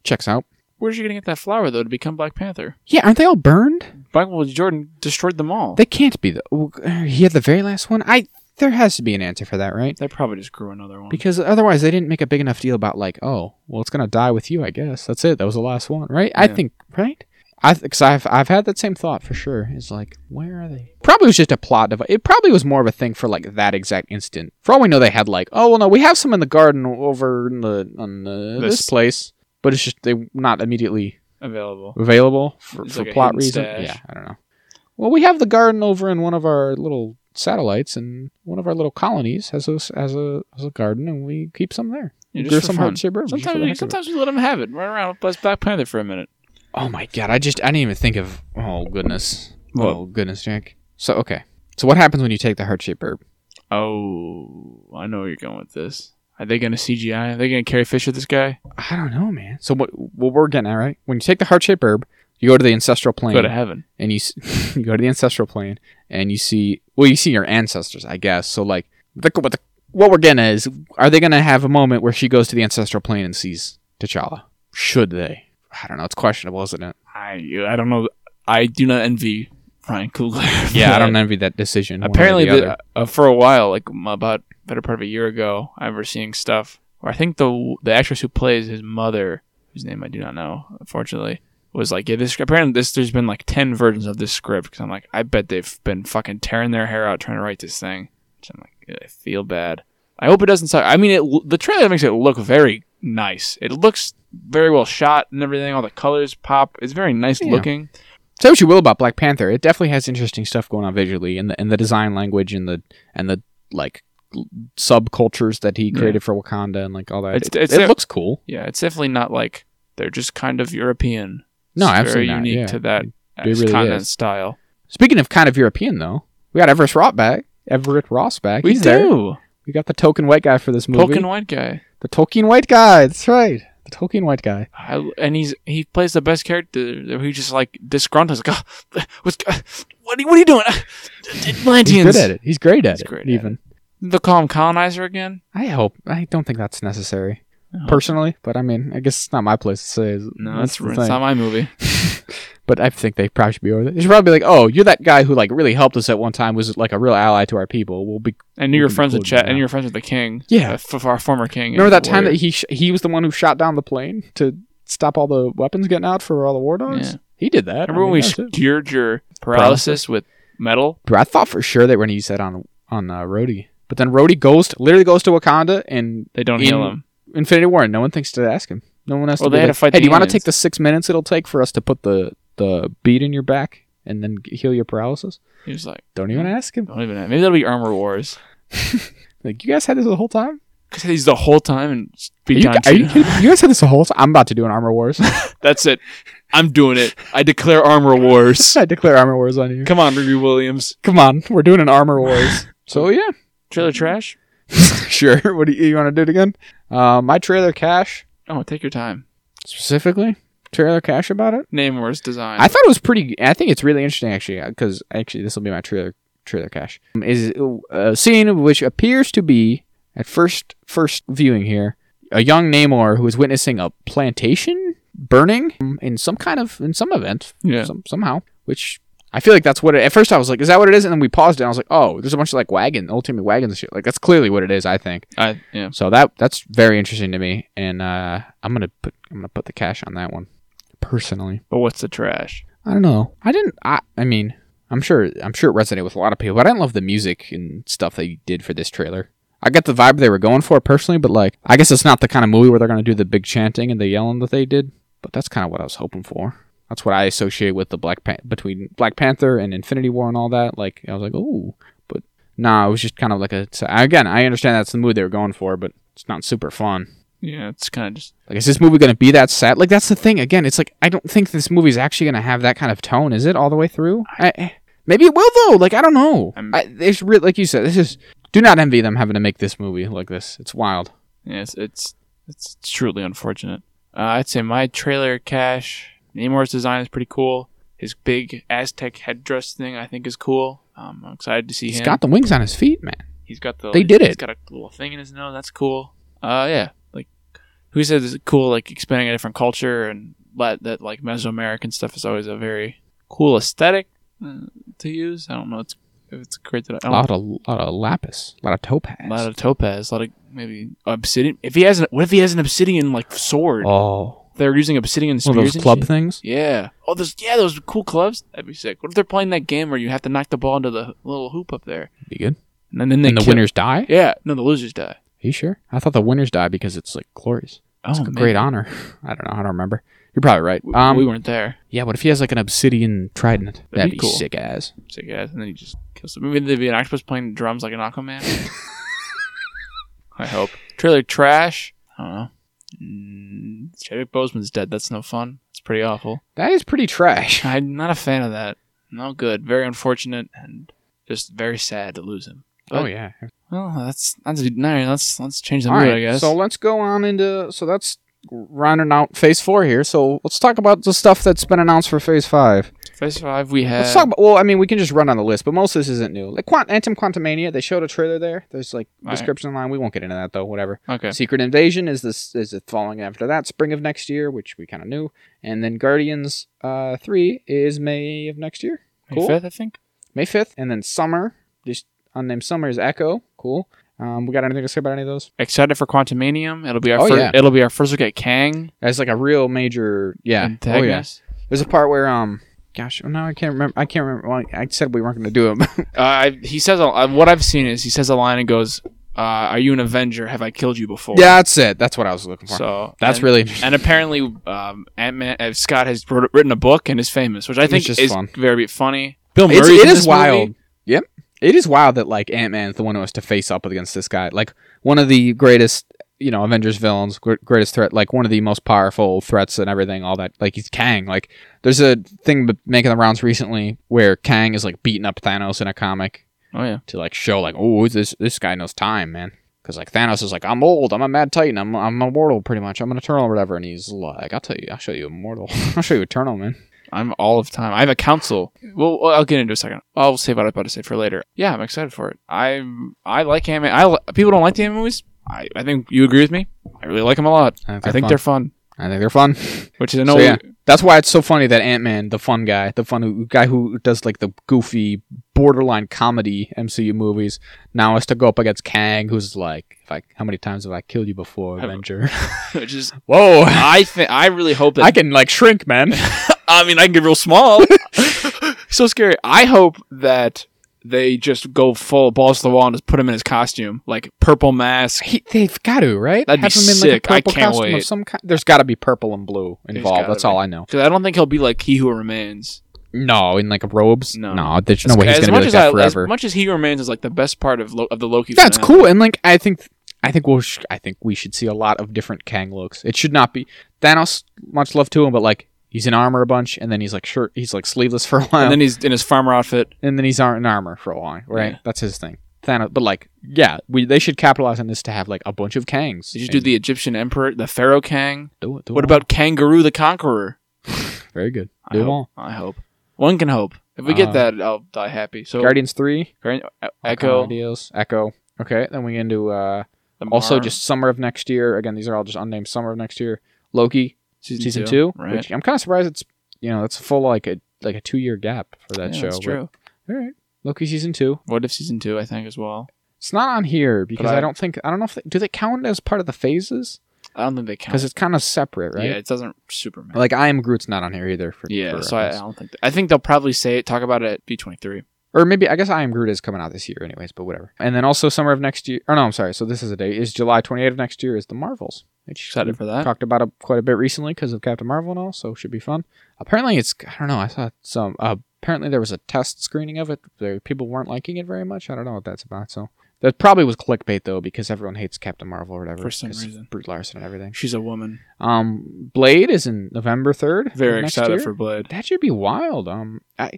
Speaker 2: checks out.
Speaker 1: Where's she gonna get that flower though to become Black Panther?
Speaker 2: Yeah, aren't they all burned?
Speaker 1: Michael Jordan destroyed them all.
Speaker 2: They can't be though. He had the very last one. I there has to be an answer for that, right?
Speaker 1: They probably just grew another one.
Speaker 2: Because otherwise they didn't make a big enough deal about like, oh, well, it's gonna die with you, I guess. That's it. That was the last one, right? I
Speaker 1: Yeah.
Speaker 2: think, right? I because I've I've had that same thought for sure. It's like, where are they? Probably was just a plot device. It probably was more of a thing for like that exact instant. For all we know, they had like, oh well, no, we have some in the garden over in the on the, this.
Speaker 1: This-
Speaker 2: place, but it's just they not immediately
Speaker 1: available.
Speaker 2: available for,
Speaker 1: It's
Speaker 2: for
Speaker 1: like a
Speaker 2: plot
Speaker 1: hidden
Speaker 2: reasons.
Speaker 1: stash.
Speaker 2: Yeah, I don't know. Well, we have the garden over in one of our little satellites, and one of our little colonies has a has a has a garden, and we keep some there.
Speaker 1: Yeah,
Speaker 2: Grow
Speaker 1: just for
Speaker 2: some
Speaker 1: fun.
Speaker 2: heart-shaped herbs just for the heck
Speaker 1: Sometimes,
Speaker 2: of it.
Speaker 1: sometimes we let them have it. Run around with Black Panther for a minute.
Speaker 2: Oh my god! I just I didn't even think of. Oh goodness!
Speaker 1: What?
Speaker 2: Oh goodness, Jack. So okay. So what happens when you take the heart shaped herb?
Speaker 1: Oh, I know where you're going with this. Are they gonna CGI? Are they gonna carry Fisher this guy?
Speaker 2: I don't know, man. So what? What we're getting at, right? When you take the heart shaped herb, you go to the ancestral plane,
Speaker 1: Go to heaven.
Speaker 2: and you s- you go to the ancestral plane, and you see well, you see your ancestors, I guess. So like, the, what the, what we're getting at is, are they gonna have a moment where she goes to the ancestral plane and sees T'Challa? Should they? I don't know. It's questionable, isn't it?
Speaker 1: I I don't know. I do not envy Ryan Coogler. for
Speaker 2: Yeah, I
Speaker 1: that.
Speaker 2: don't envy that decision. one way or
Speaker 1: Apparently,
Speaker 2: the other.
Speaker 1: the, uh, for a while, like m- about better part of a year ago, I remember seeing stuff where I think the the actress who plays his mother, whose name I do not know, unfortunately, was like, yeah, this apparently this there's been like ten versions of this script because I'm like, I bet they've been fucking tearing their hair out trying to write this thing. Which I'm like, I feel bad. I hope it doesn't suck. I mean, it l- the trailer makes it look very nice. It looks very well shot and everything. All the colors pop. It's very nice
Speaker 2: Yeah.
Speaker 1: looking.
Speaker 2: Say what you will about Black Panther, it definitely has interesting stuff going on visually, and the and the design language, and the and the like l- subcultures that he
Speaker 1: Yeah.
Speaker 2: created for Wakanda, and like all that.
Speaker 1: It's-
Speaker 2: It,
Speaker 1: it's
Speaker 2: it
Speaker 1: a-
Speaker 2: looks cool.
Speaker 1: Yeah, it's definitely not like they're just kind of European.
Speaker 2: No,
Speaker 1: it's very
Speaker 2: absolutely not,
Speaker 1: unique
Speaker 2: yeah.
Speaker 1: to that
Speaker 2: really is.
Speaker 1: continent style.
Speaker 2: Speaking of kind of European though, we got Everett Ross back. Everett Ross back.
Speaker 1: we
Speaker 2: He's there.
Speaker 1: do.
Speaker 2: We got the token white guy for this movie.
Speaker 1: Polk and white guy,
Speaker 2: the Tolkien white guy. That's right. The Tolkien white guy.
Speaker 1: I, and he's he plays the best character. He just like disgruntled, like, "Ah, what's, ah, what, are, you- what are you doing? Ah,
Speaker 2: He's
Speaker 1: Atlanteans.
Speaker 2: good at it. He's great at
Speaker 1: He's
Speaker 2: it.
Speaker 1: great at
Speaker 2: even.
Speaker 1: They'll call him colonizer again.
Speaker 2: I hope. I don't think that's necessary
Speaker 1: No.
Speaker 2: personally, but I mean, I guess it's not my place to say. is it?
Speaker 1: No, that's,
Speaker 2: the
Speaker 1: it's
Speaker 2: thing.
Speaker 1: not my movie.
Speaker 2: but I think they probably should be over there. They should probably be like, "Oh, you're that guy who like really helped us at one time, was like a real ally to our people." We'll be
Speaker 1: And you
Speaker 2: We
Speaker 1: were
Speaker 2: can
Speaker 1: friends with
Speaker 2: include him
Speaker 1: Chet, and
Speaker 2: now.
Speaker 1: you were friends with the king.
Speaker 2: Yeah.
Speaker 1: Uh, f- our former king.
Speaker 2: remember
Speaker 1: and
Speaker 2: that time that
Speaker 1: warrior.
Speaker 2: he sh- he was the one who shot down the plane to stop all the weapons getting out for all the war dogs.
Speaker 1: Yeah.
Speaker 2: He did that.
Speaker 1: Remember
Speaker 2: I
Speaker 1: when
Speaker 2: mean,
Speaker 1: we
Speaker 2: that's it.
Speaker 1: cured your
Speaker 2: Paralysis?
Speaker 1: paralysis with metal?
Speaker 2: Bro, I thought for sure they were going to use that on on uh, Rhodey, but then Rhodey goes to, literally goes to Wakanda and
Speaker 1: They don't
Speaker 2: In-
Speaker 1: heal him.
Speaker 2: Infinity War, and no one thinks to ask him. No one has
Speaker 1: Well,
Speaker 2: to. be
Speaker 1: they had
Speaker 2: like,
Speaker 1: to fight
Speaker 2: Hey,
Speaker 1: the
Speaker 2: do you want to
Speaker 1: aliens."
Speaker 2: take the six minutes it'll take for us to put the the bead in your back and then heal your paralysis?
Speaker 1: He was like, Mm-hmm.
Speaker 2: Don't even ask him.
Speaker 1: don't even. Maybe that'll be Armor Wars.
Speaker 2: Like you guys had this the whole time.
Speaker 1: Because he's the whole time and
Speaker 2: Are
Speaker 1: speak
Speaker 2: you,
Speaker 1: on
Speaker 2: are you
Speaker 1: two.
Speaker 2: kidding? me? You guys had this the whole time. I'm about to do an armor wars.
Speaker 1: That's it. I'm doing it. I declare armor wars.
Speaker 2: I declare armor wars on you.
Speaker 1: Come on, Ruby Williams.
Speaker 2: Come on, we're doing an armor wars. so yeah,
Speaker 1: Trailer trash?
Speaker 2: sure. What do you, you want to do it again? Uh, my trailer cash
Speaker 1: Oh, take your time.
Speaker 2: specifically. Trailer cash about it.
Speaker 1: Name worst design.
Speaker 2: I thought it was pretty. I think it's really interesting actually, because actually this will be my trailer trailer cache. Um, Is a scene which appears to be at first first viewing here a young Namor who is witnessing a plantation burning um, in some kind of in some event
Speaker 1: yeah.
Speaker 2: some, somehow, which. I feel like that's what it, at first I was like, is that what it is? And then we paused it. And I was like, oh, there's a bunch of like wagon, old timey wagons and shit. Like that's clearly what it is. I think
Speaker 1: I yeah.
Speaker 2: so. That that's very interesting to me, and uh, I'm gonna put I'm gonna put the cash on that one, personally.
Speaker 1: But what's the trash?
Speaker 2: I don't know. I didn't. I. I mean, I'm sure. I'm sure it resonated with a lot of people. But I didn't love the music and stuff they did for this trailer. I got the vibe they were going for personally, but like, I guess it's not the kind of movie where they're gonna do the big chanting and the yelling that they did. But that's kind of what I was hoping for. That's what I associate with the Black Pan- between Black Panther and Infinity War and all that. Like, I was like, ooh, but nah, it was just kind of like a. it's- Again, I understand that's the mood they were going for, but it's not super fun.
Speaker 1: Yeah, it's kind of just
Speaker 2: Like, is this movie going to be that sad? Like, that's the thing. Again, it's like I don't think this movie's actually going to have that kind of tone, is it? All the way through? I, eh, maybe it will though. Like, I don't know.
Speaker 1: I'm-
Speaker 2: I, it's re- like you said. This is do not envy them having to make this movie like this. It's wild.
Speaker 1: yeah, it's it's, it's truly unfortunate. Uh, I'd say my trailer cash. Namor's design is pretty cool. His big Aztec headdress thing I think is cool. Um, I'm excited to see
Speaker 2: He's
Speaker 1: him.
Speaker 2: got the wings on his feet, man.
Speaker 1: He's got the.
Speaker 2: They did
Speaker 1: He's
Speaker 2: it.
Speaker 1: got a little thing in his nose. That's cool. Uh, yeah. Like, who says it's cool? Like expanding a different culture and let that like Mesoamerican stuff is always a very cool aesthetic uh, to use. I don't know. It's if it's great that I
Speaker 2: A
Speaker 1: don't.
Speaker 2: lot of lot of lapis, a lot of topaz.
Speaker 1: A Oh. lot of topaz, a lot of maybe obsidian. If he has an, what if he has an obsidian like sword?
Speaker 2: oh,
Speaker 1: They're using obsidian
Speaker 2: one
Speaker 1: spears.
Speaker 2: of those
Speaker 1: and
Speaker 2: club
Speaker 1: shit.
Speaker 2: things.
Speaker 1: Yeah. Oh, those yeah, those cool clubs. That'd be sick. What if they're playing that game where you have to knock the ball into the little hoop up there,
Speaker 2: Be good.
Speaker 1: and then, then they
Speaker 2: And the
Speaker 1: kill-
Speaker 2: winners die. Are
Speaker 1: Yeah. No, the losers die.
Speaker 2: you sure? I thought the winners die because it's like glorious.
Speaker 1: Oh,
Speaker 2: It's a
Speaker 1: maybe.
Speaker 2: great honor. I don't know. I don't remember. You're probably right.
Speaker 1: W-
Speaker 2: Um,
Speaker 1: we weren't there.
Speaker 2: Yeah, what if he has like an obsidian trident? That'd,
Speaker 1: be
Speaker 2: be,
Speaker 1: cool.
Speaker 2: sick as.
Speaker 1: So yeah, and then he just kills them. Maybe there'd be an octopus playing drums like an Aquaman. I hope. Trailer trash. I don't know. Mm, Chadwick Boseman's dead. That's no fun. It's pretty awful.
Speaker 2: That is pretty trash.
Speaker 1: I'm not a fan of that. No good. Very unfortunate and just very sad to lose him.
Speaker 2: oh yeah.
Speaker 1: Well, that's that's no, let's let's change the
Speaker 2: All
Speaker 1: mood,
Speaker 2: right.
Speaker 1: I guess.
Speaker 2: So let's go on into so that's rounding out phase four here. So let's talk about the stuff that's been announced for phase five.
Speaker 1: Phase five, we have
Speaker 2: let's talk about well, I mean we can just run on the list, but most of this isn't new. Like Quant Antim Quantumania, they showed a trailer there. There's like
Speaker 1: All right.
Speaker 2: description line. We won't get into that though, whatever.
Speaker 1: okay.
Speaker 2: Secret Invasion is this is it following after that, spring of next year, which we kinda knew. And then Guardians uh three is May of next year.
Speaker 1: May
Speaker 2: cool.
Speaker 1: fifth, I think.
Speaker 2: May 5th, and then Summer. Just unnamed Summer is Echo. Cool. Um, we got anything to say about any of those?
Speaker 1: Excited for Quantumanium. It'll be our
Speaker 2: Oh,
Speaker 1: first.
Speaker 2: yeah.
Speaker 1: It'll be our first look at Kang
Speaker 2: As like a real major, yeah.
Speaker 1: and
Speaker 2: Oh, yeah.
Speaker 1: Tagmas.
Speaker 2: There's a part where um, gosh, well, now I can't remember. I can't remember. Well, I said we weren't going to do it. but-
Speaker 1: Uh, I, he says a, uh, what I've seen is he says a line and goes, uh, "Are you an Avenger? Have I killed you before?"
Speaker 2: yeah, that's it. That's what I was looking for.
Speaker 1: So
Speaker 2: that's
Speaker 1: and,
Speaker 2: really interesting.
Speaker 1: And apparently, um, Ant Man uh, Scott has wrote, written a book and is famous, which I
Speaker 2: Which
Speaker 1: think
Speaker 2: is
Speaker 1: is
Speaker 2: fun.
Speaker 1: very funny. Bill Murray
Speaker 2: It's, it is wild. Yep. It is wild that like Ant Man is the one who has to face up against this guy, like one of the greatest, you know, Avengers villains, gr- greatest threat, like one of the most powerful threats and everything, all that. Like he's Kang. Like there's a thing b- making the rounds recently where Kang is like beating up Thanos in a comic
Speaker 1: Oh yeah,
Speaker 2: to like show like, oh, this this guy knows time, man. Because like Thanos is like, I'm old, I'm a mad titan, I'm I'm immortal pretty much, I'm an eternal or whatever, and he's like, I'll tell you, I'll show you immortal, I'll show you eternal, man.
Speaker 1: I'm all of time. I have a council. Well, I'll get into it in a second. I'll save what I was about to say for later. Yeah, I'm excited for it. I I like Ant Man. I li- people don't like the Ant Man movies. I, I think you agree with me. I really like them a lot.
Speaker 2: I think
Speaker 1: I think they're fun,
Speaker 2: fun. I think they're fun.
Speaker 1: which is I know
Speaker 2: So, yeah. That's why it's so funny that Ant Man, the fun guy, the fun who, guy who does like the goofy, borderline comedy MCU movies, now has to go up against Kang, who's like, if I, "How many times have I killed you before,
Speaker 1: Have-
Speaker 2: Avenger?"
Speaker 1: which is
Speaker 2: Whoa,
Speaker 1: I think I really hope that
Speaker 2: I can like shrink, man.
Speaker 1: I mean, I can get real small. so scary. I hope that they just go full balls to the wall and just put him in his costume, like purple mask.
Speaker 2: He, they've got to, right?
Speaker 1: That'd be sick. I can't
Speaker 2: costume
Speaker 1: wait.
Speaker 2: Of some kind. There's got to be purple and blue involved.
Speaker 1: gotta
Speaker 2: That's all
Speaker 1: be.
Speaker 2: I know.
Speaker 1: Because I don't think he'll be like He Who Remains.
Speaker 2: No, in like robes.
Speaker 1: No.
Speaker 2: no, there's no way he's
Speaker 1: as
Speaker 2: gonna
Speaker 1: much
Speaker 2: be like
Speaker 1: as
Speaker 2: that
Speaker 1: I,
Speaker 2: forever.
Speaker 1: As much as he remains is like the best part of Lo- of the Loki.
Speaker 2: That's
Speaker 1: finale.
Speaker 2: cool, and like I think, I think we'll, sh- I think we should see a lot of different Kang looks. It should not be Thanos. Much love to him, but like he's in armor a bunch, and then he's like shirt, he's like sleeveless for a while,
Speaker 1: And then he's in his farmer outfit.
Speaker 2: he's ar- in armor for a while, right?
Speaker 1: Yeah.
Speaker 2: That's his thing. Thanos, but like, yeah, we they should capitalize on this to have like a bunch of Kangs.
Speaker 1: Did you do
Speaker 2: And
Speaker 1: the Egyptian Emperor, the Pharaoh Kang?
Speaker 2: do it, do
Speaker 1: What
Speaker 2: it
Speaker 1: about Kangaroo the Conqueror?
Speaker 2: all. very good?
Speaker 1: I
Speaker 2: Do it
Speaker 1: hope.
Speaker 2: all.
Speaker 1: I hope. One can hope. If we
Speaker 2: Uh,
Speaker 1: get that, I'll die happy. So
Speaker 2: Guardians three,
Speaker 1: Guardian,
Speaker 2: all
Speaker 1: Echo.
Speaker 2: kinda ideas, Echo. Okay, then we get into uh,
Speaker 1: the
Speaker 2: also
Speaker 1: Mar-
Speaker 2: just summer of next year. Again, these are all just unnamed summer of next year. Loki,
Speaker 1: season,
Speaker 2: season two,
Speaker 1: right?
Speaker 2: which I'm kind of surprised it's you know that's a full like a like a two year gap for that
Speaker 1: Yeah,
Speaker 2: uh, show.
Speaker 1: That's
Speaker 2: but-
Speaker 1: true.
Speaker 2: all right, Loki season two.
Speaker 1: What if season two? I think as well.
Speaker 2: It's not on here because I,
Speaker 1: I-
Speaker 2: don't think I don't know if they, do they count as part of the phases
Speaker 1: I don't think they count.
Speaker 2: because it's kind of separate,
Speaker 1: Yeah,
Speaker 2: right?
Speaker 1: it doesn't Superman.
Speaker 2: Like I am Groot's not on here either. For,
Speaker 1: yeah,
Speaker 2: for
Speaker 1: so I, I
Speaker 2: reference.
Speaker 1: don't think. I think they'll probably say it. Talk about it at B twenty three.
Speaker 2: or maybe I guess I am Groot is coming out this year, anyways. But whatever. And then also summer of next year. Oh no, I'm sorry. So this is a day is July 28th of next year is the Marvels. Which
Speaker 1: Excited for that.
Speaker 2: talked about it quite a bit recently because of Captain Marvel and all, so it should be fun. Apparently, it's I don't know. I saw some. Uh, apparently, there was a test screening of it. There, people weren't liking it very much. I don't know what that's about. So that probably was clickbait though, because everyone hates Captain Marvel or whatever
Speaker 1: For some
Speaker 2: 'cause
Speaker 1: reason.
Speaker 2: Brie Larson and everything.
Speaker 1: She's a woman.
Speaker 2: Um, Blade is in November third.
Speaker 1: Very excited for Hmm. Blade.
Speaker 2: that. Should be wild. Um, I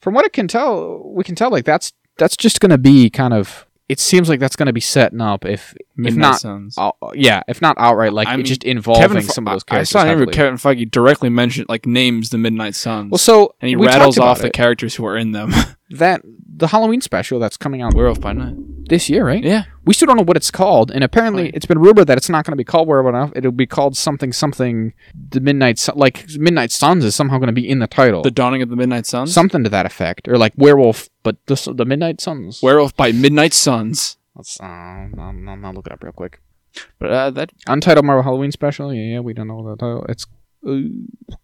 Speaker 2: from what I can tell, we can tell like that's that's just gonna be kind of. It seems like that's gonna be setting up if if
Speaker 1: Midnight
Speaker 2: not
Speaker 1: Suns.
Speaker 2: uh, yeah, if not outright, like
Speaker 1: I
Speaker 2: it
Speaker 1: mean,
Speaker 2: just involving some of those
Speaker 1: I-
Speaker 2: characters.
Speaker 1: I saw an interview with
Speaker 2: heavily.
Speaker 1: Kevin Feige directly mentioned like names the Midnight Suns.
Speaker 2: well, so
Speaker 1: and he
Speaker 2: we
Speaker 1: rattles
Speaker 2: talked
Speaker 1: off
Speaker 2: about
Speaker 1: the characters who are in them.
Speaker 2: it. that the Halloween special that's coming out
Speaker 1: Werewolf by Night.
Speaker 2: this year, right?
Speaker 1: Yeah.
Speaker 2: We still don't know what it's called, and apparently
Speaker 1: Right.
Speaker 2: it's been rumored that it's not going to be called Werewolf. Enough. It'll be called something something. The Midnight Sun, like Midnight Suns, is somehow going to be in the title,
Speaker 1: The Dawning of the Midnight Suns.
Speaker 2: something to that effect, or like Werewolf, but the s- the Midnight Suns.
Speaker 1: Werewolf by Midnight Suns.
Speaker 2: Let's uh, I'll, I'll I'll look it up real quick.
Speaker 1: But uh, that
Speaker 2: Untitled Marvel Halloween special. Yeah, yeah, we don't know the title. It's uh,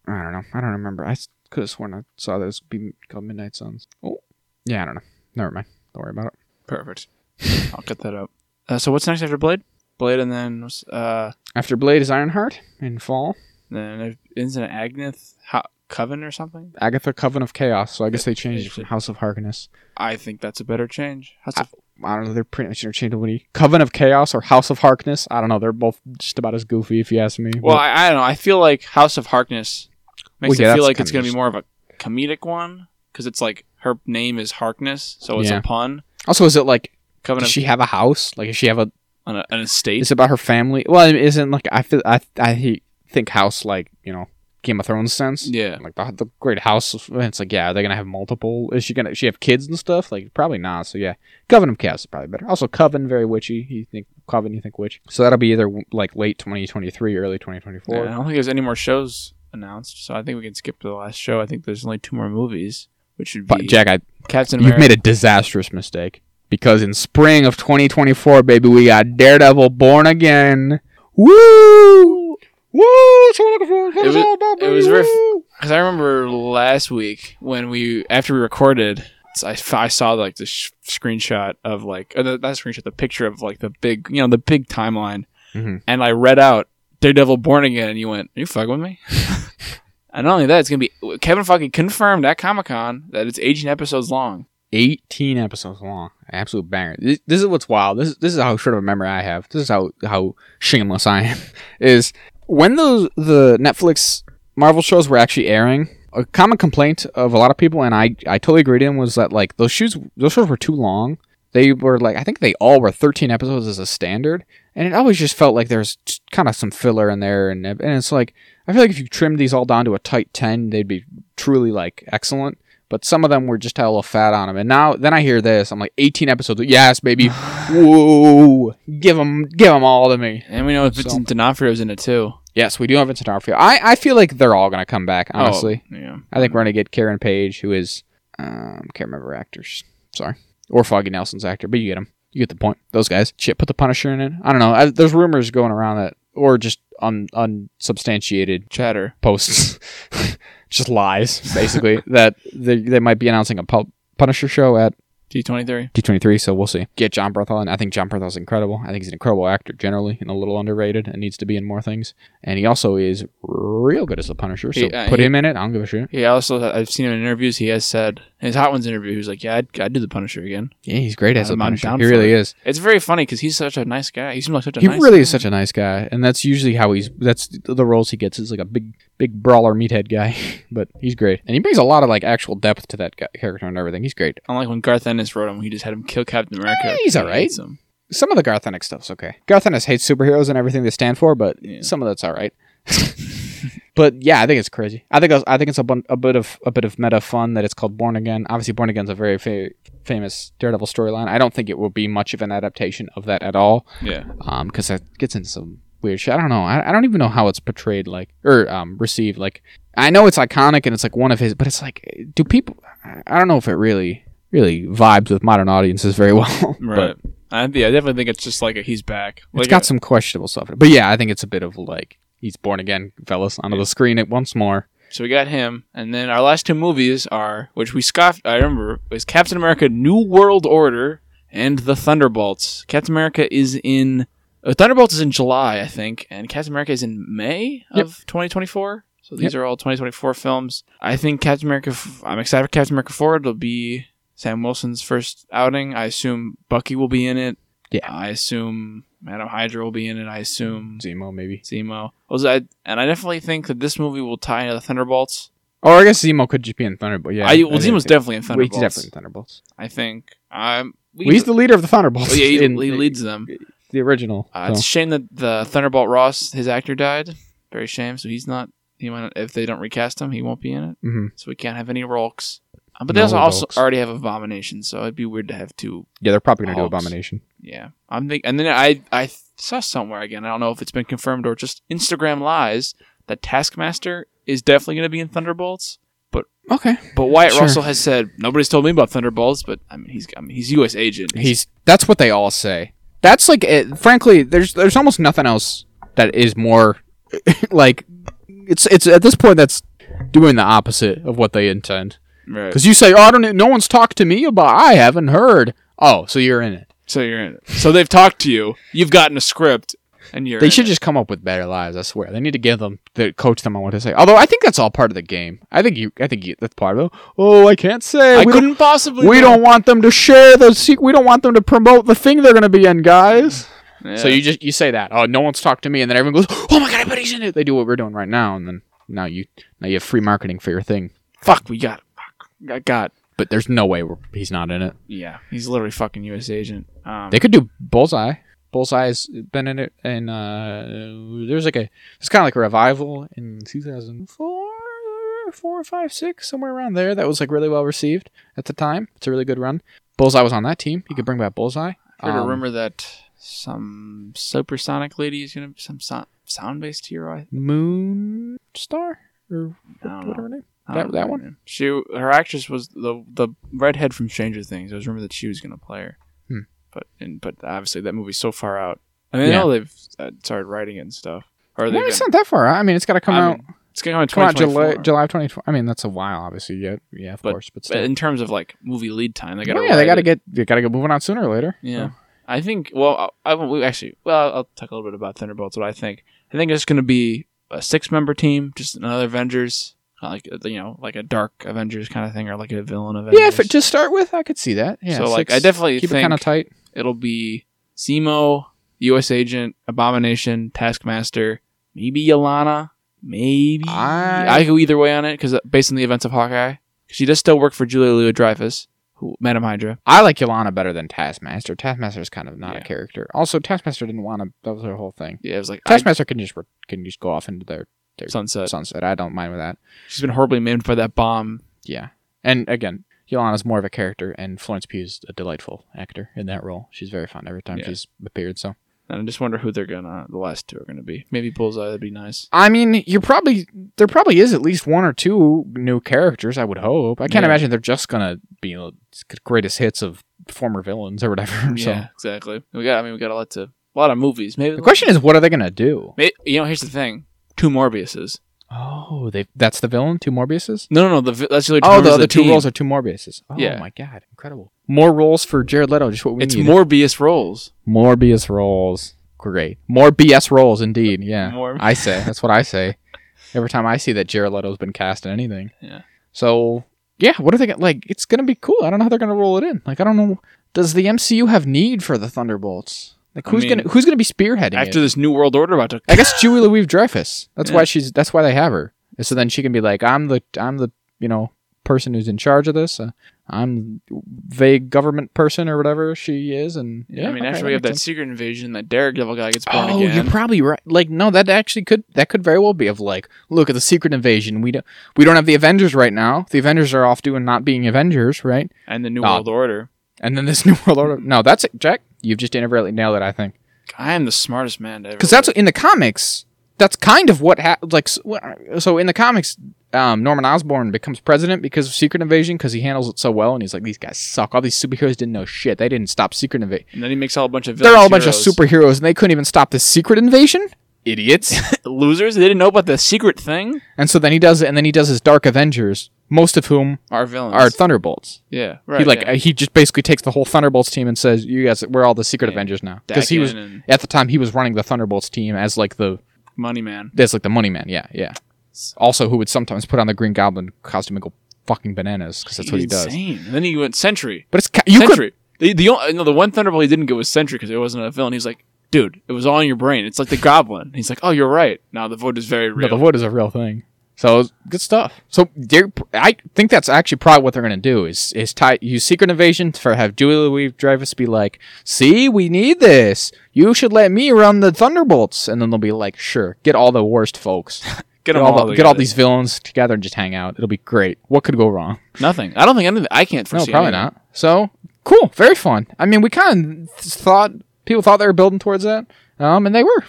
Speaker 2: I don't know. I don't remember. I could have sworn I saw this be called Midnight Suns. Oh, yeah, I don't know. Never mind. Don't worry about it.
Speaker 1: perfect. I'll cut that up. Uh, so what's next after Blade? Blade and then what's- uh
Speaker 2: After Blade is Ironheart in fall.
Speaker 1: then if- isn't it Agnith Ho- Coven or something?
Speaker 2: Agatha Coven of Chaos. So I guess they changed it from House of Harkness.
Speaker 1: I think that's a better change. House of,
Speaker 2: I don't know. They're pretty much interchangeable. Coven of Chaos or House of Harkness. I don't know. They're both just about as goofy if you ask me.
Speaker 1: well, I, I don't know. I feel like House of Harkness makes
Speaker 2: Well, yeah,
Speaker 1: it feel
Speaker 2: that's
Speaker 1: like it's
Speaker 2: kinda
Speaker 1: going to be more of a comedic one because it's like her name is Harkness, so it's
Speaker 2: Yeah.
Speaker 1: a pun.
Speaker 2: also, is it like
Speaker 1: Coven
Speaker 2: does
Speaker 1: of
Speaker 2: she have a house? Like, does she have a?
Speaker 1: on a, an estate.
Speaker 2: It's about her family. Well, it isn't like I feel. I I he- think house like you know Game of Thrones sense.
Speaker 1: yeah.
Speaker 2: like the, the great house of- it's like yeah they're gonna have multiple is she gonna she have kids and stuff like probably not so yeah coven of chaos is probably better also coven very witchy you think coven you think witch so that'll be either like late 2023 early
Speaker 1: Yeah,
Speaker 2: 2024
Speaker 1: I don't think there's any more shows announced, so I think we can skip to the last show. I think there's only two more movies, which should
Speaker 2: but
Speaker 1: be
Speaker 2: jack I,
Speaker 1: Captain
Speaker 2: you've
Speaker 1: America.
Speaker 2: made a disastrous mistake because in spring of 2024 baby we got daredevil born again woo woo that's what I'm looking for.
Speaker 1: It
Speaker 2: That's
Speaker 1: was-
Speaker 2: all about,
Speaker 1: it was
Speaker 2: baby.
Speaker 1: very-
Speaker 2: Woo!
Speaker 1: Because I remember last week when we after we recorded, I, f- I saw like the sh- screenshot of like or the, not screenshot, the picture of like the big you know the big timeline,
Speaker 2: Mhm.
Speaker 1: and I read out Daredevil Born Again, and you went, "Are you fucking with me?" and not only that, it's gonna be Kevin fucking confirmed at Comic Con that it's 18 episodes long.
Speaker 2: 18 episodes long. Absolute banger. This, this is what's wild. This this is how short of a memory I have. This is how how shameless I am. Is when those the Netflix Marvel shows were actually airing. A common complaint of a lot of people, and I I totally agreed in, was that like those shoes those shows were too long. They were like I think they all were 13 episodes as a standard, and it always just felt like there's kind of some filler in there, and and it's like I feel like if you trimmed these all down to a tight 10, they'd be truly like excellent but some of them were just hella fat on them. And now, then I hear this, I'm like, 18 episodes. Yes, baby. Whoa, give them, give them all to me.
Speaker 1: And we know Vincent D'Onofrio's in it too.
Speaker 2: Yes, we do have Vincent D'Onofrio. I, I feel like they're all gonna come back. Honestly,
Speaker 1: Oh, yeah.
Speaker 2: I think we're gonna get Karen Page, who is, um, can't remember actors. Sorry, or Foggy Nelson's actor, but you get him. You get the point. Those guys. Shit, put the Punisher in it. I don't know. I, there's rumors going around that, or just un, unsubstantiated
Speaker 1: Chatter.
Speaker 2: posts, just lies, basically, that they, they might be announcing a pu- Punisher show at
Speaker 1: D23.
Speaker 2: D23, so we'll see. Get John Berthal, and I think John Berthal's incredible. I think he's an incredible actor generally and a little underrated and needs to be in more things. And he also is real good as the Punisher, so
Speaker 1: He- uh,
Speaker 2: put
Speaker 1: he-
Speaker 2: him in it. I don't give a shit.
Speaker 1: Yeah, also, I've seen him in interviews. He has said, in his Hot Ones interview, he was like, Yeah, I'd, I'd do the Punisher again.
Speaker 2: Yeah, he's great as the
Speaker 1: I'm- I'm
Speaker 2: Punisher.
Speaker 1: down
Speaker 2: He
Speaker 1: for
Speaker 2: really
Speaker 1: it.
Speaker 2: is.
Speaker 1: It's very funny because he's such a nice guy. He seems like such a
Speaker 2: He
Speaker 1: nice
Speaker 2: really
Speaker 1: guy.
Speaker 2: is such a nice guy, and that's usually how he's. That's the roles he gets is like a big, big brawler meathead guy. but he's great, and he brings a lot of like actual depth to that guy, character and everything. He's great.
Speaker 1: Unlike when Garth Ennis wrote him, he just had him kill Captain America.
Speaker 2: Eh, he's
Speaker 1: He
Speaker 2: all right.
Speaker 1: hates him.
Speaker 2: Some of the Garth Ennis stuff's okay. Garth Ennis hates superheroes and everything they stand for, but
Speaker 1: Yeah.
Speaker 2: some of that's all right. but yeah, I think it's crazy. I think it's, I think it's a, bun- a bit of a bit of meta fun that it's called Born Again. Obviously, Born Again's a very fa- famous Daredevil storyline. I don't think it will be much of an adaptation of that at all.
Speaker 1: Yeah.
Speaker 2: um because that gets into some weird shit i don't know I, I don't even know how it's portrayed like or um received like i know it's iconic and it's like one of his but it's like do people i I don't know if it really really vibes with modern audiences very well
Speaker 1: Right. I, yeah, I definitely think it's just like a, he's back.
Speaker 2: but
Speaker 1: Like
Speaker 2: it's got
Speaker 1: a-
Speaker 2: some questionable stuff in it. but yeah i think it's a bit of like he's born again fellas onto the screen at once more
Speaker 1: So we got him, and then our last two movies are, which we scoffed. I remember is Captain America: New World Order and the Thunderbolts. Captain America is in uh, Thunderbolts is in July, I think, and Captain America is in May
Speaker 2: Yep.
Speaker 1: of 2024. So these are all 2024 films. I think Captain America. f- I'm excited for Captain America 4. It'll be Sam Wilson's first outing. I assume Bucky will be in it.
Speaker 2: Yeah.
Speaker 1: I assume Madam Hydra will be in it. I assume
Speaker 2: zemo maybe
Speaker 1: Zemo. Was I, and I definitely think that this movie will tie into the Thunderbolts.
Speaker 2: or i guess zemo could just be in thunderbolt yeah
Speaker 1: I, well, Zemo's
Speaker 2: think-
Speaker 1: definitely in
Speaker 2: Well, he's
Speaker 1: Thunderbolts.
Speaker 2: definitely in thunderbolts
Speaker 1: I think. Um, we,
Speaker 2: well, he's the leader of the thunderbolts
Speaker 1: oh, yeah, he,
Speaker 2: in-
Speaker 1: he leads them.
Speaker 2: the original
Speaker 1: Uh,
Speaker 2: so.
Speaker 1: It's a shame that the Thunderbolt Ross, his actor, died. Very shame. So he's not. He might not, if they don't recast him, he won't be in it.
Speaker 2: Mhm.
Speaker 1: So we can't have any Rolks. Uh, but they
Speaker 2: No
Speaker 1: also, also
Speaker 2: Rolks.
Speaker 1: already have Abomination, so it'd be weird to have two
Speaker 2: yeah they're probably gonna do
Speaker 1: Hulks.
Speaker 2: abomination
Speaker 1: Yeah, I'm think, and then I I saw somewhere again. I don't know if it's been confirmed or just Instagram lies that Taskmaster is definitely going to be in Thunderbolts.
Speaker 2: okay
Speaker 1: But Wyatt
Speaker 2: Sure.
Speaker 1: Russell has said nobody's told me about Thunderbolts, but I mean he's I mean, he's U.S. agent.
Speaker 2: He's that's what they all say. That's like it, frankly, there's there's almost nothing else that is more like it's it's at this point that's doing the opposite of what they intend.
Speaker 1: right.
Speaker 2: Because you say, oh, I don't, no one's talked to me about, I haven't heard. Oh, so you're in it.
Speaker 1: So you're in it. So they've talked to you. You've gotten a script, and you're.
Speaker 2: They
Speaker 1: in
Speaker 2: should
Speaker 1: it.
Speaker 2: just come up with better lives. I swear, they need to give them, the coach them on what to say. Although I think that's all part of the game. I think you, I think you, that's part of it. Oh, I can't say.
Speaker 1: I
Speaker 2: we don't,
Speaker 1: couldn't possibly.
Speaker 2: we
Speaker 1: know.
Speaker 2: don't want them to share the secret. We don't want them to promote the thing they're going to be in, guys.
Speaker 1: Yeah.
Speaker 2: So you just you say that. Oh, no one's talked to me, and then everyone goes, "Oh my god, I bet he's in it." They do what we're doing right now, and then now you now you have free marketing for your thing.
Speaker 1: fuck. We got. Fuck. I got.
Speaker 2: But there's no way we're, he's not in it.
Speaker 1: Yeah, he's literally fucking U.S. agent. Um,
Speaker 2: They could do Bullseye. Bullseye's been in it, and uh, there's like a it's kind of like a revival in 2004, four, five, six, somewhere around there. That was like really well received at the time. It's a really good run. Bullseye was on that team. You could bring back Bullseye.
Speaker 1: I heard
Speaker 2: Um,
Speaker 1: a rumor that some supersonic lady is gonna be some so- sound based hero. I,
Speaker 2: Moon Star or
Speaker 1: I don't know.
Speaker 2: whatever her name.
Speaker 1: I
Speaker 2: That-
Speaker 1: don't
Speaker 2: that
Speaker 1: know her
Speaker 2: one?
Speaker 1: name. Um, She her actress was the the redhead from Stranger Things. I was rumored that she was gonna play her,
Speaker 2: Hmm.
Speaker 1: but and but obviously that movie's so far out. I mean, I
Speaker 2: Yeah.
Speaker 1: know they've uh, started writing it and stuff. Or
Speaker 2: Well,
Speaker 1: they've
Speaker 2: it's
Speaker 1: been-
Speaker 2: not that far. out. I mean, it's got to come
Speaker 1: I
Speaker 2: out.
Speaker 1: mean, it's gonna come out in
Speaker 2: Come out
Speaker 1: 2024.
Speaker 2: July, July of 2020. I mean, that's a while, obviously. Yeah, yeah, of
Speaker 1: But-
Speaker 2: course, but
Speaker 1: But
Speaker 2: still.
Speaker 1: in terms of like movie lead time, they gotta
Speaker 2: Oh, yeah, they
Speaker 1: write
Speaker 2: got to
Speaker 1: it.
Speaker 2: get they got to get moving on sooner or later.
Speaker 1: Yeah. I think. Well, I, I won't- we actually. Well, I'll talk a little bit about Thunderbolts. What I think. I think it's going to be a six-member team, just another Avengers, uh, like uh, you know, like a dark Avengers kind of thing, or like a villain Avengers.
Speaker 2: yeah. If it, to start with, I could see that. Yeah,
Speaker 1: so like,
Speaker 2: six.
Speaker 1: I definitely
Speaker 2: keep it
Speaker 1: think
Speaker 2: kind of tight.
Speaker 1: it'll be Zemo, U.S. Agent, Abomination, Taskmaster, maybe Yelana, maybe
Speaker 2: I-
Speaker 1: I go either way on it because based on the events of Hawkeye, she does still work for Julia Louis Dreyfus, who Madam Hydra.
Speaker 2: I like Yolana better than Taskmaster. Taskmaster's kind of not a
Speaker 1: Yeah.
Speaker 2: character. Also, Taskmaster didn't want to. That was her whole thing.
Speaker 1: Yeah, it was like I-
Speaker 2: Taskmaster can just re- can just go off into their
Speaker 1: sunset.
Speaker 2: sunset. I don't mind with that.
Speaker 1: She's been horribly maimed by that bomb
Speaker 2: Yeah, and again, Yolana's more of a character, and Florence Pugh's a delightful actor in that role. She's very fun every time
Speaker 1: Yeah.
Speaker 2: she's appeared. So
Speaker 1: And I just wonder who they're gonna the last two are gonna be. Maybe Bullseye would be nice.
Speaker 2: I mean, you're probably there. Probably is at least one or two new characters. I would hope. I can't
Speaker 1: Yeah.
Speaker 2: imagine they're just gonna be you know, greatest hits of former villains or whatever.
Speaker 1: Yeah,
Speaker 2: So
Speaker 1: exactly. We got I mean we got a lot to a lot of movies. Maybe
Speaker 2: the question is, what are they gonna do?
Speaker 1: may, you know, here's the thing. Two Morbiuses.
Speaker 2: Oh, they that's the villain. Two Morbiuses.
Speaker 1: No, no, no. The vi- that's really
Speaker 2: Oh, the
Speaker 1: of
Speaker 2: other
Speaker 1: the
Speaker 2: two
Speaker 1: team.
Speaker 2: roles are two Morbiuses. Oh
Speaker 1: Yeah.
Speaker 2: my god, incredible! More roles for Jared Leto. Just what we
Speaker 1: It's
Speaker 2: need.
Speaker 1: Morbius roles.
Speaker 2: Morbius roles. Great. More BS roles, indeed. Yeah.
Speaker 1: More-
Speaker 2: I say. That's what I say. Every time I see that Jared Leto's been cast in anything.
Speaker 1: Yeah.
Speaker 2: So, yeah, what are they going to, like? It's going to be cool. I don't know how they're going to roll it in. Like, I don't know. Does the MCU have need for the Thunderbolts? Like,
Speaker 1: I
Speaker 2: who's
Speaker 1: mean,
Speaker 2: going to, who's going to be spearheading
Speaker 1: After
Speaker 2: it?
Speaker 1: this New World Order about to.
Speaker 2: I guess Julie Louis Dreyfus. That's
Speaker 1: Yeah.
Speaker 2: why she's, that's why they have her. And so then she can be like, I'm the, I'm the, you know, person who's in charge of this. Uh, I'm vague government person or whatever she is. And yeah,
Speaker 1: I mean,
Speaker 2: okay,
Speaker 1: after we have
Speaker 2: makes
Speaker 1: that
Speaker 2: sense.
Speaker 1: secret invasion, that Daredevil guy gets born
Speaker 2: Oh,
Speaker 1: again.
Speaker 2: you're probably right. Like, no, that actually could that could very well be of like, look at the secret invasion. We don't we don't have the Avengers right now. The Avengers are off doing not being Avengers, right?
Speaker 1: and the New
Speaker 2: Oh.
Speaker 1: World Order.
Speaker 2: And then this new world order. No, that's it, Jack. You've just inadvertently nailed it. I think
Speaker 1: I am the smartest man to ever.
Speaker 2: because that's in the comics. That's kind of what happened. Like, s- what- so in the comics, um, Norman Osborn becomes president because of Secret Invasion because he handles it so well, and he's like, these guys suck. All these superheroes didn't know shit. They didn't stop Secret Invasion.
Speaker 1: And then he makes all a bunch of.
Speaker 2: They're all a
Speaker 1: villains
Speaker 2: bunch of
Speaker 1: heroes.
Speaker 2: superheroes, and they couldn't even stop the Secret Invasion. Idiots.
Speaker 1: losers. They didn't know about the secret thing.
Speaker 2: And so then he does, and then he does his Dark Avengers, most of whom
Speaker 1: Our villains.
Speaker 2: are Thunderbolts.
Speaker 1: yeah, right.
Speaker 2: he like
Speaker 1: yeah.
Speaker 2: uh, he just basically takes the whole Thunderbolts team and says, "You guys, we're all the Secret Avengers now." Because he
Speaker 1: Dakin
Speaker 2: was
Speaker 1: and
Speaker 2: at the time he was running the Thunderbolts team as like the
Speaker 1: Money Man.
Speaker 2: as like the money man. Yeah, yeah. Also, who would sometimes put on the Green Goblin costume and go fucking bananas because that's what he does.
Speaker 1: Insane. And then he went Sentry.
Speaker 2: But it's ca- you could
Speaker 1: Sentry. The the only, no, the one Thunderbolt he didn't get was Sentry because it wasn't a villain. He's like, dude, it was all in your brain. It's like the Goblin. He's like, oh, you're right. Now the vote is very
Speaker 2: No,
Speaker 1: real.
Speaker 2: the wood is a real thing. So it's good stuff. So they're- I think that's actually probably what they're gonna do is is tie use secret invasion for have Julie Louis Dreyfus be like, see, we need this. You should let me run the Thunderbolts, and then they'll be like, sure, get all the worst folks,
Speaker 1: get,
Speaker 2: get
Speaker 1: them
Speaker 2: all,
Speaker 1: all
Speaker 2: the, get all
Speaker 1: together.
Speaker 2: these villains together and just hang out. It'll be great. What could go wrong?
Speaker 1: Nothing. I don't think anything. I can't
Speaker 2: No,
Speaker 1: foresee.
Speaker 2: probably
Speaker 1: anything.
Speaker 2: not. So cool, very fun. I mean, we kind of thought people thought they were building towards that, um, and they were.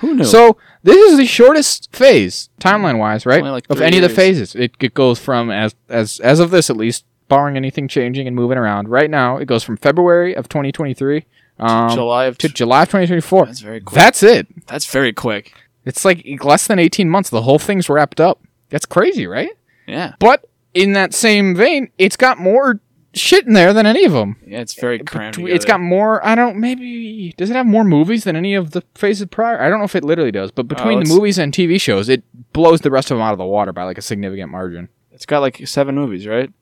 Speaker 1: Who knew?
Speaker 2: So this is the shortest phase timeline wise, right?
Speaker 1: Only like
Speaker 2: of
Speaker 1: three
Speaker 2: any of the
Speaker 1: years.
Speaker 2: phases, it, it goes from as as as of this at least, barring anything changing and moving around. Right now, it goes from February of 2023 um,
Speaker 1: July of
Speaker 2: to July of 2024.
Speaker 1: That's very quick.
Speaker 2: That's it.
Speaker 1: That's very quick.
Speaker 2: It's like less than 18 months. The whole thing's wrapped up. That's crazy, right?
Speaker 1: Yeah.
Speaker 2: But in that same vein, it's got more shit in there than any of them.
Speaker 1: Yeah. It's very cramped.
Speaker 2: It's got more. I don't. Maybe does it have more movies than any of the phases prior? I don't know if it literally does, but between the
Speaker 1: it's-
Speaker 2: movies and TV shows, it blows the rest of them out of the water by like a significant margin.
Speaker 1: It's got like seven movies, right?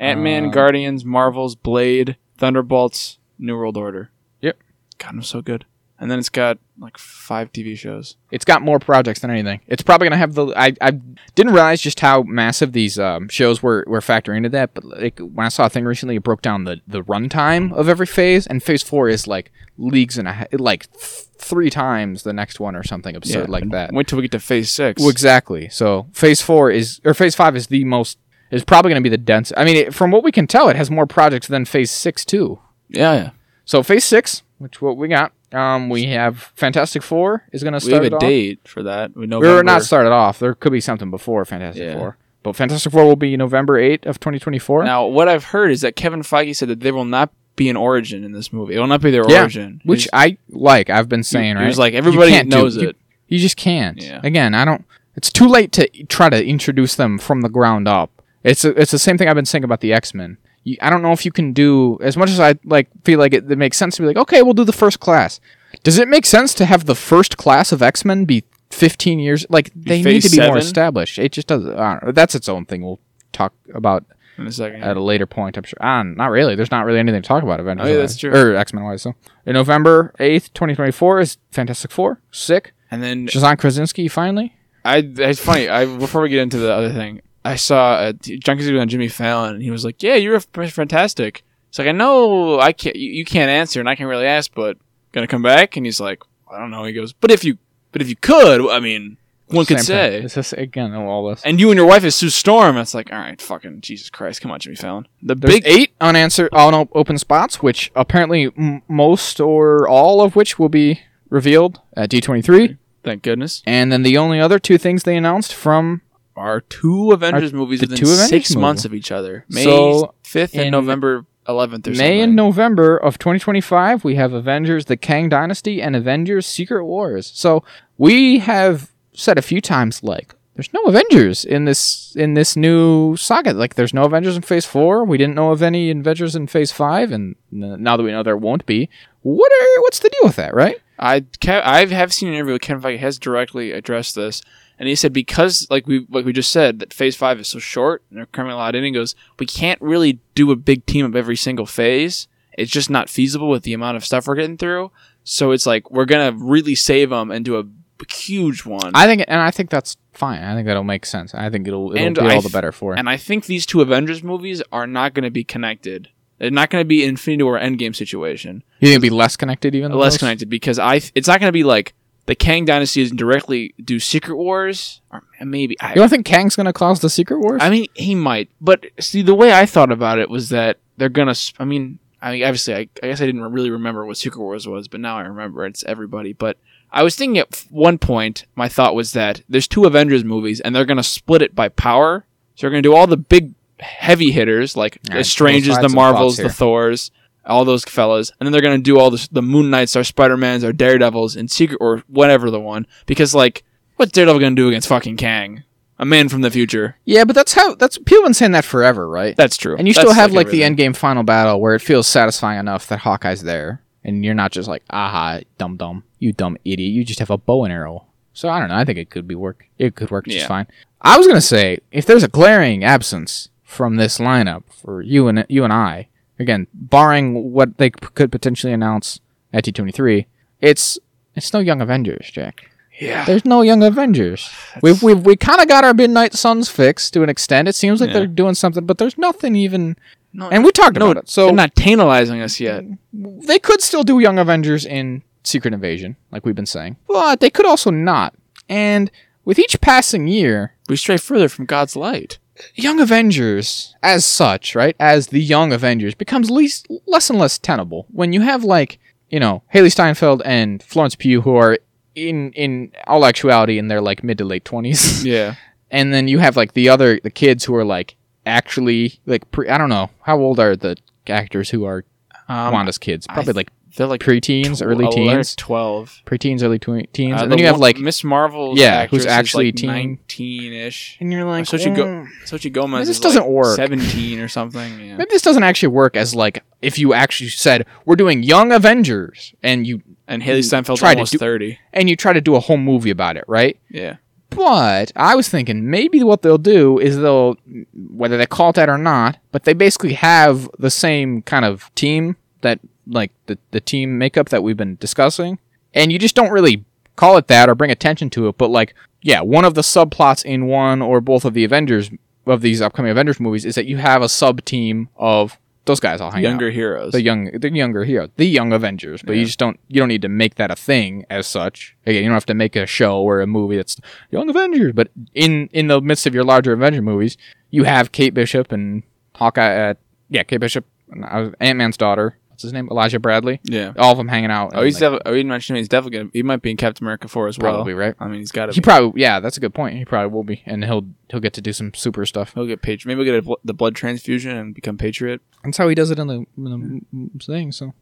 Speaker 1: Ant Man,
Speaker 2: Uh,
Speaker 1: Guardians, Marvels, Blade, Thunderbolts, New World Order.
Speaker 2: Yep.
Speaker 1: God, I'm so good. And then it's got like five TV shows.
Speaker 2: It's got more projects than anything. It's probably gonna have the. I, I didn't realize just how massive these um, shows were were factoring into that. But like when I saw a thing recently, it broke down the the runtime of every phase, and phase four is like leagues and a, ha- like th- three times the next one or something absurd like that.
Speaker 1: Wait till we get to Phase Six.
Speaker 2: Well, exactly. So phase four is or phase five is the most is probably going to be the dense. I mean, it, from what we can tell, it has more projects than phase six too.
Speaker 1: yeah, yeah.
Speaker 2: So phase six, which what we got, um, we have Fantastic Four is going to
Speaker 1: We have
Speaker 2: start.
Speaker 1: a
Speaker 2: it off.
Speaker 1: date for that. We know.
Speaker 2: We're not started off. There could be something before Fantastic
Speaker 1: Yeah.
Speaker 2: Four, but Fantastic Four will be November eighth of twenty twenty four.
Speaker 1: Now, what I've heard is that Kevin Feige said that there will not be an origin in this movie. It will not be their
Speaker 2: Yeah,
Speaker 1: origin.
Speaker 2: Which I like. I've been saying
Speaker 1: he
Speaker 2: right.
Speaker 1: was like,
Speaker 2: You
Speaker 1: everybody
Speaker 2: can't do-
Speaker 1: knows
Speaker 2: you-
Speaker 1: it.
Speaker 2: You just can't.
Speaker 1: Yeah.
Speaker 2: Again, I don't. It's too late to try to introduce them from the ground up. It's it's the same thing I've been saying about the X Men. I don't know if you can do as much as I like. Feel like it, it makes sense to be like, okay, we'll do the first class. Does it make sense to have the first class of X Men be fifteen years? Like they need
Speaker 1: phase
Speaker 2: to be more
Speaker 1: seven?
Speaker 2: established. It just doesn't. I don't know. That's its own thing. We'll talk about
Speaker 1: in a second.
Speaker 2: at a later point. I'm sure. Ah, not really. There's not really anything to talk about. Avengers.
Speaker 1: Oh, yeah,
Speaker 2: wise-
Speaker 1: that's true.
Speaker 2: Or X Men wise. So in November eighth, twenty twenty four is Fantastic Four. Sick.
Speaker 1: and then
Speaker 2: Shazan Krasinski finally.
Speaker 1: I it's funny. I before we get into the other thing, I saw uh, a John Krasinski was on Jimmy Fallon, and he was like, "Yeah, you're f- fantastic." It's like I know I can't, you, you can't answer, and I can't really ask, but gonna come back. And he's like, "I don't know." He goes, "But if you, but if you could, I mean, one could
Speaker 2: Same
Speaker 1: say."
Speaker 2: thing. It's just, again all this.
Speaker 1: And you and your wife is Sue Storm. It's like, all right, fucking Jesus Christ, come on, Jimmy Fallon. The
Speaker 2: There's
Speaker 1: big
Speaker 2: eight unanswered on open spots, which apparently m- most or all of which will be revealed at
Speaker 1: Mm-hmm.
Speaker 2: D23.
Speaker 1: thank goodness
Speaker 2: And then the only other two things they announced from
Speaker 1: are two Avengers movies
Speaker 2: the
Speaker 1: within
Speaker 2: two Avengers
Speaker 1: six
Speaker 2: movie.
Speaker 1: months of each other. May
Speaker 2: So,
Speaker 1: fifth and
Speaker 2: in
Speaker 1: November eleventh or
Speaker 2: May
Speaker 1: something.
Speaker 2: and November of 2025, we have Avengers: The Kang Dynasty and Avengers: Secret Wars. So we have said a few times, like, there's there's no Avengers in this in this new saga. Like there's no Avengers in Phase Four. We didn't know of any Avengers in Phase Five, and n- now that we know there won't be, what are what's the deal with that, right?
Speaker 1: I Kev, I have seen an interview with Kevin Feige has directly addressed this, and he said because like we like we just said that Phase Five is so short and they're cramming a lot in, and goes we can't really do a big team of every single phase. It's just not feasible with the amount of stuff we're getting through. So it's like we're gonna really save them and do a b- huge one.
Speaker 2: I think, and I think that's fine. I think that'll make sense. I think it'll it'll
Speaker 1: And
Speaker 2: be
Speaker 1: I
Speaker 2: all the
Speaker 1: th-
Speaker 2: better for.
Speaker 1: and I think these two Avengers movies are not gonna be connected. They're not gonna be Infinity War Endgame situation.
Speaker 2: you think it'll be less connected even? than
Speaker 1: less
Speaker 2: those?
Speaker 1: connected because I it's not going to be like the Kang dynasty is directly do Secret Wars or maybe
Speaker 2: You
Speaker 1: I,
Speaker 2: don't think Kang's gonna cause the Secret Wars?
Speaker 1: I mean he might but see the way I thought about it was that they're gonna sp- I mean I mean, obviously I, I guess I didn't really remember what Secret Wars was but now I remember it's everybody but I was thinking at f- one point my thought was that there's two Avengers movies and they're gonna split it by power so they're gonna do all the big heavy hitters like
Speaker 2: All right,
Speaker 1: as strange
Speaker 2: both
Speaker 1: as the
Speaker 2: sides of the box
Speaker 1: Marvels
Speaker 2: here.
Speaker 1: the Thors all those fellas, and then they're gonna do all this, the Moon Knights, our Spider Mans, our Daredevils, and Secret or whatever the one. Because like, what's Daredevil gonna do against fucking Kang, a man from the future?
Speaker 2: yeah, but that's how that's people have been saying that forever, right?
Speaker 1: That's true.
Speaker 2: And you
Speaker 1: That's,
Speaker 2: still have like, the
Speaker 1: everything.
Speaker 2: end game final battle where it feels satisfying enough that Hawkeye's there, and you're not just like, aha, dumb dumb, you dumb idiot. You just have a bow and arrow. So I don't know. I think it could be work. It could work just
Speaker 1: Yeah.
Speaker 2: fine. I was gonna say if there's a glaring absence from this lineup for you and you and I, again, barring what they p- could potentially announce at T23, it's it's no Young Avengers, Jack.
Speaker 1: Yeah,
Speaker 2: There's no Young Avengers. We've, we've we kind of got our Midnight Suns fixed to an extent. It seems like
Speaker 1: Yeah.
Speaker 2: they're doing something, but there's nothing even.
Speaker 1: No,
Speaker 2: and we talked
Speaker 1: no,
Speaker 2: about it, so
Speaker 1: they're not tantalizing us yet.
Speaker 2: they could still do Young Avengers in Secret Invasion, like we've been saying, but they could also not. And with each passing year,
Speaker 1: We stray further from God's light.
Speaker 2: Young Avengers, as such, right, as the Young Avengers, becomes least less and less tenable when you have like you know Haley Steinfeld and Florence Pugh, who are in in all actuality in their like mid to late twenties.
Speaker 1: Yeah,
Speaker 2: and then you have like the other the kids who are like actually like pre I don't know how old are the actors who are
Speaker 1: um,
Speaker 2: Wanda's kids
Speaker 1: I
Speaker 2: probably
Speaker 1: th-
Speaker 2: like
Speaker 1: they're like
Speaker 2: preteens
Speaker 1: tw-
Speaker 2: early
Speaker 1: oh, they're
Speaker 2: teens
Speaker 1: twelve.
Speaker 2: preteens early twe- teens
Speaker 1: Uh,
Speaker 2: and then
Speaker 1: the
Speaker 2: you have
Speaker 1: one-
Speaker 2: like
Speaker 1: Miss Marvel,
Speaker 2: Yeah, who's actually
Speaker 1: like
Speaker 2: teen.
Speaker 1: nineteen-ish.
Speaker 2: and you're like
Speaker 1: so she go-
Speaker 2: "Mm."
Speaker 1: Sochi Gomez.
Speaker 2: This
Speaker 1: is,
Speaker 2: doesn't
Speaker 1: like,
Speaker 2: work.
Speaker 1: Seventeen or something. Yeah.
Speaker 2: maybe this doesn't actually work as like if you actually said we're doing young Avengers and you
Speaker 1: And Haley Steinfeld's
Speaker 2: Tried to
Speaker 1: almost
Speaker 2: do-
Speaker 1: thirty.
Speaker 2: and you try to do a whole movie about it right
Speaker 1: Yeah.
Speaker 2: But I was thinking maybe what they'll do is they'll, whether they call it that or not, but they basically have the same kind of team that, like the, the team makeup that we've been discussing. And you just don't really call it that or bring attention to it. But like, yeah, one of the subplots in one or both of the Avengers, of these upcoming Avengers movies is that you have a sub team of those guys all hanging out
Speaker 1: younger heroes.
Speaker 2: the young the younger hero the young avengers but you
Speaker 1: Yeah.
Speaker 2: just don't you don't need to make that a thing as such again you don't have to make a show or a movie that's young avengers but in in the midst of your larger avenger movies you have kate bishop and hawkeye uh, yeah kate bishop and uh, ant-man's daughter what's his name elijah bradley
Speaker 1: yeah.
Speaker 2: all of them hanging out
Speaker 1: Oh,
Speaker 2: and,
Speaker 1: he's
Speaker 2: like,
Speaker 1: definitely. oh, we didn't mention him. He's definitely gonna. He might be in Captain America four as well.
Speaker 2: probably right
Speaker 1: I mean, he's got to.
Speaker 2: he probably yeah that's a good point he probably will be and he'll he'll get to do some super stuff
Speaker 1: He'll get patriot. Maybe we'll get a, bl- the blood transfusion and become patriot.
Speaker 2: that's how he does it in the, in the thing so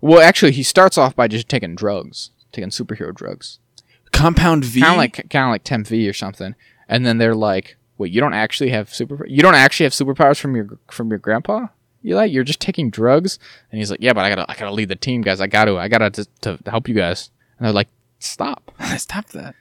Speaker 2: well actually he starts off by just taking drugs taking superhero drugs
Speaker 1: Compound V.
Speaker 2: kind of like kind of like temp V or something. And then they're like, "Wait, you don't actually have super you don't actually have superpowers from your from your grandpa? You like you're just taking drugs?" And he's like, "Yeah, but I gotta I gotta lead the team, guys. I gotta I gotta to, to help you guys." And they're like, "Stop."
Speaker 1: stop that.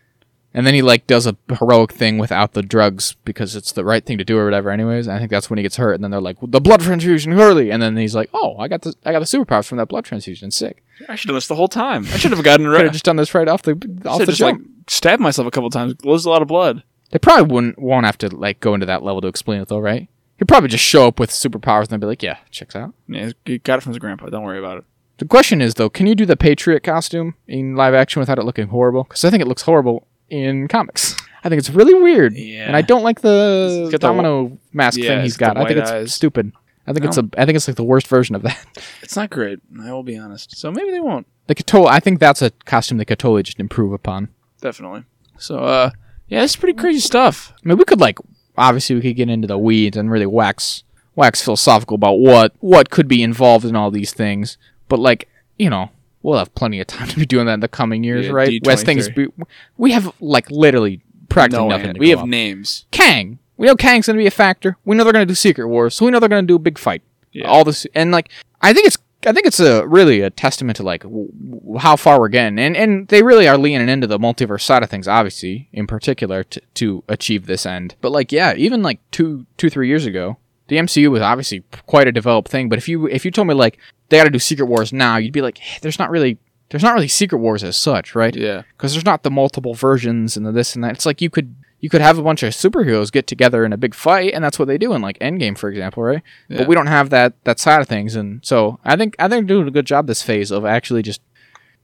Speaker 2: And then he like does a heroic thing without the drugs because it's the right thing to do or whatever. Anyways, I think that's when he gets hurt. And then they're like, "The blood transfusion early." And then he's like, "Oh, I got the I got the superpowers from that blood transfusion. Sick.
Speaker 1: I should have this the whole time. I should have gotten
Speaker 2: Could
Speaker 1: right.
Speaker 2: have just done this right off the off
Speaker 1: Should
Speaker 2: the
Speaker 1: just
Speaker 2: jump."
Speaker 1: like stabbed myself a couple times. Lose a lot of blood.
Speaker 2: They probably wouldn't won't have to like go into that level to explain it though, right? He'd probably just show up with superpowers and they'd be like, "Yeah, checks out."
Speaker 1: Yeah, he got it from his grandpa. Don't worry about it.
Speaker 2: The question is though, can you do the Patriot costume in live action without it looking horrible? Because I think it looks horrible in comics. I think it's really weird,
Speaker 1: Yeah.
Speaker 2: and I don't like the
Speaker 1: He's got the
Speaker 2: domino mask
Speaker 1: Yeah,
Speaker 2: thing
Speaker 1: he's
Speaker 2: he's
Speaker 1: got the
Speaker 2: got. I think
Speaker 1: white
Speaker 2: it's
Speaker 1: eyes.
Speaker 2: stupid. I think
Speaker 1: No.
Speaker 2: it's a. I think it's like the worst version of that.
Speaker 1: It's not great. I will be honest. So maybe they won't.
Speaker 2: They could totally. I think that's a costume they could totally just improve upon.
Speaker 1: Definitely. So uh, yeah, it's pretty crazy stuff.
Speaker 2: I mean, we could like obviously we could get into the weeds and really wax wax philosophical about what what could be involved in all these things, but like you know we'll have plenty of time to be doing that in the coming years,
Speaker 1: Yeah,
Speaker 2: right?
Speaker 1: D23.
Speaker 2: As things be, we have like literally practically
Speaker 1: no,
Speaker 2: nothing.
Speaker 1: Ant.
Speaker 2: to
Speaker 1: we
Speaker 2: go
Speaker 1: have
Speaker 2: off.
Speaker 1: names.
Speaker 2: Kang. We know Kang's gonna be a factor. We know they're gonna do Secret Wars, so we know they're gonna do a big fight.
Speaker 1: Yeah.
Speaker 2: All this, and like, I think it's, I think it's a really a testament to like w- w- how far we're getting, and and they really are leaning into the multiverse side of things, obviously, in particular to to achieve this end. But like, yeah, even like two two three years ago, the MCU was obviously quite a developed thing. But if you if you told me like they got to do Secret Wars now, you'd be like, "Eh, there's not really there's not really Secret Wars as such, right?
Speaker 1: Yeah.
Speaker 2: because there's not the multiple versions and the this and that. It's like you could you could have a bunch of superheroes get together in a big fight, and that's what they do in like Endgame, for example, right?
Speaker 1: Yeah.
Speaker 2: But we don't have that that side of things, and so I think I think they're doing a good job this phase of actually just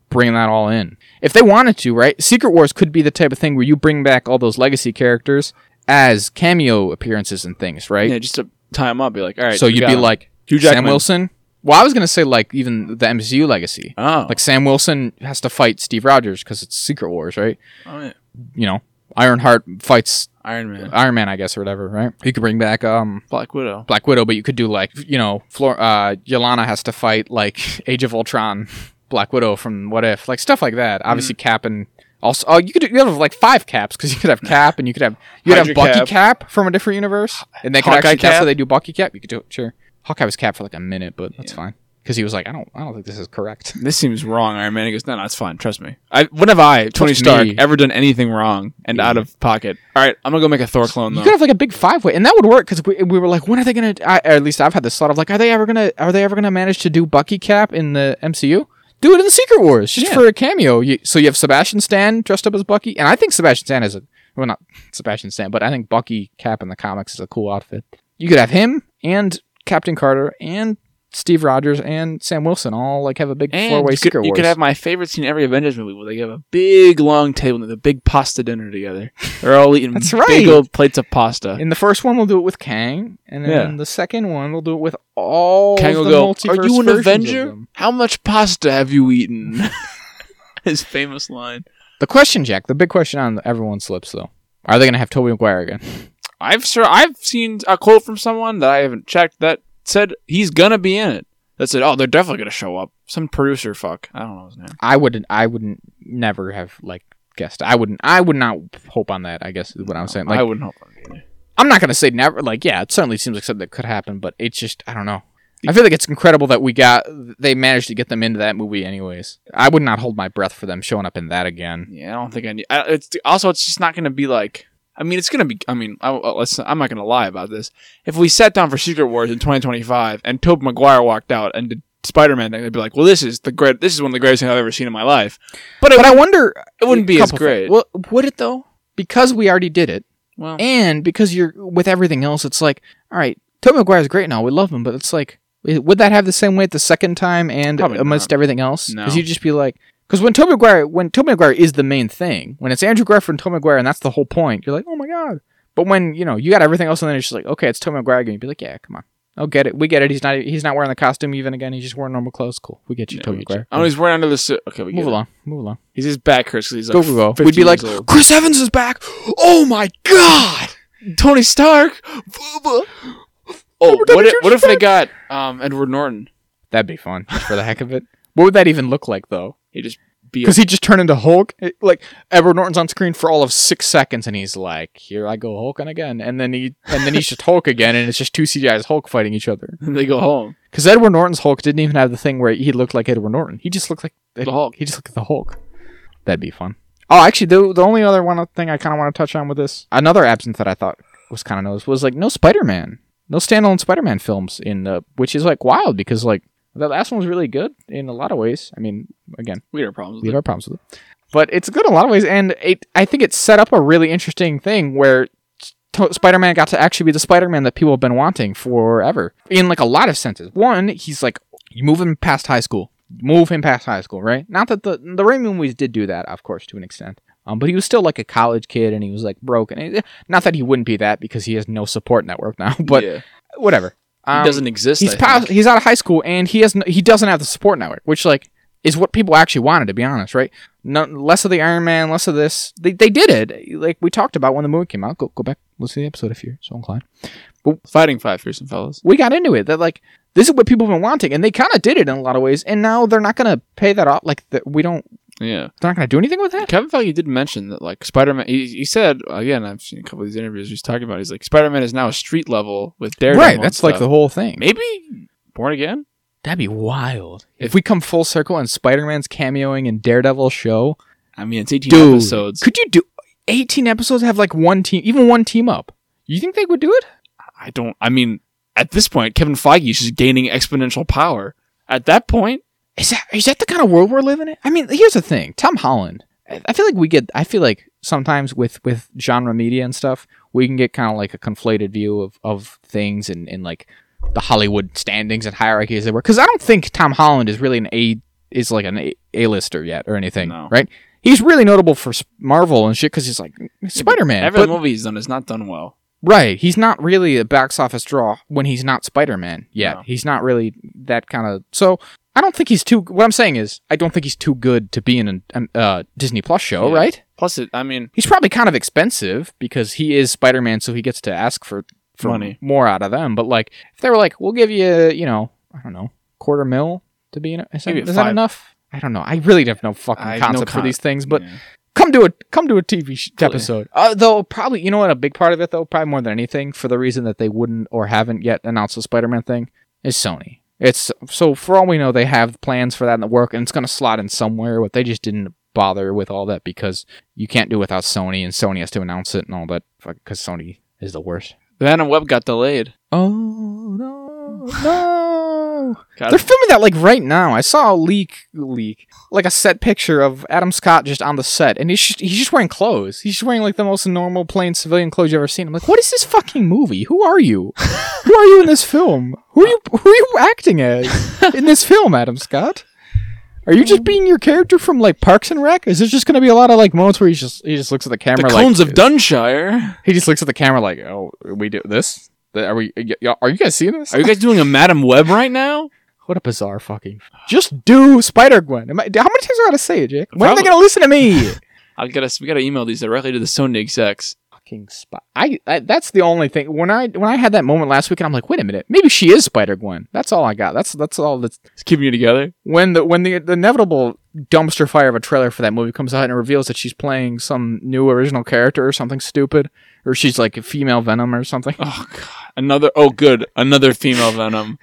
Speaker 2: bringing that all in. If they wanted to, right? Secret Wars could be the type of thing where you bring back all those legacy characters as cameo appearances and things, right?
Speaker 1: Yeah, just to tie them up, be like, all right.
Speaker 2: so
Speaker 1: we
Speaker 2: you'd
Speaker 1: got
Speaker 2: be
Speaker 1: 'em.
Speaker 2: like
Speaker 1: Hugh
Speaker 2: Sam
Speaker 1: Jackman.
Speaker 2: Wilson. Well, I was gonna say like even the MCU legacy.
Speaker 1: oh,
Speaker 2: Like Sam Wilson has to fight Steve Rogers because it's Secret Wars, right?
Speaker 1: oh, yeah.
Speaker 2: you know, Ironheart fights
Speaker 1: Iron Man,
Speaker 2: Iron Man, I guess, or whatever, right? You could bring back um
Speaker 1: Black Widow.
Speaker 2: Black Widow, but you could do like, you know, Flor- uh, Yelana has to fight like Age of Ultron, Black Widow from What If, like stuff like that. Obviously,
Speaker 1: Mm.
Speaker 2: Cap and also, oh, you could you have like five caps because you could have Cap and you could have you could have
Speaker 1: Hydra
Speaker 2: Bucky cap. from a different universe, and they could
Speaker 1: Hawkeye
Speaker 2: actually that's
Speaker 1: Cap?
Speaker 2: how they do Bucky Cap. You could do it, sure. Hawkeye was Cap for like a minute, but that's
Speaker 1: Yeah.
Speaker 2: fine because he was like, I don't, I don't think this is correct.
Speaker 1: This seems wrong, Iron Man. He goes, no, no, it's fine. Trust me. I, when have I, Tony
Speaker 2: Trust
Speaker 1: Stark,
Speaker 2: me.
Speaker 1: ever done anything wrong and
Speaker 2: Yeah.
Speaker 1: out of pocket? All right, I'm gonna go make a Thor clone
Speaker 2: You
Speaker 1: though.
Speaker 2: could have like a big five way, and that would work because we, we were like, when are they gonna? I, or at least I've had this thought of like, are they ever gonna? Are they ever gonna manage to do Bucky Cap in the MCU? Do it in the Secret Wars just
Speaker 1: Yeah.
Speaker 2: for a cameo. You, so you have Sebastian Stan dressed up as Bucky, and I think Sebastian Stan is a well, not Sebastian Stan, but I think Bucky Cap in the comics is a cool outfit. You could have him and Captain Carter and Steve Rogers and Sam Wilson all like have a big
Speaker 1: And
Speaker 2: four way
Speaker 1: you could,
Speaker 2: Secret
Speaker 1: you
Speaker 2: Wars.
Speaker 1: could have my favorite scene in every Avengers movie where they have a big long table and they have a big pasta dinner together. They're all eating
Speaker 2: That's right.
Speaker 1: big old plates of pasta.
Speaker 2: in the first one, we'll do it with Kang, and then
Speaker 1: Yeah.
Speaker 2: in the second one, we'll do it with all
Speaker 1: Kang
Speaker 2: of
Speaker 1: will
Speaker 2: the
Speaker 1: go,
Speaker 2: multiverse
Speaker 1: Are you an
Speaker 2: versions of
Speaker 1: Avenger?
Speaker 2: them."
Speaker 1: How much pasta have you eaten? His famous line.
Speaker 2: The question, Jack, the big question on everyone's lips, though. Are they going to have Toby McGuire again?
Speaker 1: I've sure I've seen a quote from someone that I haven't checked that said he's gonna be in it. That said, oh, they're definitely gonna show up. Some producer fuck. I don't know his name.
Speaker 2: I wouldn't. I wouldn't. Never have like guessed. I wouldn't. I would not hope on that. I guess is what I'm saying. Like,
Speaker 1: I
Speaker 2: I,
Speaker 1: wouldn't hope. I'm either.
Speaker 2: am not going to say never. Like, yeah, it certainly seems like something that could happen, but it's just I don't know. I feel like it's incredible that we got they managed to get them into that movie. Anyways, I would not hold my breath for them showing up in that again.
Speaker 1: Yeah, I don't think I need. I, it's also it's just not gonna be like. I mean, it's gonna be. I mean, I, I- let's. I'm not gonna lie about this. If we sat down for Secret Wars in 2025 and Tobey Maguire walked out and did Spider-Man, thing, they'd be like, "Well, this is the great. This is one of the greatest things I've ever seen in my life." But it,
Speaker 2: But I wonder
Speaker 1: it wouldn't be as
Speaker 2: couple
Speaker 1: great.
Speaker 2: things. Well, would it though? Because we already did it.
Speaker 1: Well,
Speaker 2: And because you're with everything else, it's like, all right, Tobey Maguire's great now. We love him, but it's like, would that have the same weight the second time and
Speaker 1: Probably
Speaker 2: amidst everything else?
Speaker 1: No.
Speaker 2: Because you just be like, because when Tobey Maguire, when Tobey Maguire is the main thing, when it's Andrew Garfield and Tobey Maguire, and that's the whole point, you're like, oh my god. But when you know you got everything else, and then it's just like, okay, it's Tobey Maguire again. You'd be like, yeah, come on, oh get it, we get it. He's not he's not wearing the costume even again. He's just wearing normal clothes. Cool, we get you,
Speaker 1: yeah,
Speaker 2: Tobey
Speaker 1: we get you.
Speaker 2: Maguire.
Speaker 1: Oh, he's wearing under the suit. Okay, we
Speaker 2: move
Speaker 1: get it.
Speaker 2: along, move along.
Speaker 1: He's his back hurts 'cause he's
Speaker 2: Go
Speaker 1: like
Speaker 2: go go.
Speaker 1: 50
Speaker 2: We'd be like,
Speaker 1: years old.
Speaker 2: Chris Evans is back. Oh my god.
Speaker 1: Tony Stark. oh,
Speaker 2: Robert Downey
Speaker 1: what if,
Speaker 2: Jr.'s
Speaker 1: what if they got um, Edward Norton?
Speaker 2: That'd be fun just for the heck of it. What would that even look like though?
Speaker 1: He just be a
Speaker 2: Because he just turned into Hulk. It- like Edward Norton's on screen for all of six seconds, and he's like, "Here I go Hulking again," and then he and then he's just Hulk again, and it's just two CGI's Hulk fighting each other.
Speaker 1: and they go home.
Speaker 2: Because Edward Norton's Hulk didn't even have the thing where he looked like Edward Norton. He just looked like
Speaker 1: The Hulk.
Speaker 2: He just looked like the Hulk. That'd be fun. Oh, actually, the the only other one uh, thing I kind of want to touch on with this, another absence that I thought was kind of noticed was like no Spider Man, no standalone Spider Man films in the, which is like wild because like the last one was really good in a lot of ways. I mean, again,
Speaker 1: We had our problems.
Speaker 2: we
Speaker 1: With
Speaker 2: have
Speaker 1: it.
Speaker 2: our problems with it. But it's good in a lot of ways, and it, I think it set up a really interesting thing where to- Spider-Man got to actually be the Spider-Man that people have been wanting forever, in like a lot of senses. One, he's like you move him past high school, move him past high school, right? Not that the the Raimi movies did do that, of course, to an extent. Um, but he was still like a college kid, and he was like broken. And- Not that he wouldn't be that because he has no support network now, but
Speaker 1: yeah.
Speaker 2: whatever.
Speaker 1: he
Speaker 2: Um,
Speaker 1: doesn't exist.
Speaker 2: he's
Speaker 1: I
Speaker 2: pos-
Speaker 1: think.
Speaker 2: he's out of high school and he has no, he doesn't have the support network, which like is what people actually wanted to be honest, right? No, less of the Iron Man, less of this. They, they did it. Like we talked about when the movie came out. Go go back, listen to the episode if you're so inclined.
Speaker 1: fighting five fearsome fellas.
Speaker 2: We got into it that like this is what people have been wanting, and they kind of did it in a lot of ways. And now they're not gonna pay that off. Like the, we don't
Speaker 1: Yeah.
Speaker 2: They're not going to do anything with that.
Speaker 1: Kevin Feige did mention that, like, Spider Man, he, he said, again, I've seen a couple of these interviews he's talking about, he's like, Spider Man is now a street level with Daredevil.
Speaker 2: right.
Speaker 1: and
Speaker 2: That's like the
Speaker 1: stuff.
Speaker 2: whole thing.
Speaker 1: Maybe Born Again?
Speaker 2: That'd be wild. If,
Speaker 1: If-
Speaker 2: we come full circle and Spider Man's cameoing in Daredevil show,
Speaker 1: I mean, it's 18
Speaker 2: dude,
Speaker 1: episodes.
Speaker 2: could you do 18 episodes have like one team, even one team up? You think they would do it?
Speaker 1: I don't, I mean, at this point, Kevin Feige is just gaining exponential power. At that point,
Speaker 2: Is that is that the kind of world we're living in? I mean, here's the thing, Tom Holland. I I feel like we get. I feel like sometimes with with genre media and stuff, we can get kind of like a conflated view of of things and and like the Hollywood standings and hierarchy as they were. Because I don't think Tom Holland is really an A is like an A lister yet or anything,
Speaker 1: No.
Speaker 2: right? He's really notable for s- Marvel and shit because he's like Spider Man.
Speaker 1: every movie he's done is not done well.
Speaker 2: Right. He's not really a box office draw when he's not Spider Man yet.
Speaker 1: No.
Speaker 2: He's not really that kind of. So I don't think he's too. What I'm saying is, I don't think he's too good to be in an, an uh, Disney Plus show,
Speaker 1: Yeah.
Speaker 2: right?
Speaker 1: Plus, it, I mean,
Speaker 2: He's probably kind of expensive because he is Spider Man, so he gets to ask for, for
Speaker 1: Money.
Speaker 2: more out of them. But like, if they were like, we'll give you, you know, I don't know, quarter mil to be in it, is, that,
Speaker 1: Maybe
Speaker 2: is that
Speaker 1: five.
Speaker 2: enough? I don't know. I really have no fucking
Speaker 1: I have no
Speaker 2: concept for
Speaker 1: con-
Speaker 2: these things, but
Speaker 1: yeah.
Speaker 2: come to a come to a TV sh-
Speaker 1: Totally.
Speaker 2: episode. Uh, though probably you know what a big part of it though probably more than anything for the reason that they wouldn't or haven't yet announced the Spider-Man thing is Sony. It's so for all we know they have plans for that in the work and it's going to slot in somewhere, but they just didn't bother with all that because you can't do without Sony and Sony has to announce it and all that because Sony is the worst.
Speaker 1: the Man and Web got delayed.
Speaker 2: Oh no no.
Speaker 1: God,
Speaker 2: They're filming that like right now. I saw a leak, leak, like a set picture of Adam Scott just on the set, and he's just, he's just wearing clothes. He's just wearing like the most normal, plain civilian clothes you've ever seen. I'm like, what is this fucking movie? Who are you? who are you in this film? Who are you? Who are you acting as in this film, Adam Scott? Are you just being your character from like Parks and Rec? Is there just going to be a lot of like moments where he just he just looks at the
Speaker 1: the
Speaker 2: camera, like,
Speaker 1: cones of Dunshire.
Speaker 2: he just looks at the camera like, oh, we do this? Are we? Y- y- are you guys seeing this?
Speaker 1: Are you guys doing a Madam Web right now?
Speaker 2: What a bizarre fucking. Just do Spider Gwen. How many times do I gotta say it, Jake? When are they
Speaker 1: Probably-
Speaker 2: gonna listen to me?
Speaker 1: I gotta we gotta email these directly to the Sony execs.
Speaker 2: fucking spot. I, I. That's the only thing. When I when I had that moment last week, and I'm like, wait a minute, maybe she is Spider Gwen. That's all I got. That's that's all that's
Speaker 1: It's keeping you together.
Speaker 2: when the when the, the inevitable dumpster fire of a trailer for that movie comes out and it reveals that she's playing some new original character or something stupid, or she's like a female Venom or something.
Speaker 1: Oh god, another. Oh good, another female Venom.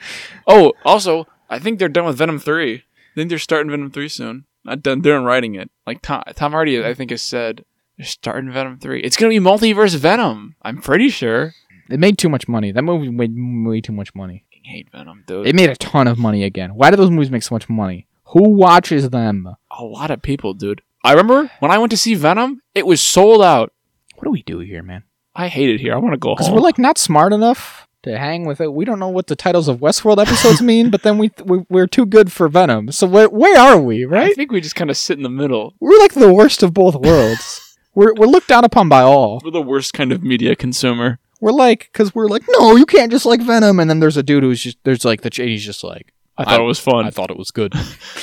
Speaker 1: Oh, also, I think they're done with Venom three. I think they're starting Venom three soon. Not done. They're in writing it. Like Tom, Tom Hardy, I think has said they're starting Venom three. It's gonna be multiverse Venom. I'm pretty sure.
Speaker 2: It made too much money. That movie made way too much money.
Speaker 1: I hate Venom, dude.
Speaker 2: It made a ton of money again. Why do those movies make so much money? Who watches them?
Speaker 1: a lot of people, dude. I remember when I went to see Venom, it was sold out.
Speaker 2: what do we do here, man?
Speaker 1: I hate it here. I want to go
Speaker 2: Because
Speaker 1: home.
Speaker 2: we're like not smart enough to hang with it. We don't know what the titles of Westworld episodes mean, but then we, we we're too good for Venom. So where where are we,
Speaker 1: I
Speaker 2: right?
Speaker 1: think we just kind of sit in the middle.
Speaker 2: We're like the worst of both worlds. we're we're looked down upon by all.
Speaker 1: We're the worst kind of media consumer.
Speaker 2: We're like because we're like no, you can't just like Venom. And then there's a dude who's just there's like the ch- he's just like
Speaker 1: I thought it was fun.
Speaker 2: I thought it was good.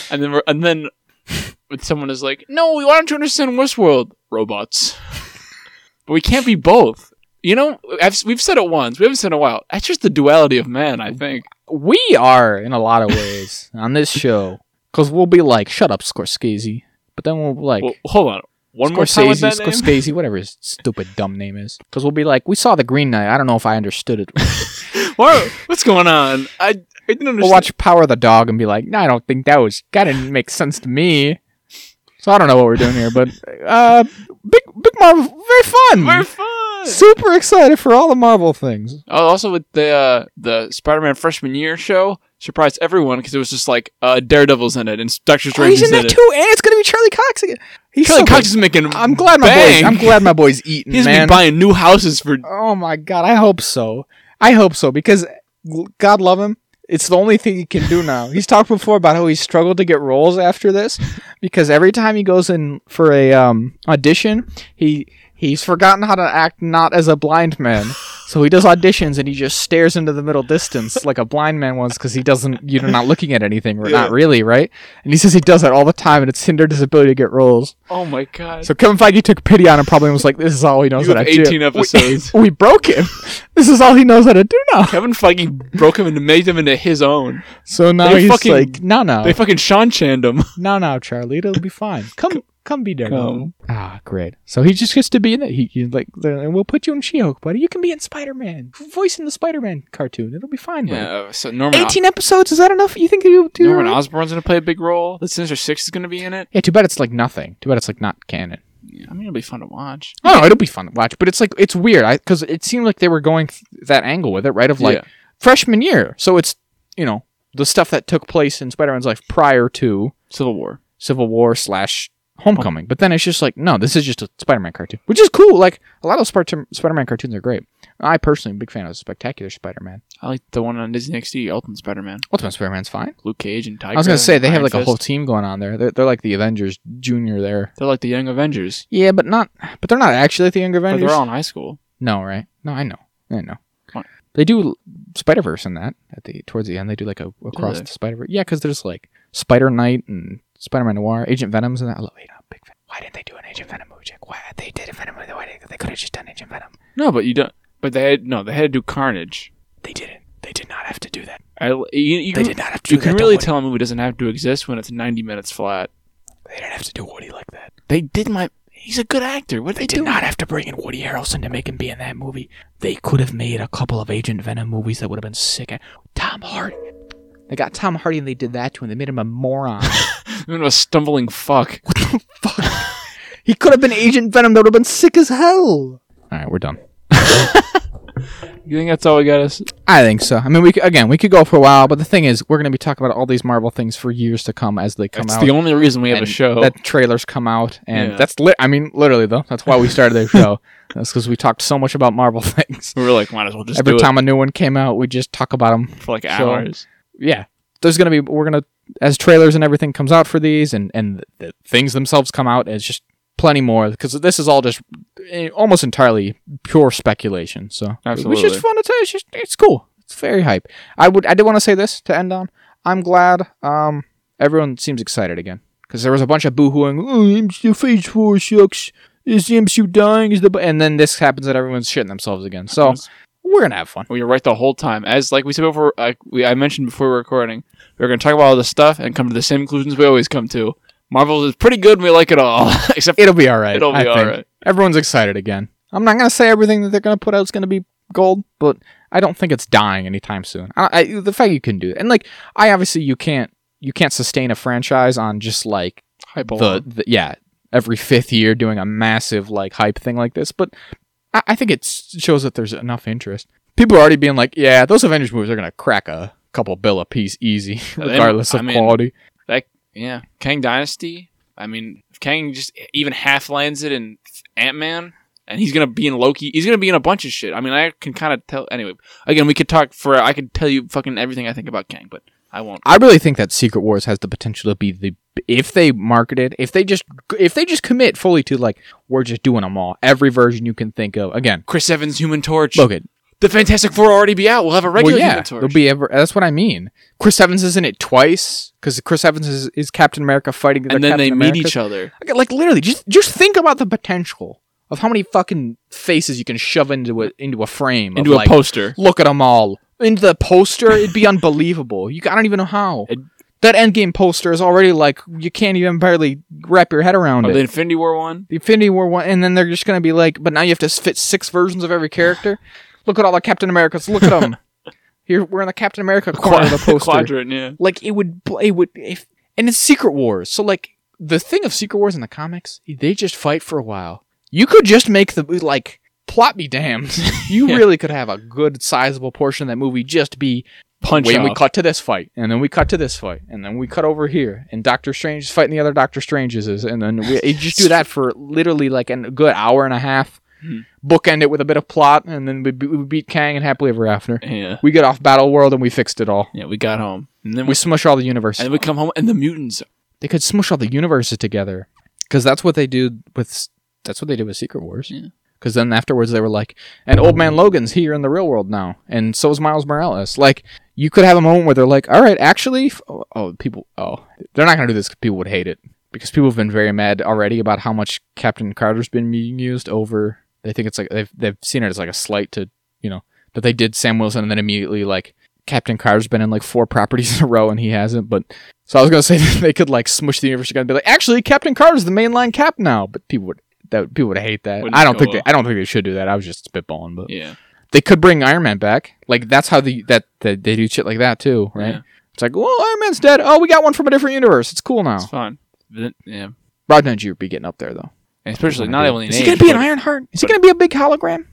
Speaker 1: And then we're, and then when someone is like, "No, we want to understand Westworld robots." but we can't be both. You know, I've, we've said it once. We haven't said it in a while. That's just the duality of man, I think.
Speaker 2: we are in a lot of ways on this show because we'll be like shut up Scorsese, but then we'll like.
Speaker 1: Well, hold on. One more time with
Speaker 2: Scorsese,
Speaker 1: that name?
Speaker 2: Scorsese, whatever his stupid dumb name is, because we'll be like, we saw the Green Knight. I don't know if I understood it.
Speaker 1: What- what's going on? I, I didn't understand.
Speaker 2: we'll watch Power of the Dog and be like, no, I don't think that was that didn't make sense to me. So I don't know what we're doing here, but uh, big big Marvel, very fun.
Speaker 1: We're fun.
Speaker 2: Super excited for all the Marvel things.
Speaker 1: Oh, also with the uh, the Spider-Man freshman year show surprised everyone because it was just like uh, Daredevil's in it and Doctor
Speaker 2: Oh,
Speaker 1: Strange
Speaker 2: he's
Speaker 1: is
Speaker 2: in
Speaker 1: in
Speaker 2: that
Speaker 1: it.
Speaker 2: too, and it's gonna be Charlie Cox again. He's
Speaker 1: Charlie
Speaker 2: so
Speaker 1: Cox
Speaker 2: good.
Speaker 1: is making.
Speaker 2: I'm glad my
Speaker 1: bang.
Speaker 2: boys. I'm glad my boys eating.
Speaker 1: He's
Speaker 2: man.
Speaker 1: been buying new houses for
Speaker 2: Oh my god, I hope so. I hope so because l- God love him. It's the only thing he can do now. He's talked before about how he struggled to get roles after this because every time he goes in for a um, audition, he he's forgotten how to act not as a blind man. So he does auditions and he just stares into the middle distance like a blind man once because he doesn't, you're not looking at anything, or not
Speaker 1: Yeah.
Speaker 2: really, right? And he says he does that all the time and it's hindered his ability to get roles.
Speaker 1: Oh my god.
Speaker 2: So Kevin Feige took pity on him probably and was like, this is all he knows
Speaker 1: You
Speaker 2: how
Speaker 1: have
Speaker 2: to do.
Speaker 1: 18 episodes.
Speaker 2: We, we broke him. This is all he knows how to do now.
Speaker 1: Kevin Feige broke him and made him into his own.
Speaker 2: So now
Speaker 1: They
Speaker 2: he's
Speaker 1: fucking-
Speaker 2: like, no, no,
Speaker 1: They fucking Sean Channed him.
Speaker 2: no, no, Charlie, it'll be fine. Come, come be there.
Speaker 1: Come.
Speaker 2: Ah, great. So he just gets to be in it. He, he like, and we'll put you in She-Hulk, buddy. You can be in Spider-Man. Voice in the Spider-Man cartoon. It'll be fine. buddy.
Speaker 1: Yeah. So Norman. Os-
Speaker 2: 18 episodes, is that enough? You think you do?
Speaker 1: Norman Osborn's gonna play a big role. The Sinister Six is gonna be in it.
Speaker 2: yeah, too bad it's like nothing. Too bad it's like not canon.
Speaker 1: Yeah, I mean, it'll be fun to watch.
Speaker 2: Oh, it'll be fun to watch, but it's like it's weird because it seemed like they were going th- that angle with it, right? Of like
Speaker 1: Yeah.
Speaker 2: freshman year, so it's you know the stuff that took place in Spider-Man's life prior to
Speaker 1: Civil War.
Speaker 2: Civil War slash Homecoming. But then it's just like, no, this is just a Spider-Man cartoon, which is cool. Like a lot of Spart- Spider-Man cartoons are great. I personally am a big fan of Spectacular Spider-Man.
Speaker 1: I like the one on Disney XD, Ultimate Spider-Man,
Speaker 2: Ultimate Spider-Man's fine.
Speaker 1: Luke Cage and Tiger.
Speaker 2: I was gonna say they have
Speaker 1: Iron
Speaker 2: like a
Speaker 1: Fist.
Speaker 2: whole team going on there. They're, they're like the Avengers Junior there.
Speaker 1: They're like the Young Avengers,
Speaker 2: Yeah, but not. But they're not actually like the Younger
Speaker 1: but
Speaker 2: Avengers.
Speaker 1: they're all in high school.
Speaker 2: No, right? No, I know. I know.
Speaker 1: Come on.
Speaker 2: They do Spider Verse in that at the towards the end. They do like a across
Speaker 1: they?
Speaker 2: the Spider Verse. Yeah, because there's like Spider Knight and Spider Man Noir, Agent Venom's and that. I love Agent. I'm a Big fan. Why didn't they do an Agent Venom movie? Jack? Why they did a Venom movie? Why did, they could have just done Agent Venom.
Speaker 1: No, but you don't. But they had no. They had to do Carnage.
Speaker 2: They didn't. They did not have to do that.
Speaker 1: I, you, you
Speaker 2: They
Speaker 1: can,
Speaker 2: did not have to.
Speaker 1: you
Speaker 2: do
Speaker 1: can
Speaker 2: that to
Speaker 1: really
Speaker 2: Woody.
Speaker 1: tell a movie doesn't have to exist when it's 90 minutes flat.
Speaker 2: They didn't have to do Woody like that.
Speaker 1: They did my. He's a good actor. What
Speaker 2: They did not have to bring in Woody Harrelson to make him be in that movie. They could have made a couple of Agent Venom movies that would have been sick. Tom Hardy. They got Tom Hardy and they did that to him. They made him a moron.
Speaker 1: I'm a stumbling fuck.
Speaker 2: he could have been Agent Venom. That would have been sick as hell. All right, we're done.
Speaker 1: You think that's all we got us?
Speaker 2: I think so. I mean, we could, again we could go for a while, but the thing is, we're going to be talking about all these Marvel things for years to come as they come
Speaker 1: It's
Speaker 2: out.
Speaker 1: the only reason we have a
Speaker 2: and
Speaker 1: show.
Speaker 2: That trailers come out, and
Speaker 1: Yeah.
Speaker 2: that's lit. I mean, literally though, that's why we started the show. that's because we talked so much about Marvel things.
Speaker 1: we were like, might as well just
Speaker 2: Every
Speaker 1: do
Speaker 2: time a new one came out, we just talk about them.
Speaker 1: it for like
Speaker 2: show.
Speaker 1: hours.
Speaker 2: yeah there's gonna be we're gonna as trailers and everything comes out for these and and the things themselves come out it's just plenty more because this is all just eh, almost entirely pure speculation so which
Speaker 1: Absolutely.
Speaker 2: is fun to tell it's just it's cool it's very hype i would i did want to say this to end on i'm glad um everyone seems excited again because there was a bunch of boo-hooing oh, MC phase four sucks is the MCU dying? Is the bu-" and then this happens and everyone's shitting themselves again. So we're gonna have fun.
Speaker 1: We were right the whole time. As like we said before, like we I mentioned before we were recording, we were going to talk about all this stuff and come to the same conclusions we always come to. Marvel is pretty good and we like it all, except
Speaker 2: It'll be all right.
Speaker 1: It'll be
Speaker 2: I
Speaker 1: all
Speaker 2: think.
Speaker 1: right.
Speaker 2: Everyone's excited again. I'm not gonna say everything that they're gonna put out is gonna be gold, but I don't think it's dying anytime soon. I, I, the fact you can do it, and like I obviously you can't you can't sustain a franchise on just like
Speaker 1: hype
Speaker 2: the, the yeah every fifth year doing a massive like hype thing like this, but I, I think it s- shows that there's enough interest. People are already being like, yeah, those Avengers movies are gonna crack a couple bill a piece easy,
Speaker 1: Yeah, they-
Speaker 2: regardless of
Speaker 1: I mean,
Speaker 2: quality.
Speaker 1: Yeah, Kang Dynasty. I mean, if Kang just even half lands it in Ant Man, and he's gonna be in Loki. He's gonna be in a bunch of shit. I mean, I can kind of tell. Anyway, again, we could talk for. I could tell you fucking everything I think about Kang, but I won't.
Speaker 2: I really think that Secret Wars has the potential to be the if they market it, if they just if they just commit fully to like we're just doing them all, every version you can think of. Again,
Speaker 1: Chris Evans, Human Torch.
Speaker 2: look at
Speaker 1: the Fantastic Four already be out. We'll have a
Speaker 2: well,
Speaker 1: regular
Speaker 2: yeah,
Speaker 1: Human
Speaker 2: there'll
Speaker 1: Torch.
Speaker 2: be ever. That's what I mean. Chris Evans is in it twice because Chris Evans is, is Captain America fighting.
Speaker 1: and then they meet each other.
Speaker 2: other. Like literally, just just think about the potential of how many fucking faces you can shove into a into a frame of,
Speaker 1: Into
Speaker 2: like,
Speaker 1: a poster.
Speaker 2: Look at them all. Into the poster, it'd be unbelievable. You, I don't even know how.
Speaker 1: It-
Speaker 2: that Endgame poster is already like you can't even barely wrap your head around
Speaker 1: Or
Speaker 2: it.
Speaker 1: the Infinity War one.
Speaker 2: the Infinity War one, and then they're just gonna be like, but now you have to s- fit six versions of every character. Look at all the Captain Americas. Look at them. Here we're in the Captain America corner of the poster.
Speaker 1: Quadrant, yeah.
Speaker 2: Like it would, bl- it would, if and it's Secret Wars. So like the thing of Secret Wars in the comics, they just fight for a while. You could just make the like plot be damned. You
Speaker 1: Yeah.
Speaker 2: really could have a good sizable portion of that movie just be
Speaker 1: Punch
Speaker 2: Wait,
Speaker 1: off.
Speaker 2: we cut to this fight, and then we cut to this fight, and then we cut over here, and Doctor Strange is fighting the other Doctor Strange's, is- and then we you just do that for literally like an- a good hour and a half.
Speaker 1: Hmm.
Speaker 2: Bookend it with a bit of plot, and then we, be- we beat Kang and happily ever after.
Speaker 1: yeah.
Speaker 2: We get off Battle World, and we fixed it all.
Speaker 1: Yeah, we got home. And then we,
Speaker 2: We Oh. smush all the universes.
Speaker 1: and then we come home and the mutants.
Speaker 2: They could smush all the universes together, because that's what they do with. That's what they did with Secret Wars.
Speaker 1: Yeah.
Speaker 2: Because then afterwards they were like, and Old Man Logan's here in the real world now, and so is Miles Morales. Like, you could have a moment where they're like, all right, actually, f- oh, oh, people, oh, they're not going to do this 'cause people would hate it. Because people have been very mad already about how much Captain Carter's been being used over. They think it's like, they've, they've seen it as like a slight to, you know, that they did Sam Wilson and then immediately like, Captain Carter's been in like four properties in a row and he hasn't, but so I was gonna say that they could like smush the universe together and be like, actually, Captain Carter's the mainline cap now, but people would that would- people would hate that.
Speaker 1: Wouldn't
Speaker 2: I don't
Speaker 1: go
Speaker 2: think they,
Speaker 1: well.
Speaker 2: I don't think they should do that. I was just spitballing, but
Speaker 1: Yeah.
Speaker 2: they could bring Iron Man back. Like that's how the that, that they do shit like that too, right?
Speaker 1: Yeah.
Speaker 2: It's like, well, Iron Man's dead. Oh, we got one from a different universe. It's cool now.
Speaker 1: It's fun. But- Yeah.
Speaker 2: Rod Downey would be getting up there though.
Speaker 1: And especially not only in
Speaker 2: is he
Speaker 1: age,
Speaker 2: gonna be an
Speaker 1: but
Speaker 2: Iron Heart? Is he
Speaker 1: but-
Speaker 2: gonna be a big hologram?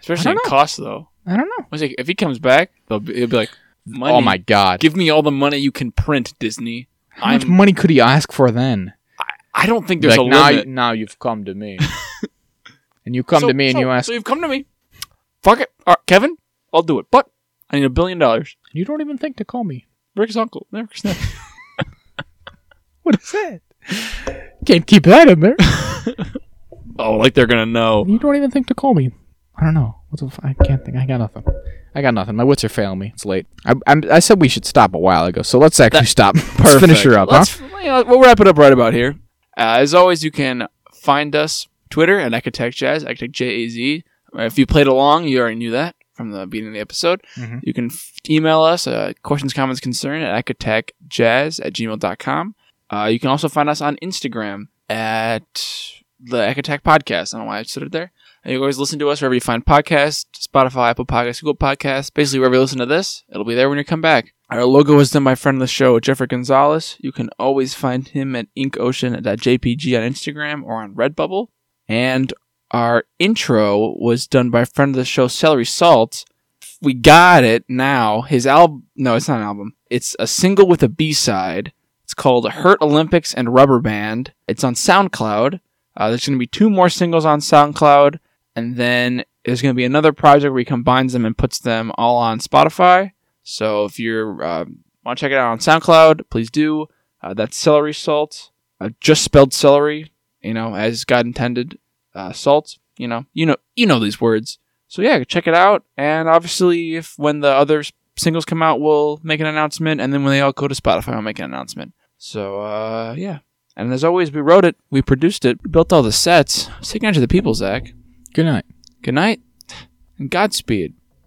Speaker 1: especially
Speaker 2: I
Speaker 1: in
Speaker 2: don't know.
Speaker 1: cost though.
Speaker 2: I don't know.
Speaker 1: I was like, if he comes back, they'll be, it'll be like, money,
Speaker 2: Oh my god!
Speaker 1: give me all the money you can print, Disney.
Speaker 2: how much
Speaker 1: I'm-
Speaker 2: money could he ask for then?
Speaker 1: I don't think there's
Speaker 2: like,
Speaker 1: a
Speaker 2: now,
Speaker 1: limit.
Speaker 2: you- now you've come to me. and you come
Speaker 1: So-
Speaker 2: to me and
Speaker 1: so-
Speaker 2: you ask,
Speaker 1: So you've come to me. Fuck it, All right, Kevin. I'll do it, but I need a billion dollars.
Speaker 2: you don't even think to call me.
Speaker 1: Rick's uncle. Never snap.
Speaker 2: What is that? Can't keep that in there.
Speaker 1: Oh, like they're gonna know.
Speaker 2: you don't even think to call me. I don't know. What the f- I can't think. I got nothing. I got nothing. My wits are failing me. It's late. I, I'm, I said we should stop a while ago, so let's actually stop. let's finish her up, huh?
Speaker 1: Let's, you know, we'll wrap it up right about here. Uh, as always, you can find us Twitter at E Ecotech Jazz, Ecotech J A Z. Uh, If you played along, you already knew that from the beginning of the episode.
Speaker 2: Mhm.
Speaker 1: You can f- email us uh, questions, comments, concern at ecotechjazz at gmail.com. Uh, you can also find us on Instagram at the Ecotech Podcast. I don't know why I said it there. And you can always listen to us wherever you find podcasts, Spotify, Apple Podcasts, Google Podcasts, basically wherever you listen to this, it'll be there when you come back. Our logo is done by friend of the show, Jeffrey Gonzalez. You can always find him at inkocean.jpg on Instagram or on Redbubble. And our intro was done by friend of the show, Celery Salt. We got it now. His album, no, it's not an album. It's a single with a B side. It's called Hurt Olympics and Rubber Band. It's on SoundCloud. Uh, there's going to be two more singles on SoundCloud, and then there's going to be another project where he combines them and puts them all on Spotify. So if you're uh, want to check it out on SoundCloud, please do. Uh, that's celery salt, uh, just spelled celery, you know, as God intended. Uh, salt, you know, you know, you know these words. So yeah, check it out. And obviously, if when the other s- singles come out, we'll make an announcement, and then when they all go to Spotify, we'll make an announcement. So uh, yeah. And as always, we wrote it, we produced it, we built all the sets. Let's take it out to the people, Zach.
Speaker 2: Good night.
Speaker 1: Good night, and Godspeed.